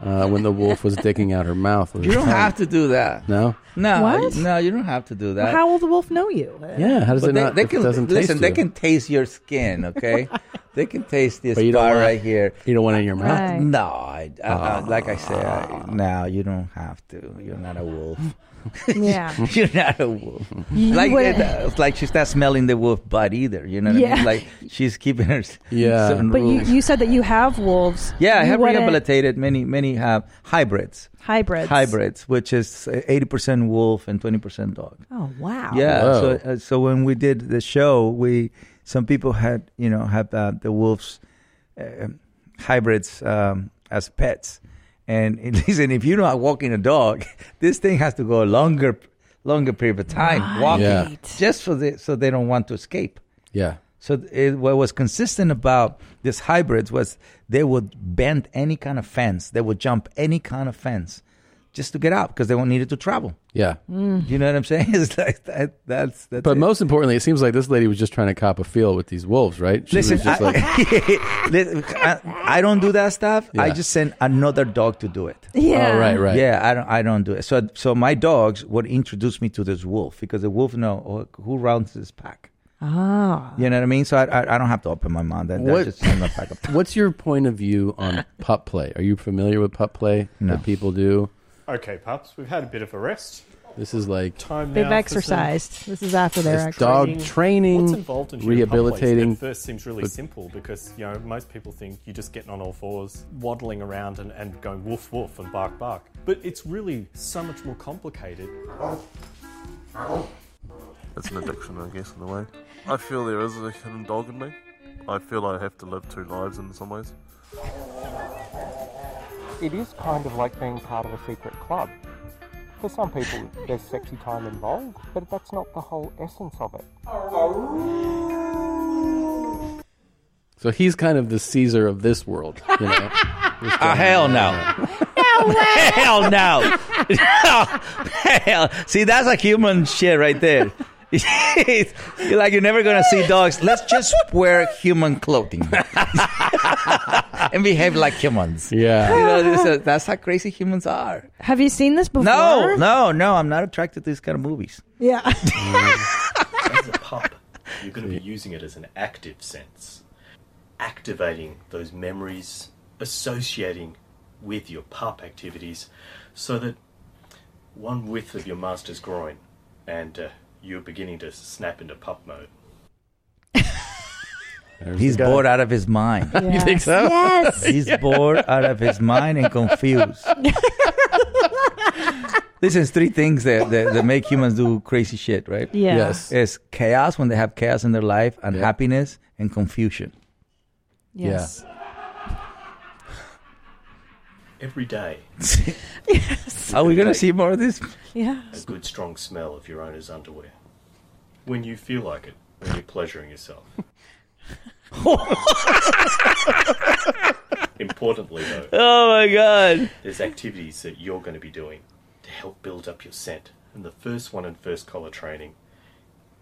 A: uh, when the wolf was digging out her mouth. With
R: You
A: her [laughs]
R: don't
A: tongue.
R: have to do that.
A: No.
R: No,
C: What?
R: no, you don't have to do that.
C: How will the wolf know you?
A: Yeah, how does
R: But
A: it
R: they,
A: not-
R: They
A: it
R: can
A: doesn't taste
R: listen. they
A: you?
R: can taste your skin.
A: [laughs]
R: Okay, they can taste this
A: But you don't
R: part
A: want-
R: right here.
A: You don't want it in your mouth. Ah.
R: Uh, no, I, I, I- like I said, I, no, you don't have to. You're not a wolf.
C: Yeah.
R: [laughs] You're not a wolf.
C: You
R: Like,
C: wouldn't-
R: it, uh, it's like she's not smelling the wolf butt either. You know what I
C: Yeah.
R: mean? Like she's keeping her s- certain
C: But you,
R: rules.
C: you said that you have wolves.
R: yeah, I
C: You
R: have
C: wouldn't-
R: rehabilitated many. Many have hybrids.
C: Hybrids.
R: Hybrids, which is eighty percent wolf and twenty percent dog.
C: Oh wow.
R: Yeah. So, uh, so when we did the show, we some people had you know had uh, the wolves uh, hybrids um, as [laughs] pets, and it- listen, if you're not walking a dog, this thing has to go a longer longer period of time walking
A: Yeah.
R: just for the, so they don't want to escape.
A: Yeah.
R: So th- it, what was consistent about these hybrids was they would bend any kind of fence, they would jump any kind of fence just to get out because they needed to travel.
A: Yeah.
R: Do Mm. You know what I'm saying? [laughs] It's like that, that's that's.
A: but most importantly, it seems like this lady was just trying to cop a feel with these wolves, right? She
R: Listen,
A: was just
R: I,
A: like,
R: [laughs] Listen, I, I don't do that stuff. I
A: Yeah.
R: just send another dog to do it.
A: Yeah. Oh, right, right.
R: Yeah, I don't, I don't do it. So, so my dogs would introduce me to this wolf because the wolf know oh, who rounds this pack.
C: Ah.
R: You know what I mean? So I, I, I don't have to open my mouth.
A: [laughs]
R: That,
A: What-
R: that's just send the [laughs] pack up.
A: what's your point of view
C: [laughs]
A: on pup play? Are you familiar with pup play
R: No.
A: that people do?
T: Okay, pups, we've had a bit of a rest.
A: This is like
T: Time
C: They've
T: now for some
C: exercised. This is after their
A: It's dog
C: exercise.
A: training,
T: What's involved in human
A: rehabilitating-
T: Pup play? At first seems really
A: but-
T: simple because you know most people think you're just getting on all fours, waddling around and, and going woof woof and bark bark. But it's really so much more complicated.
K: It's an addiction, I guess, in a way. I feel there is a hidden dog in me. I feel I have to live two lives in some ways.
V: It is kind of like being part of a secret club. For some people, there's sexy time involved, but that's not the whole essence of it.
A: So he's kind of the Caesar of this world.
C: [laughs]
A: You know?
R: Ah, hell no. Hell no. Hell. See, that's a human shit right there. [laughs] you're like, you're never going to see dogs. Let's just wear human clothing [laughs] and behave like humans.
A: Yeah.
R: [laughs] You know,
C: [laughs]
R: this is- that's how crazy humans are.
C: Have you seen this before?
R: No, no, no. I'm not attracted to these kind of movies.
C: Yeah.
T: as a pup, you're going to be using it as an active sense, activating those memories, associating with your pup activities, so that one width of your master's groin, and uh, you're beginning to snap into pup mode.
R: He's
A: the guy.
R: bored out of his mind.
A: [laughs] You think so? Yes.
R: He's bored out of his mind and [laughs] confused. Listen, it's three things that, that, that make humans do crazy shit, right?
A: Yeah. Yes.
R: It's chaos when they have chaos in their life, unhappiness, and confusion.
A: Yes.
T: Every day.
R: yes. Are we going to see more of this?
C: Yeah.
T: A good strong smell of your owner's underwear. When you feel like it, when you're pleasuring yourself. Importantly, though.
R: [laughs] Oh my god.
T: There's activities that you're going to be doing to help build up your scent. And the first one in first collar training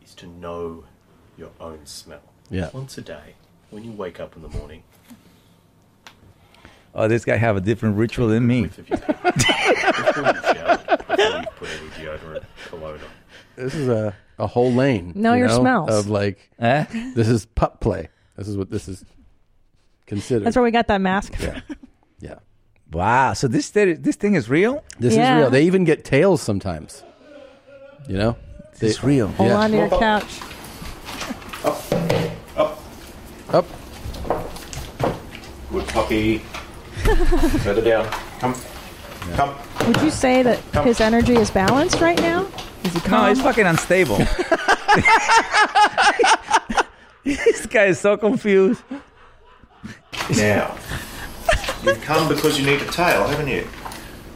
T: is to know your own smell.
R: Yeah.
T: Once a day, when you wake up in the morning, [laughs]
R: Oh, this guy have a different ritual than me.
T: before
A: [laughs]
T: you showered, before you put any deodorant, cologne on,
A: This is a, a whole lane.
C: Know
A: you
C: your smells.
A: Of like,
R: eh?
A: this is pup play. This is what this is considered.
C: That's where we got that mask. from.
A: Yeah.
R: Wow. So this thi- this thing is real?
A: This
C: Yeah.
A: is real. They even get tails sometimes. You know?
R: It's real.
C: Hold [laughs] on to your couch.
A: Up.
O: Good [laughs] puppy. Further down. Come. Come.
C: Would you say that
O: Come.
C: his energy is balanced right now? Is he
R: No,
C: calm?
R: he's fucking unstable. [laughs] this guy is so confused.
O: Now. You've come because you need a tail, haven't you?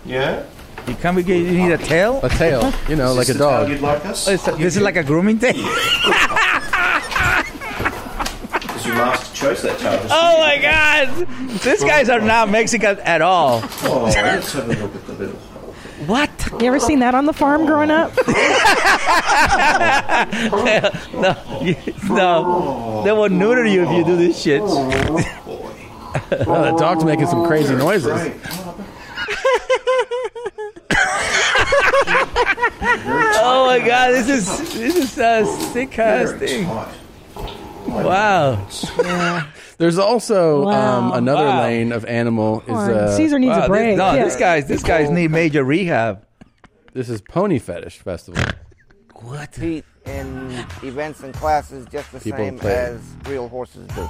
O: Yeah?
R: You come because you need a tail?
A: A tail, you know,
O: Is
A: like
O: this
A: a
O: the tail
A: dog.
O: you'd like us?
R: This, this is like a grooming [laughs] thing?
O: Because your master chose that tail.
R: [laughs]
O: Just
R: Oh my god! These guys are not Mexican at
C: [laughs]
R: all.
O: Oh, let's have a look at the little hole.
R: What?
C: You ever seen that on the farm
R: [laughs]
C: growing up? [laughs]
R: no, you- no, they will neuter you if you do this shit.
A: Well, that dog's making some crazy noises.
R: oh my god, this is this is a sick ass thing. Wow.
A: There's also
R: Wow.
A: um, another
R: Wow.
A: lane of animal. Is,
R: Horn.
A: uh,
R: Caesar needs a Wow, this- break. no, Yeah. this guy's- this guy's need major rehab.
A: This is Pony Fetish Festival.
W: compete in events and classes just the
A: People
W: same
A: play.
W: as real horses do.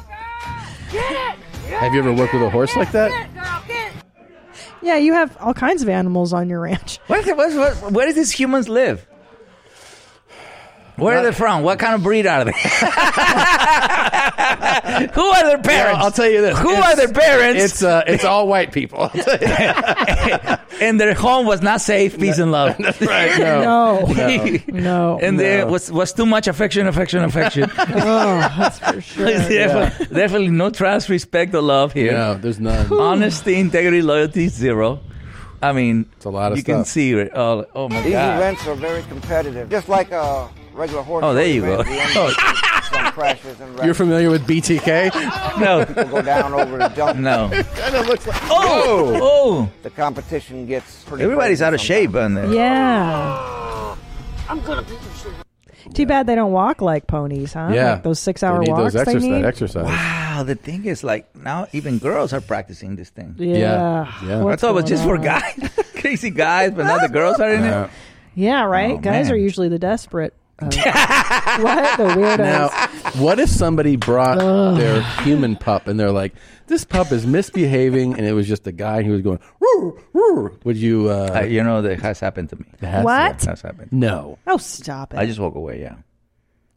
A: Have you ever worked with a horse like that?
C: yeah, you have all kinds of animals on your ranch.
R: What, what, what, where do these humans live? Where are they from? What kind of breed are they? [laughs] Who are their parents?
A: I'll tell you this.
R: Who
A: It's-
R: are their parents?
A: It's uh, it's all white people.
R: [laughs] and their home was not safe, peace,
A: [laughs]
R: and love. That's
A: right.
C: [laughs] No.
A: No.
C: No.
R: and there was was too much affection, affection, affection.
C: oh, that's
R: [laughs]
C: for sure.
R: definitely, definitely no trust, respect, or love here.
A: No, there's none.
R: [laughs] Honesty, integrity, loyalty, zero. I mean, it's
A: a lot
R: of you can
A: stuff.
R: see it. all. oh my
W: These
R: god!
W: events are very competitive, just like a regular horse.
R: Oh, there you
W: race,
R: go.
W: man. The end is Some crashes and
A: You're
W: wrecks.
A: familiar with BTK?
R: No.
W: People go down over the jump.
A: [laughs]
R: No.
W: kind of looks like.
R: [laughs] Oh, oh.
W: The competition gets pretty.
R: Everybody's
W: crazy
R: out of shape on there.
C: Yeah.
I: I'm gonna beat you. sir.
C: Too bad they don't walk like ponies, huh? Like those six hour walks they need.
R: Wow, the thing is, like now even girls are practicing this thing.
C: Yeah. Yeah. Yeah.
R: I
C: What's
R: thought it was
C: going
R: just for
C: on?
R: guys, [laughs] crazy guys, but now the girls are in it.
C: Yeah, right?
R: Oh,
C: Guys
R: man.
C: are usually the desperate.
R: [laughs]
C: [laughs] Uh, what? The weirdos.
A: Now, what if somebody brought their human pup and they're like, "This pup is misbehaving," and it was just a guy who was going, "Roo, roo." Would you? Uh,
R: you know, that has happened to me.
C: What?
R: That's happened.
A: No.
C: oh, stop it.
R: I just walk away. Yeah.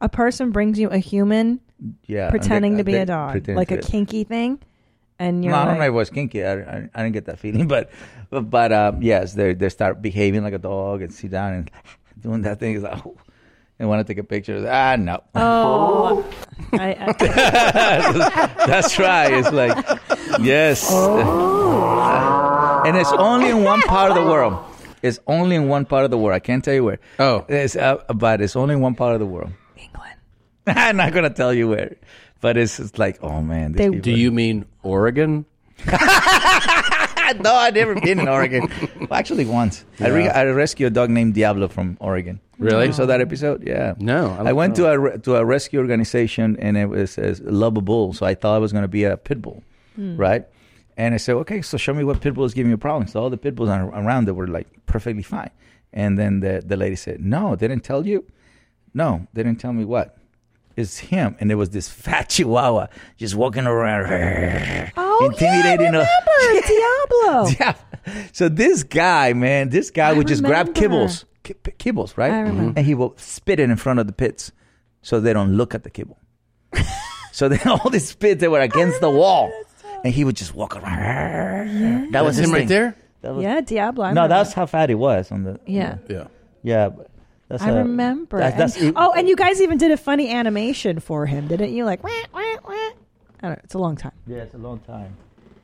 C: a person brings you a human
R: Yeah,
C: pretending
R: they-
C: to be
R: they
C: a dog,
R: pretend
C: like
R: to
C: a
R: it.
C: kinky thing. And you're
R: no, I
C: like,
R: don't know if it was kinky. I, I, I didn't get that feeling, [laughs] but but, but um, yes, they they start behaving like a dog and sit down and [laughs] doing that thing. It's like, oh, and want to take a picture. Ah, no. [laughs]
C: oh, I, I,
R: That's right. It's like, yes. And it's only in one part of the world. It's only in one part of the world. I can't tell you where. Oh. It's, uh, but it's only in one part of the world. England. [laughs] I'm not going to tell you where. But it's, it's like, oh man.
C: They-
A: Do you mean Oregon?
R: no, I've never been [laughs] in Oregon. Well, actually, once. I, re-
A: Yeah.
R: I rescued a dog named Diablo from Oregon.
A: Really?
R: You saw that episode? Yeah.
A: No,
R: I, went to a, re- to a rescue organization and it was a love a bull. So I thought I was going to be a pit bull,
D: Hmm.
R: right? And I said, okay, so show me what pit bull is giving you a problem. So all the pit bulls ar- around that were like perfectly fine. And then the, the lady said, no, they didn't tell you? No, they didn't tell me what. It's him. And there was this fat [laughs] chihuahua just walking around,
C: oh,
R: intimidating uh, us. [laughs]
C: yeah, Diablo.
R: So this guy, man, this guy would just grab
C: remember.
R: kibbles, ki- kibbles, right?
C: I remember.
R: And he will spit it in front of the pits, so they don't look at the
C: [laughs]
R: kibble. so then all these pits they were against the wall, and he would just walk around. That
C: That's
R: was his
C: him right
R: thing.
C: there?
R: That was-
C: Yeah, Diablo. I
R: no,
C: remember.
R: that's how fat he was on the.
C: Yeah.
A: Yeah.
R: Yeah. but That's
C: I
R: how-
C: remember.
R: That, that's
C: And- oh, and you guys even did a funny animation for him, didn't you? Like, wah, wah, wah. I don't know. It's a long time.
R: Yeah, it's a long time.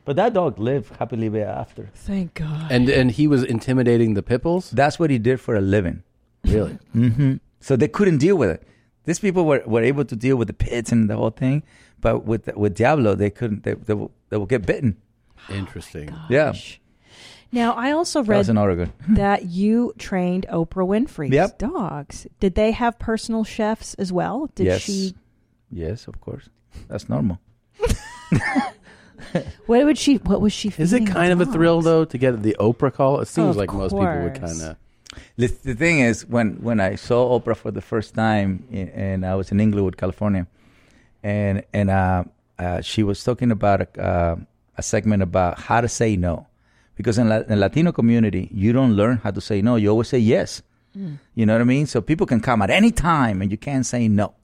R: But that dog lived happily ever after.
C: Thank God.
A: And and he was intimidating the pitbulls.
R: That's what he did for a living. [laughs]
A: Really?
C: Mm-hmm.
R: hmm So they couldn't deal with it. These people were, were able to deal with the pits and the whole thing, but with with Diablo, they couldn't. They they will, they will get bitten.
A: Interesting.
R: yeah.
C: Now, I also
R: That was
C: read
R: in Oregon. [laughs]
C: that you trained Oprah Winfrey's
R: Yep.
C: dogs. Did they have personal chefs as well? Did
R: yes.
C: she?
R: Yes, of course. That's normal.
C: What would she? What was she?
A: Is it
C: feeding the
A: kind of a
C: dogs?
A: thrill though to get the Oprah call? It seems
C: Of
A: like most people would
C: course.
A: kind of.
R: The, the thing is, when, when I saw Oprah for the first time, i- and I was in Inglewood, California, and and uh, uh, she was talking about a, uh, a segment about how to say no, because in the Latino community, you don't learn how to say no. You always say yes.
D: Mm.
R: You know what I mean? So people can come at any time, and you can't say no.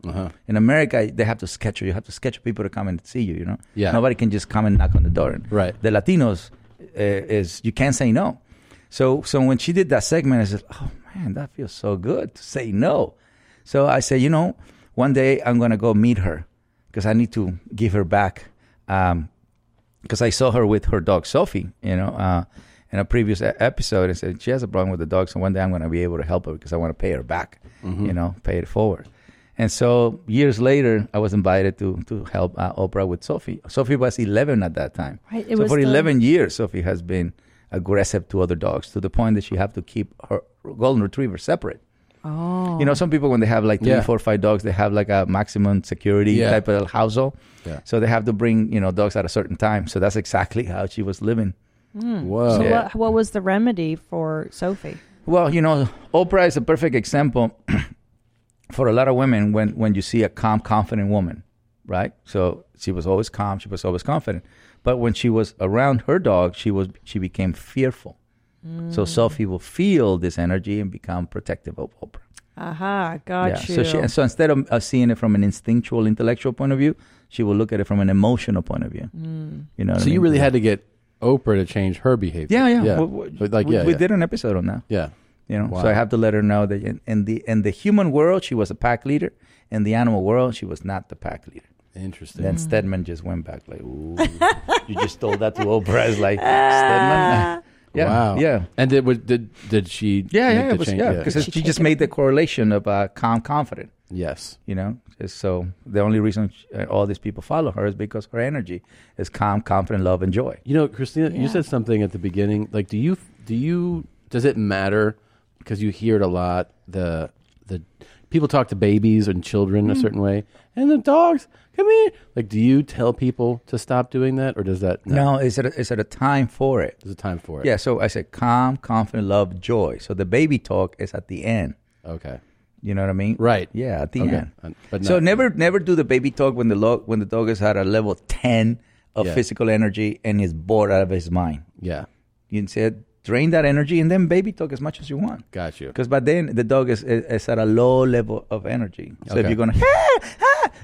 R: In America, they have to schedule. You have to schedule people to come and see you. You know,
A: Yeah.
R: Nobody can just come and knock on the door. Right. The Latinos uh, is you can't say no. So so when she did that segment, I said, "Oh man, that feels so good to say no." So I said, "You know, one day I'm gonna go meet her because I need to give her back." Um, because I saw her with her dog Sophie, you know, uh, in a previous e- episode, and said she has a problem with the dog, so one day I'm going to be able to help her because I want to pay her back, you know, pay it forward. And so years later, I was invited to to help uh, Oprah with Sophie. Sophie was 11 at that time.
D: Right, it
R: so
D: was
R: for
D: the-
R: 11 years, Sophie has been aggressive to other dogs to the point that she have to keep her golden retriever separate.
D: Oh.
R: You know, some people when they have like three,
D: Yeah.
R: four, five dogs, they have like a maximum security
D: Yeah.
R: type of household.
D: Yeah.
R: So they have to bring you know dogs at a certain time. So that's exactly how she was living.
D: Hmm.
C: Mm.
R: Whoa.
C: So
R: Yeah.
C: what, what was the remedy for Sophie?
R: Well, you know, Oprah is a perfect example [clears throat] for a lot of women when, when you see a calm, confident woman, right? So she was always calm, she was always confident. But when she was around her dog, she was she became fearful. So
D: Mm.
C: Hmm.
R: Sophie will feel this energy and become protective of Oprah.
C: Aha, got you.
R: So, she, and so instead of uh, seeing it from an instinctual, intellectual point of view, she will look at it from an emotional point of view.
C: Mm.
R: You know. what
A: so
R: I mean?
A: you really had to get Oprah to change her behavior.
R: Yeah, yeah.
A: yeah.
R: We, we-
A: like
R: we-
A: yeah,
R: we
A: yeah.
R: did an episode on that.
A: Yeah.
R: You know,
A: Wow.
R: so I have to let her know that in, in the in the human world she was a pack leader, in the animal world she was not the pack leader.
A: Interesting.
R: Then
A: Mm.
R: Stedman just went back like, "Ooh, you just told that to Oprah." I was [laughs] like, Stedman. [laughs] yeah,
A: wow.
R: yeah.
A: And did was- did did she?
R: Yeah,
A: make the
R: yeah, it was,
A: change?
R: yeah, because she just made the correlation of uh, calm, confident.
A: Yes,
R: you know. So the only reason uh, all these people follow her is because her energy is calm, confident, love, and joy.
A: You know, Christina,
R: Yeah.
A: you said something at the beginning. Like, do you do you does it matter because you hear it a lot? The the people talk to babies and children a
C: Mm-hmm.
D: Mm.
A: certain way, and the dogs come here. Like, do you tell people to stop doing that, or does that
R: No, is it a, is it a time for it?
A: There's a time for it.
R: Yeah. So I said calm, confident, love, joy. So the baby talk is at the end.
A: Okay.
R: You know what I mean?
A: Right.
R: Yeah, at the
A: Okay.
R: end.
A: And- but
R: so
A: not-
R: never never do the baby talk when the lo- when the dog is at a level ten of
A: Yeah.
R: physical energy and is bored out of his mind.
A: Yeah.
R: You said drain that energy and then baby talk as much as you want.
A: Got you.
R: Because by then the dog is, is, is at a low level of energy. So if
A: Okay.
R: you're gonna [laughs] "Ah,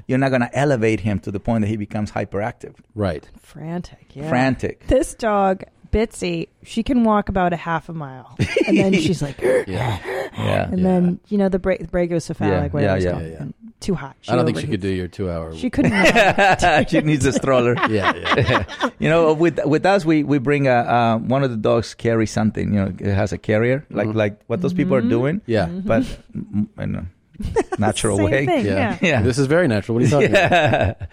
R: you're not gonna elevate him to the point that he becomes hyperactive.
A: Right.
C: Frantic, yeah.
R: Frantic.
C: This dog, Bitsy, she can walk about a half a mile. And
R: [laughs]
C: then she's like,
A: Yeah.
R: Yeah.
C: and then, you know, the, bra- the brachiocephalic,
R: Yeah,
C: whatever.
R: yeah,
C: it's
R: yeah.
C: called. And Too hot.
A: I don't think she
C: overheats.
A: could do your two hour. [laughs]
R: [laughs]
C: She couldn't.
R: she needs a stroller.
A: Yeah,
R: [laughs] you know, with with us, we we bring a, uh, one of the dogs carry something. You know, it has a carrier, like like what those people are
C: Mm-hmm.
R: doing.
A: Mm-hmm. Yeah.
R: but mm, in a natural
C: [laughs] Same
R: way.
C: thing, Yeah. yeah.
A: This is very natural. What are
C: [laughs]
A: you talking
R: Yeah.
A: about?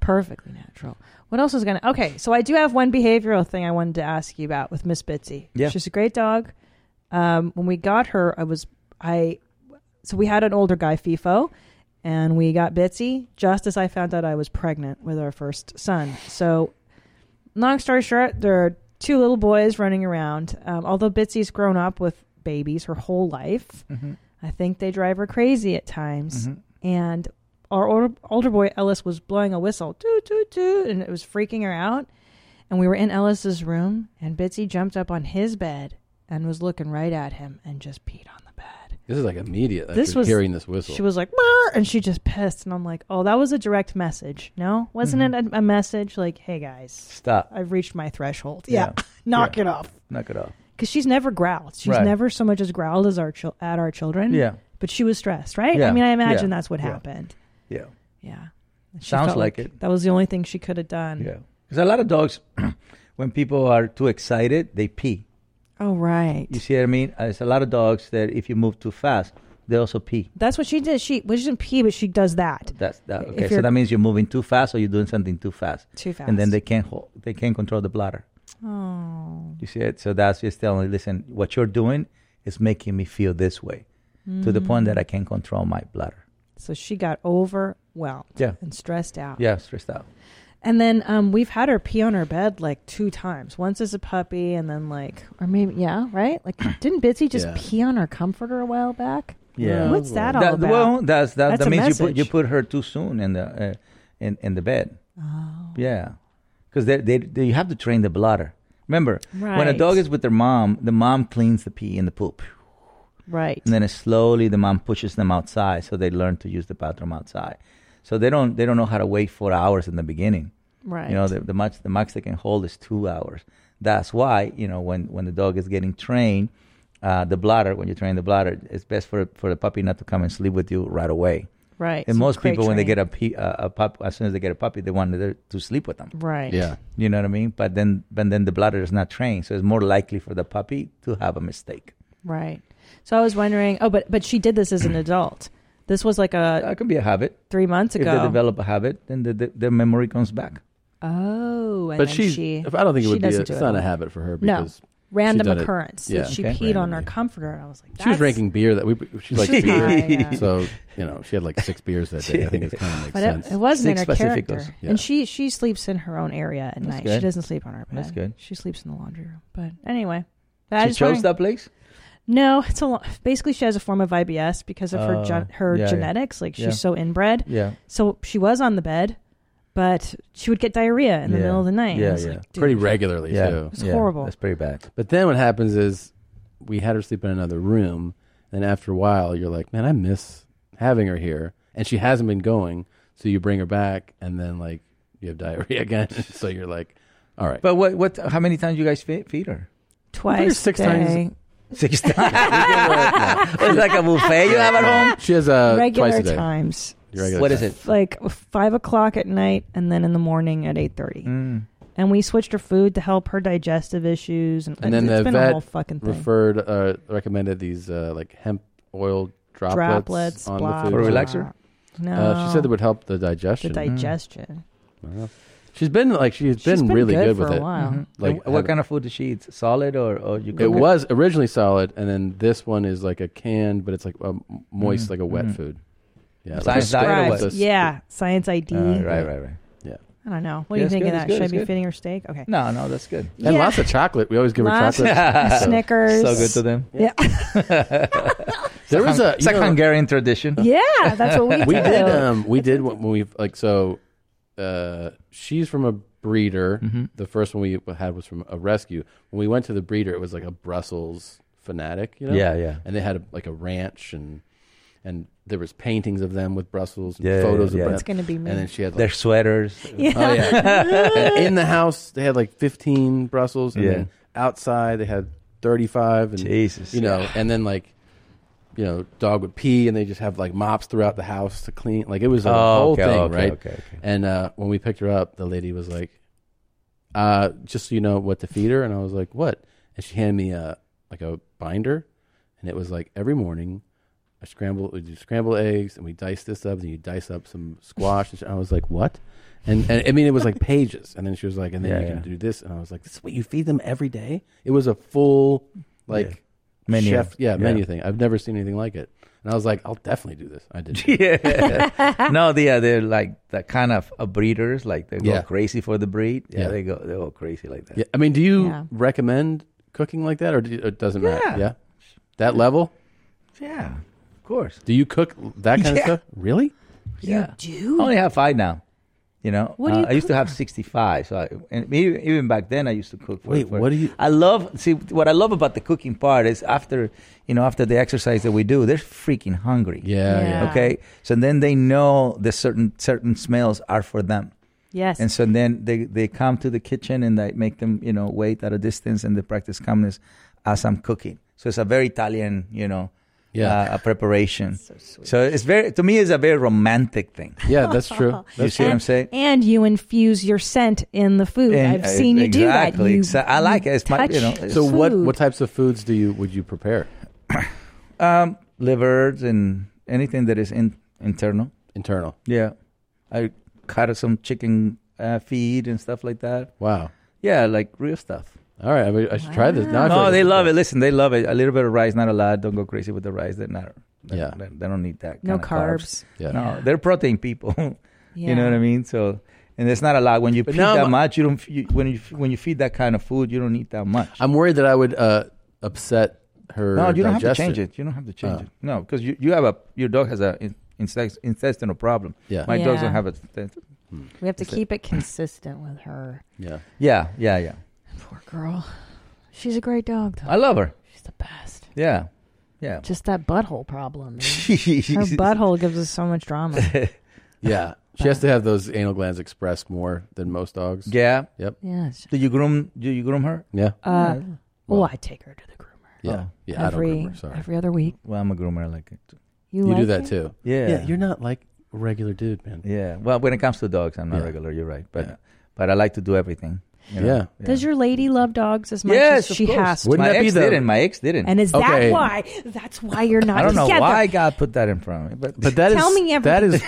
C: Perfectly natural. What else was going to. Okay, so I do have one behavioral thing I wanted to ask you about with Miss Bitsy.
R: Yeah.
C: She's a great dog. Um, when we got her, I was. I. So we had an older guy, FIFO, and we got Bitsy just as I found out I was pregnant with our first son. So long story short, there are two little boys running around. Um, although Bitsy's grown up with babies her whole life,
O: Mm-hmm.
R: Mm-hmm.
E: Mhm.
C: I think they drive her crazy at times.
E: Mhm.
C: And our older, older boy Ellis was blowing a whistle, toot toot toot, and it was freaking her out. And we were in Ellis's room, and Bitsy jumped up on his bed and was looking right at him and just peed on.
A: This is like immediate.
C: this
A: after
C: was
A: hearing this whistle.
C: She was like, "Brr," and she just pissed, and I'm like, oh, that was a direct message. No, wasn't it a, a message like, hey guys,
R: stop?
C: I've reached my threshold. Yeah, [laughs]
R: Yeah.
C: knock
R: Yeah.
C: it off.
R: [laughs] knock it off.
C: Because she's never growled. She's
R: Right.
C: never so much as growled as our chil- at our children.
R: Yeah.
C: But she was stressed, right?
R: Yeah.
C: I mean, I imagine
R: Yeah.
C: that's what
R: Yeah.
C: happened.
R: Yeah.
C: Yeah. And she
R: Sounds
C: felt
R: like it.
C: That was the only thing she could have done.
R: Yeah, because a lot of dogs, [clears throat] when people are too excited, they pee.
C: Oh, right.
R: You see what I mean? Uh, There's a lot of dogs that if you move too fast, they also pee.
C: That's what she did. She, well, she didn't pee, but she does that.
R: That's that.
C: If
R: Okay, so
C: you're-
R: that means you're moving too fast or you're doing something too fast.
C: Too
R: And then
C: fast.
R: they can't hold, they can't control the bladder.
C: Oh.
R: You see it? So that's just telling, listen, what you're doing is making me feel this way to
C: Mm.
R: the point that I can't control my bladder.
C: So she got overwhelmed
R: Yeah.
C: and stressed out.
R: Yeah, stressed out.
C: And then um, we've had her pee on her bed like two times. Once as a puppy, and then like, or maybe, yeah, right?
R: [clears throat]
C: Like, didn't Bitsy just
R: Yeah.
C: pee on her comforter a while back?
R: Yeah.
C: What's that all about?
R: Well, that's, that,
C: That's
R: that
C: a
R: means you
C: message.
R: put, you put her too soon in the, uh, in, in the bed.
C: Oh.
R: Yeah. Because they, they, they, you have to train the bladder. Remember, when a
C: Right.
R: dog is with their mom, the mom cleans the pee and the poop.
C: Right.
R: and then it slowly the mom pushes them outside so they learn to use the bathroom outside so they don't they don't know how to wait four hours in the beginning
C: Right.
R: you know the, the max the max they can hold is two hours that's why you know when when the dog is getting trained uh, the bladder when you train the bladder it's best for for the puppy not to come and sleep with you right away
C: Right.
R: and
C: So
R: most
C: crate
R: people when they
C: training.
R: get a, pe- uh, a pup as soon as they get a puppy they want to, to sleep with them
C: Right. Yeah.
R: you know what i mean but then but then the bladder is not trained so it's more likely for the puppy to have a mistake
C: Right. So I was wondering. Oh, but but she did this as
A: [clears throat]
C: an adult. This was like a.
R: That could be a habit.
C: Three months ago.
R: If they develop a habit, then the, the, their memory comes back.
C: oh, and
A: but
C: then
A: she's.
C: she.
A: if- I don't think it
C: she
A: would be. A,
C: doesn't
A: it's
C: do it.
A: not a habit for her.
C: No.
A: Because
C: Random
A: she's done it-
C: occurrence.
A: Yeah.
C: She
A: Okay.
C: peed on her comforter, and I was like,
A: She was
C: "That's
A: drinking beer that we she liked
C: She's
A: beer,
C: high, yeah.
A: so you know she had like six beers that day. I think it kind
C: [laughs]
A: of makes
C: But
A: sense.
C: it, it wasn't in her
A: Six
C: character,
A: Pacificos. Yeah.
C: and she she sleeps in her own area at
R: That's
C: night. She
R: good.
C: doesn't sleep on her bed.
R: That's good.
C: She sleeps in the laundry room. But anyway, I
R: She
C: just
R: chose
C: wondering-
R: that place?
C: No, it's a lo- basically she has a form of IBS because of her
R: Oh,
C: gen- her
R: yeah, yeah.
C: genetics. Like she's
R: Yeah.
C: so inbred.
R: Yeah.
C: So she was on the bed, but she would get diarrhea in the
A: Yeah.
C: middle of the night. I was like, dude.
A: pretty regularly.
R: Yeah.
A: too.
C: It's Yeah. horrible.
R: That's pretty bad.
A: But then what happens is we had her sleep in another room, and And after a while, you're like, man, I miss having her here. And she hasn't been going. So you bring her back, and then like you have diarrhea [laughs] again. so you're like, all right.
R: But what? What? How many times you guys feed, feed her?
A: I think it's
C: Twice.
A: six
C: a day.
R: [laughs]
A: times.
C: [laughs]
R: Six times. it's like a buffet you have at home.
A: She has
R: uh,
A: a
C: regular
A: twice a day.
C: times.
A: Regular
R: What is
A: times.
R: it?
C: like five o'clock at night and then in the morning at eight thirty.
R: Mm.
C: And we switched her food to help her digestive issues, and,
A: And then
C: it's
A: the
C: been a
A: vet
C: whole fucking thing.
A: referred uh, recommended these uh, like hemp oil droplets,
C: Droplets,
A: on the
C: blah,
A: food
C: For a relaxer? blah.
A: Uh, she said
C: No.
A: it would help the digestion.
C: The
R: Mm.
C: digestion.
A: Wow. She's been like she's
C: She's
A: been,
C: been
A: really
C: good
A: good,
C: for
A: with
C: a
A: it.
C: while. Mhm.
A: Like
R: And Mm-hmm. what kind of food does she eat? Solid or, or you?
A: it
R: cook
A: was originally solid, and then this one is like a canned, but it's like a m- moist,
R: Mhm.
A: like a wet
R: Mhm.
A: food. Yeah,
R: Science
A: like a
R: diet or
A: spinach
R: what?
A: with a-
C: Yeah, science ID.
R: Uh, right, right, right.
A: Yeah.
C: I don't know. What do
R: Yeah,
C: you
R: it's
C: think
R: good,
C: of
R: it's
C: that?
R: good,
C: Should I
R: it's
C: be
R: good.
C: feeding her steak? Okay.
R: No, no, that's good.
A: And
C: Yeah. [laughs]
A: lots of chocolate. We always give her
C: Lots of
A: chocolate.
R: [laughs]
C: [laughs] Snickers.
R: So good to them.
C: Yeah.
A: [laughs] There was a
R: it's a
A: you know-
R: Hungarian tradition.
C: Yeah, that's what we
A: [laughs] we
C: do.
A: did. Um, we did when when we like so. Uh, she's from a breeder.
R: Mm-hmm.
A: The first one we had was from a rescue. When we went to the breeder, it was like a Brussels fanatic. You know?
R: Yeah, yeah.
A: And they had a, like a ranch and and there was paintings of them with Brussels and
R: Yeah,
A: photos of
R: yeah, yeah.
A: them.
R: That's gonna be me.
A: And then she had like,
R: Their sweaters.
A: Yeah. Oh yeah. [laughs] And in the house, they had like fifteen Brussels. And
R: Yeah.
A: Then outside, they had thirty-five. And,
R: Jesus.
A: You know, and then like. You know, dog would pee, and they just have like mops throughout the house to clean. Like it was a
R: Oh,
A: whole
R: okay,
A: thing,
R: okay,
A: right?
R: okay, okay.
A: And uh, when we picked her up, the lady was like, uh, "Just so you know what to feed her," and I was like, "What?" And she handed me a like a binder, and it was like every morning, I scramble we do scrambled eggs, and we dice this up, and you dice up some squash. And I was like, "What?" And, and I mean, it was like pages. And then she was like, "And then
R: Yeah,
A: you
R: yeah.
A: can do this," and I was like, "This is what you feed them every day." It was a full like
R: Menu.
A: chef, yeah,
R: Yeah.
A: menu thing. I've never seen anything like it. And I was like, "I'll definitely do this." I did.
R: [laughs] yeah. No, they are they're like the kind of uh, breeders, like they go
A: Yeah.
R: crazy for the breed. Yeah,
A: Yeah.
R: they go they go crazy like that.
A: Yeah, I mean, do you
R: Yeah.
A: recommend cooking like that, or, do you, it doesn't
R: Yeah.
A: matter? Yeah, that level.
R: Yeah, of course.
A: Do you cook that kind
R: Yeah.
A: of
R: [laughs]
A: stuff? Really?
R: Yeah.
C: do?
R: I only have five now. You know, Uh,
A: What do you
R: I used to have sixty-five. So, I, and even, even back then, I used to cook. For,
A: Wait,
R: for-
A: what do you-
R: I love. See, what I love about the cooking part is after you know after the exercise that we do, they're freaking hungry.
A: Yeah,
C: yeah. Yeah.
R: Okay. So then they know the certain certain smells are for them.
C: Yes.
R: And so then they they come to the kitchen and I make them you know wait at a distance and they practice calmness as I'm cooking. So it's a very Italian you know.
A: Yeah.
R: uh, a preparation. So, it's very to me it's a very romantic thing.
A: [laughs] Yeah, that's
C: [laughs]
A: true.
R: you see what I'm saying?
C: And you infuse your scent in the food.
R: And,
C: I've
R: uh,
C: seen you do that.
R: exactly.
C: You,
R: Exa- I like it. It's my-
C: touch
R: you know, it's-
A: So what
C: food.
A: what types of foods do you would you prepare?
R: [coughs] Um, livers and anything that is in, internal.
A: Internal.
R: Yeah, I cut some chicken uh, feed and stuff like that.
A: Wow.
R: Yeah, like real stuff.
A: All right, I, mean, I should try this. Now I feel
R: No,
A: like
R: they
A: it's-
R: love it. Listen, they love it. A little bit of rice, not a lot. Don't go crazy with the rice. They're not. They,
A: Yeah.
R: they, they don't need that.
C: No
R: kind of carbs.
C: carbs.
A: Yeah.
R: No, they're protein people. [laughs]
C: Yeah.
R: You know what I mean? So, and it's not a lot when you
A: But
R: feed
A: now
R: that
A: I'm-
R: much. You don't. f- You, when you f- when you feed that kind of food, you don't eat that much.
A: I'm worried that I would uh, upset her.
R: No, you don't have to
A: digestion. Oh.
R: change it. You don't have to change it. No, because you, you have a your dog has a in, insect- intestinal problem.
A: Yeah. Hmm.
R: my dogs
C: Yeah.
R: don't have a. th-
C: we have to
R: That's it.
C: keep it consistent with her.
A: Yeah.
R: Yeah, yeah, yeah.
C: Poor girl. She's a great dog, though.
R: I love her.
C: She's the best.
R: Yeah, yeah.
C: Just that
R: [laughs]
C: butthole problem. man. her butthole gives us so much drama. Uh, [laughs]
A: Yeah, she has to have those anal glands expressed more than most dogs.
R: Yeah.
A: Yep.
C: Yes.
R: Do you groom? Do you groom her? Oh.
A: Yeah.
C: Uh, well, I take her to the groomer.
A: Yeah. Yeah. I don't
C: every,
A: remember. Sorry.
C: every other week.
R: Well, I'm a groomer. I like it. Too.
C: You,
A: You
C: like
A: do that
C: it?
A: too.
R: Yeah.
A: Yeah. You're not like a regular dude, man.
R: Yeah. Well, when it comes to dogs, I'm not
A: Yeah.
R: regular. You're right, but but I like to do everything. you know?
A: Yeah.
C: Does your lady love dogs as much
R: Yes,
C: as
R: of
C: she
R: course.
C: has to?
R: Wouldn't My that be ex the- didn't. My ex didn't.
C: And is
R: Okay.
C: that why? That's why you're not
R: I don't know
C: together.
R: why God put that in front of me, but
A: But that is
C: Tell me everything.
A: that is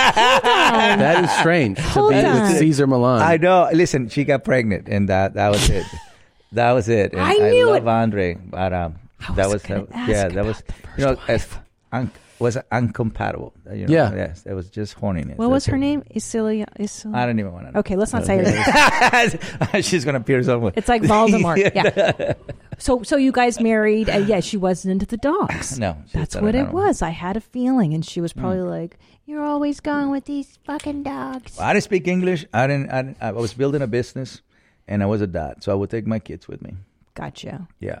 A: [laughs] that is strange to
C: Hold
A: be with
C: on.
A: Caesar Milan.
R: I know. Listen, she got pregnant, and that that was it. that was it. And
C: I knew
R: love Andre, but um, that was yeah, that was you know as un- was incompatible. you know,
A: Yeah.
R: yes, it was just horniness.
C: [laughs] What was
R: That's
C: her
R: it.
C: name? Isilia. Isilia?
R: I don't even wanna know.
C: Okay, let's not say her
R: [laughs]
C: name.
R: She's gonna appear somewhere.
C: It's like
R: [laughs]
C: Voldemort. yeah. So, so you guys married? Uh, yeah, she wasn't into the dogs.
R: No, she
C: that's
R: said,
C: what
R: "I don't."
C: it
R: Hmm.
C: was. I had a feeling, and she was probably like,
D: You're always going with these fucking dogs.
R: I didn't speak English. I didn't. I, didn't, I was building a business, and I was a dad, so I would take my kids with me.
C: "Gotcha."
R: Yeah.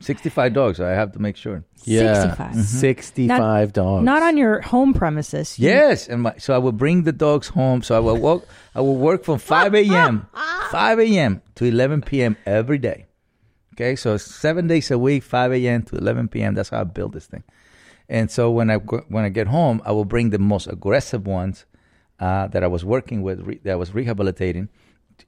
R: 65 dogs. I have to make sure.
A: Yeah,
R: 65,
A: 65 dogs.
C: Not on your home premises. You-
R: Yes, and my, so I will bring the dogs home. So I will walk. I will work from five a.m. five a.m. to eleven p.m. every day. Okay, so seven days a week, five a.m. to eleven p.m. That's how I build this thing. And so when I go- when I get home, I will bring the most aggressive ones uh, that I was working with, re, that I was rehabilitating,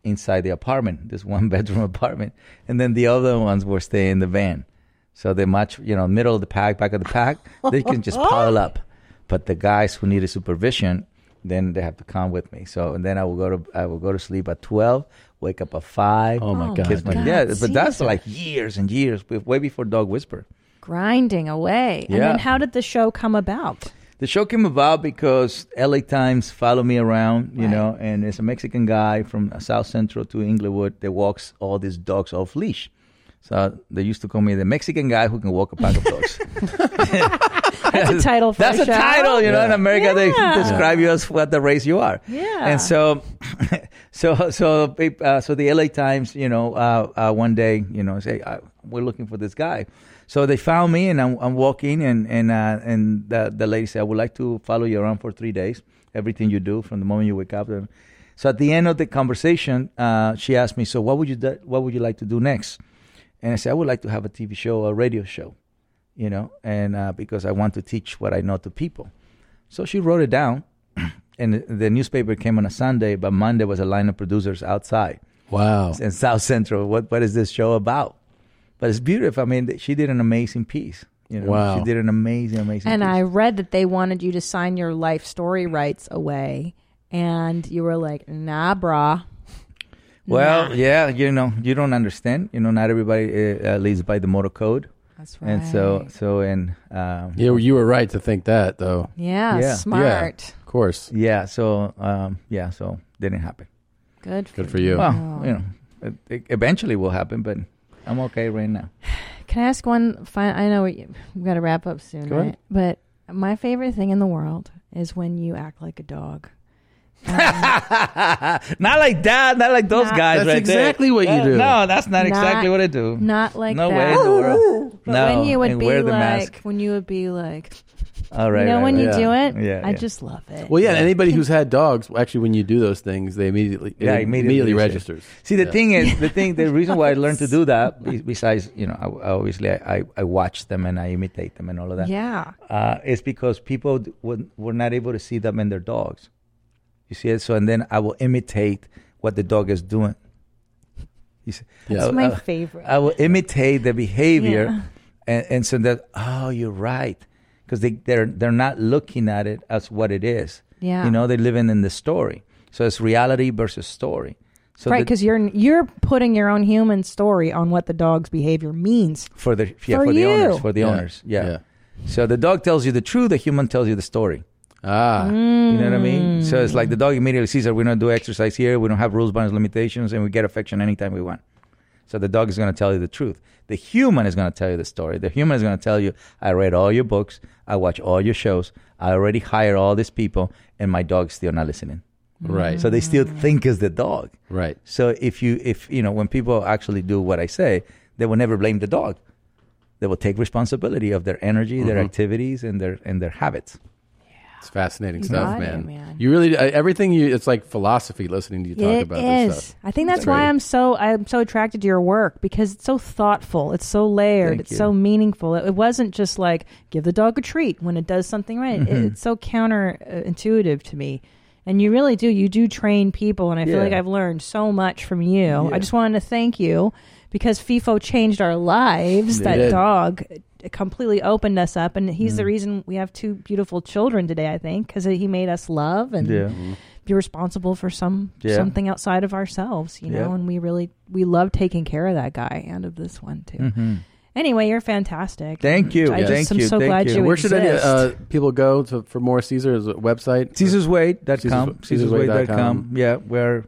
R: inside the apartment, this [laughs] one bedroom apartment, and then the other ones were staying in the van. So they much, you know, middle of the pack, back of the pack, they can just pile up. But the guys who needed supervision, then they have to come with me. So and then I will go to I will go to sleep at twelve, wake up at five.
A: Oh, my Oh, God.
R: kiss
A: God,
R: yeah, but that's
A: Caesar.
R: like years and years, be- way before Dog Whisper.
C: grinding away. And then
R: Yeah.
C: how did the show come about?
R: The show came about because LA Times followed me around, you know, and it's a Mexican guy from South Central to Inglewood that walks all these dogs off leash. So they used to call me the Mexican guy who can walk a pack of dogs.
C: That's a title
R: [laughs]
C: for
R: That's
C: a
R: a
C: show.
R: title, you know. In America,
C: Yeah.
R: they describe you as what the race you are.
C: Yeah.
R: And so, [laughs] so, so, uh, so the LA Times, you know, uh, uh, one day, you know, say uh, we're looking for this guy. So they found me, and I'm, I'm walking, and and uh, and the, the lady said, "I would like to follow you around for three days. Everything you do from the moment you wake up." And so at the end of the conversation, uh, she asked me, "So what would you do, what would you like to do next?" And I said, "I would like to have a TV show, a radio show." you know, and uh, because I want to teach what I know to people. So she wrote it down, [clears throat] and the- the newspaper came on a Sunday, but Monday was a line of producers outside.
A: Wow.
R: In South Central, what, what is this show about? But it's beautiful. I mean, th- she did an amazing piece. You know,
A: Wow.
R: She did an amazing, amazing
C: And
R: piece.
C: I read that they wanted you to sign your life story rights away. And you were like, nah, brah.
R: Well, yeah, you know, you don't understand. You know, not everybody uh, uh, lives by the motor code.
C: That's
R: And so, so, and um,
A: Yeah, you were right to think that, though.
C: Yeah, Yeah. smart.
A: of course.
R: Yeah, so um, yeah, so didn't happen.
C: Good Oh.
A: Good for for you. you.
R: Well, you know, it, it eventually will happen, but I'm okay right now.
C: Can I ask one final? I know we, we got to wrap up soon,
R: Go
C: right? But my favorite thing in the world is when you act like a dog.
R: [laughs] not like that. Not like those
C: Not-
R: guys.
C: That's
R: right
C: exactly
R: there.
C: what you
R: Yeah,
C: do.
R: No, that's not, exactly what I do.
C: Not like
R: no
C: that.
R: way in the world.
C: But
R: no,
C: when you would
R: and
C: be
R: wear the
C: like,
R: mask.
C: when you would be like,
R: All right,
C: you know,
R: right,
C: when you
R: right.
C: do
R: Yeah.
C: it,
R: Yeah,
C: I
R: yeah.
C: just love it.
A: Well, yeah, and anybody who's had dogs, actually, when you do those things, they immediately it
R: Yeah, immediately, register.
A: registers.
R: See, the
A: Yeah.
R: thing is, the thing, the reason why I learned to do that, be- besides, you know, I, I obviously I, I, I watch them and I imitate them and all of that.
C: Yeah.
R: Uh, it's because people d- were, were not able to see them and their dogs. You see it? So, and then I will imitate what the dog is doing. You see?
C: That's
R: I-
C: my
R: I-
C: favorite.
R: I will imitate the behavior.
C: Yeah.
R: And, and so that, oh, you're right. Because they, they're, they're not looking at it as what it is.
C: Yeah.
R: You know, they're living in the story. So it's reality versus story. So
C: right,
R: the-
C: because you're you're putting your own human story on what the dog's behavior means.
R: for the yeah,
C: For
R: for, the
C: you.
R: owners for the
A: Yeah,
R: owners yeah. so the dog tells you the truth the human tells you the story ah you know what i mean so it's like the
C: Mm.
R: dog immediately sees that we don't do exercise here we don't have rules bounds limitations and we get affection anytime we want so the dog is going to tell you the truth the human is going to tell you the story the human is going to tell you i read all your books i watch all your shows i already hired all these people and my dog's still not listening
A: Right.
R: so they still think it's the dog
A: Mm-hmm. Right.
R: so if you if you know when people actually do what I say, they will never blame the dog. They will take responsibility of their energy, their
A: Mhm.
R: activities, and their and their habits.
A: It's fascinating
R: You
A: [laughs] stuff,
R: got it,
A: man.
R: man.
A: You really I- everything you it's like philosophy listening to you
C: It
A: talk
C: is.
A: about this stuff.
C: I think that's
A: It's
C: why
A: great.
C: I'm so I'm so attracted to your work because it's so thoughtful. It's so layered.
R: Thank
C: it's
R: you.
C: so meaningful. It, it wasn't just like give the dog a treat when it does something right. It-
A: Mm-hmm.
R: Mhm.
C: it's so counterintuitive to me. And you really do. You do train people, and I feel
R: Yeah.
C: like I've learned so much from you. I
R: Yeah.
C: just wanted to thank you because FIFO changed our lives.
R: It
C: that
R: did.
C: dog completely opened us up, and he's the
A: Mm.
R: Mhm.
C: reason we have two beautiful children today. I think because he made us love and
R: Yeah. Mhm.
C: be responsible for some
R: Yeah.
C: something outside of ourselves, you know.
R: Yeah.
C: And we really we love taking care of that guy and of this one too.
R: Mhm.
C: Anyway, you're fantastic. Mm-hmm.
R: Thank you. Yeah.
C: I just,
R: Thank
C: I'm
R: you.
C: so
R: Thank
C: glad
R: you.
C: you.
A: Where should any
C: exist.
A: uh, people go to, for more Caesar's website?
R: CaesarsWay.com.
A: Caesars-
R: CaesarsWay.com. Yeah, where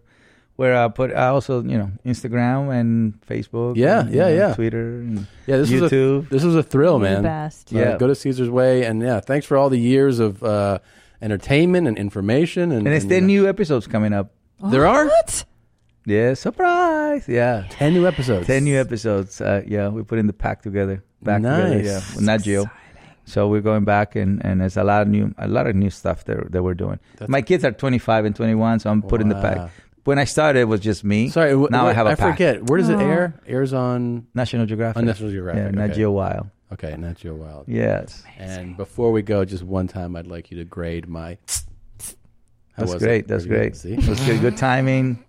R: where I put I also you know Instagram and Facebook.
A: Yeah,
R: and, you
A: yeah,
R: know,
A: yeah.
R: Twitter. And
A: Yeah, this was
R: YouTube.
A: a, this was a thrill,
R: You're the
A: man.
R: best.
A: Uh,
R: Yeah.
A: go to Caesar's Way, and yeah, thanks for all the years of uh, entertainment and information, and,
R: and it's
A: and,
R: ten new episodes coming up.
A: There are
C: Oh, what?
R: Yeah, surprise. Yeah.
A: 10 new episodes.
R: 10 new episodes. Uh, yeah, we put in the pack together. Back together.
A: Nice.
R: Yeah. with Nat Geo. So we're going back and, and there's a lot of new a lot of new stuff that, that we're doing. My kids are 25 and 21, so I'm putting the
A: Wow.
R: pack. When I started, it was just me. Sorry, now I have a
A: I
R: pack.
A: forget. Where does it air? Airs on
R: National Geographic.
A: On National Geographic.
R: Yeah, Nat
A: okay.
R: Geo Wild.
A: Okay, Nat Geo Wild.
R: Yes.
A: And before we go, just one time, I'd like you to grade my. How
R: That's
A: was
R: great.
A: it?
R: That's
A: Pretty
R: great.
A: good. See?
R: That's good.
C: [laughs]
R: Good timing.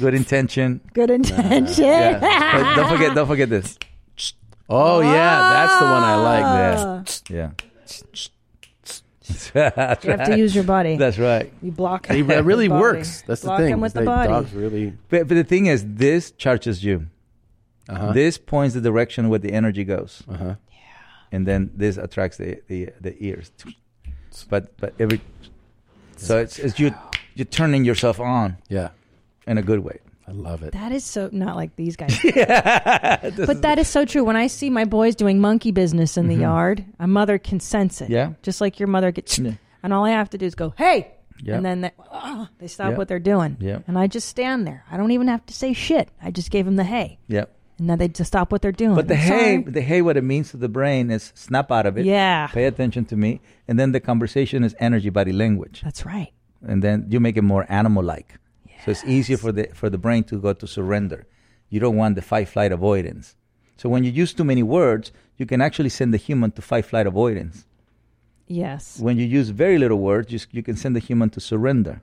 R: Good intention.
C: Good intention.
R: Yeah. But don't forget. Don't forget this.
A: Oh yeah, that's the one I
C: like.
R: Yeah.
C: Ah. You have to use your
R: [laughs]
C: body.
R: That's right.
C: You block
A: It
C: him with the
A: really
C: body.
A: works. That's the
C: block
A: thing,
C: him
A: is
C: with the
A: they-
C: body.
A: dogs really-
R: But, but the thing is, this charges you.
A: Uh-huh.
R: This points the direction where the energy goes. Uh-huh. And then this attracts the the, the ears. But but every so it's, it's you you're turning yourself on.
A: Yeah.
R: In a good way.
A: I love it.
C: That is so not like
R: [laughs]
C: these guys. [laughs] but that is so true. When I see my boys doing monkey business in the
R: Mhm.
C: yard, a mother can sense it.
R: Yeah.
C: Just like your mother gets, and all I have to do is go, hey.
R: Yeah.
C: And then they, ah, they stop
R: Yeah.
C: what they're doing.
R: Yeah.
C: And I just stand there. I don't even have to say shit. I just gave them the hey.
R: Yep.
C: And now they just stop what they're doing.
R: But the
C: Oh, I'm
R: hey,
C: sorry.
R: the hey, what it means to the brain is snap out of it.
C: Yeah.
R: Pay attention to me, and then the conversation is energy body language.
C: That's right.
R: And then you make it more animal like. So it's easier for the for the brain to go to surrender. You don't want the fight flight avoidance. So when you use too many words, you can actually send the human to fight flight avoidance.
C: Yes.
R: When you use very little words, you, s- you can send the human to surrender.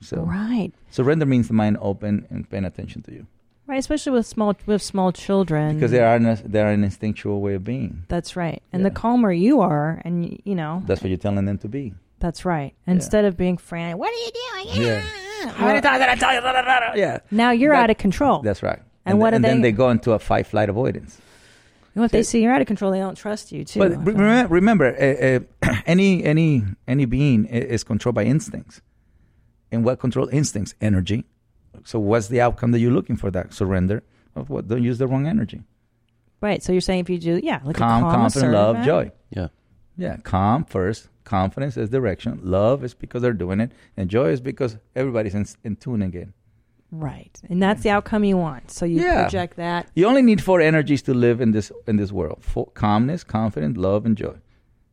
R: So
C: Right.
R: surrender means the mind open and paying attention to you
C: Right. Especially with small with small children.
R: because they are an, they are an instinctual way of being.
C: That's right. And the calmer you are, and y- you know,
R: That's what you're telling them to be.
C: that's right.
R: Yeah.
C: Instead of being frantic, what are you doing?
R: Yeah.
C: Well-
R: Yeah.
C: Now you're out of control.
R: That's right.
C: And what do
R: and then
C: they-
R: they go into a fight flight avoidance.
C: You know, if they see you're out of control, they don't trust you too.
R: But remember, remember uh, [clears throat] uh, any any any being i- is controlled by instincts, and what control instincts? Energy. So what's the outcome that you're looking for? That surrender of what? Don't use the wrong energy.
C: right. So you're saying if you do, yeah, like
R: calm,
C: a calm,
R: confident, love,
C: assertive
R: joy.
C: act.
A: Yeah.
R: Yeah. Calm first. Confidence is direction. Love is because they're doing it, and joy is because everybody's in, in tune again.
C: Right. And that's the outcome you want. So you
R: Yeah.
C: project that.
R: You only need four energies to live in this in this world: Fo calmness, confidence, love, and joy.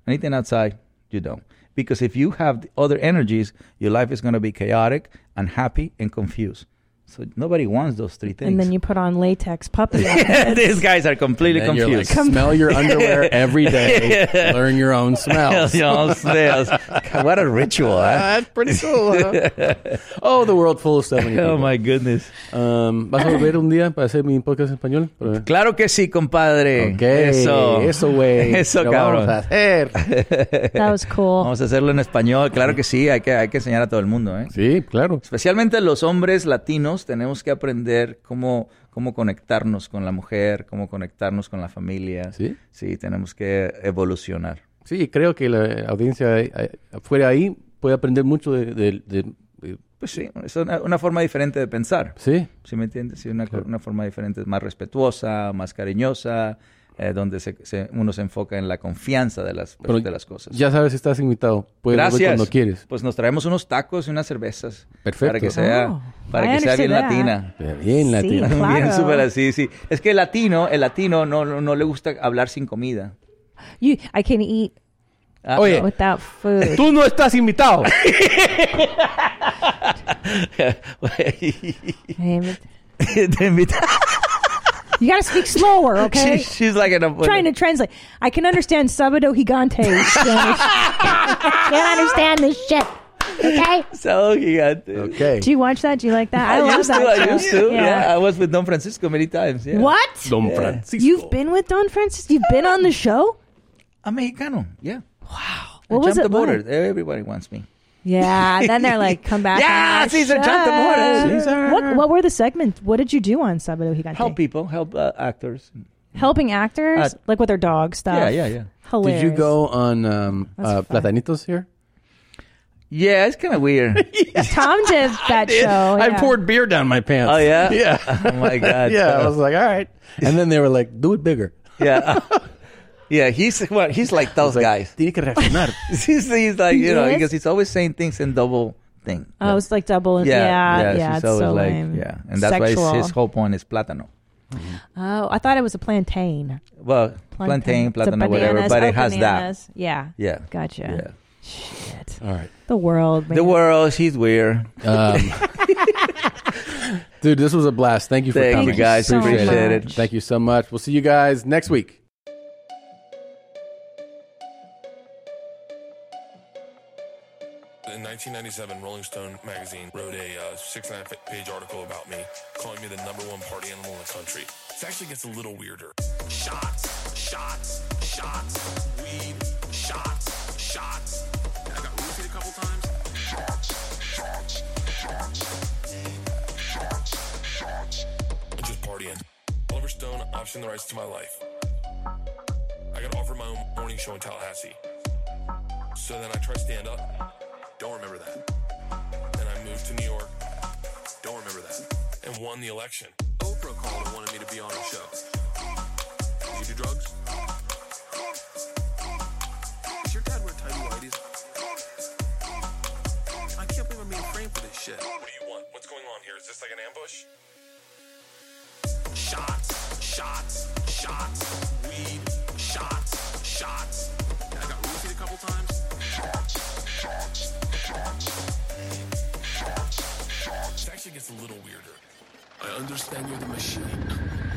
R: Anything outside, you don't. Because if you have the other energies, your life is going to be chaotic, unhappy, and confused. So nobody wants those three things. [laughs]
C: And then you put on latex puppy.
R: These guys are completely
A: And you're like,
R: confused.
A: smell your
R: [laughs]
A: underwear every day. Learn your own smells.
R: Your
A: [laughs]
R: own smells. God, what a ritual! Huh?
A: That's [laughs] pretty cool. huh? oh, the world full of so many.
R: [laughs] Oh, my goodness.
A: Um, ¿Vas a volver un día para hacer mi podcast en español? Para-
R: Claro que sí, compadre.
A: Ok,
R: eso,
A: eso, güey.
R: [laughs] Eso,
A: Lo
R: cabrón.
A: vamos a hacer.
R: [laughs]
C: That was cool.
R: Vamos a hacerlo en español. Claro que sí, hay que, hay que enseñar a todo el mundo. ¿eh?
A: Sí, claro.
R: Especialmente los hombres latinos tenemos que aprender cómo, cómo conectarnos con la mujer, cómo conectarnos con la familia.
A: Sí.
R: Sí, tenemos que evolucionar.
A: Sí, creo que la audiencia eh, eh, afuera ahí puede aprender mucho de... de- de- de-
R: Pues sí, es una, una forma diferente de pensar.
A: Sí.
R: ¿Sí me entiendes? Sí, una, una forma diferente, más respetuosa, más cariñosa, eh, donde se- se- uno se enfoca en la confianza de las,
A: Pero
R: de las cosas.
A: Ya sabes, estás invitado. Puedes volver
R: Gracias.
A: cuando quieres.
R: Pues nos traemos unos tacos y unas cervezas.
A: Perfecto.
R: Para que sea,
A: Oh,
R: para
A: I
R: que sea bien
A: understood
R: latina.
A: that. Bien Sí, latina.
R: Bien
A: claro.
R: súper así, sí. Es que el latino, el latino no, no, no le gusta hablar sin comida.
C: You, I can eat
R: Ah, no.
C: without food.
A: Tú
R: [laughs]
A: no estás invitado.
R: [laughs] Te invita-
C: You got to
R: [laughs]
C: speak slower, okay?
R: She- she's like an
C: Trying to translate. I can understand Sabado Gigante Spanish. Can't understand this shit. Okay.
R: So gigante.
A: Okay.
C: Do you watch that? Do you like that? I,
R: I
C: love
R: used
C: that.
R: to, I
C: show.
R: used to. Yeah. I was with Don Francisco many times. Yeah.
C: What?
A: Don
R: Yeah.
A: Francisco.
C: You've been with Don Francis. You've been on the show.
R: I'm Mexicano. Yeah. I
C: What was
R: jumped
C: it
R: the border.
C: like?
R: Everybody wants me.
C: Yeah. Then they're like, come back.
R: Yeah,
C: on our
R: Caesar, jump
C: show.
R: the border. Caesar.
C: What, what were the segments? What did you do on Sabado Gigante?
R: Help people, help uh, actors.
C: Helping actors,
A: Uh,
C: like with their dog stuff.
A: Yeah, yeah, yeah.
C: Hilarious.
A: Did you go on um,
C: That's
A: uh,
C: fun.
A: Platanitos here?
R: Yeah, it's kind of weird.
C: Tom did that
A: did.
C: show.
A: I
C: yeah.
A: poured beer down my pants.
R: Oh, yeah?
A: yeah.
R: [laughs]
A: [laughs]
R: Oh, my God.
A: yeah, I was like, all right. And then they were like, do it bigger.
C: [laughs]
R: Yeah. Yeah, he's [laughs] what he's like those guys.
A: Tiene que reaccionar.
R: [laughs] he's, he's like you know
A: Yes.
R: because he's always saying things in double thing.
C: Oh, it's like double. Yeah, yeah,
R: she's
C: it's
R: always
C: so
R: like,
C: lame.
R: yeah, and that's
C: Sexual.
R: why his, his whole point is platano.
C: Oh, I thought it was a plantain.
R: Well, plantain,
C: It's a
R: platano, whatever,
C: bananas.
R: but
C: Oh,
R: it has
C: bananas.
R: that.
C: Yeah.
R: Yeah.
C: Gotcha.
R: Yeah.
C: Shit.
A: All right.
C: The world. Man.
R: The world, she's weird. [laughs]
A: Um, Dude, this was a blast. Thank you for
R: Thank you
A: coming.
R: guys. Thank you so Appreciate it. much.
A: Thank you so much. We'll see you guys next week.
E: In 1997, Rolling Stone magazine wrote a uh, six and a half page article about me, calling me the number one party animal in the country. This actually gets a little weirder. Shots, shots, shots, weed, shots, shots. I got roofied a
R: Uh,
E: couple times. Shots, shots, shots, weed, shots, shots. I'm just partying. Oliver Stone optioned the rights to my life. I got offered my own morning show in Tallahassee. So then I tried stand up. Don't remember that. And I moved to New York. Don't remember that. And won the election. Oprah called and wanted me to be on her show. Did you do drugs? Does your dad wear tidy whities? I can't believe I'm being framed for this shit. What do you want? What's going on here? Is this like an ambush? Shots, shots, shots, weed, shots, shots. I got roofied a couple times. Shots, shots, shots, weed, shots, shots. It actually gets a little weirder. I understand you're the machine.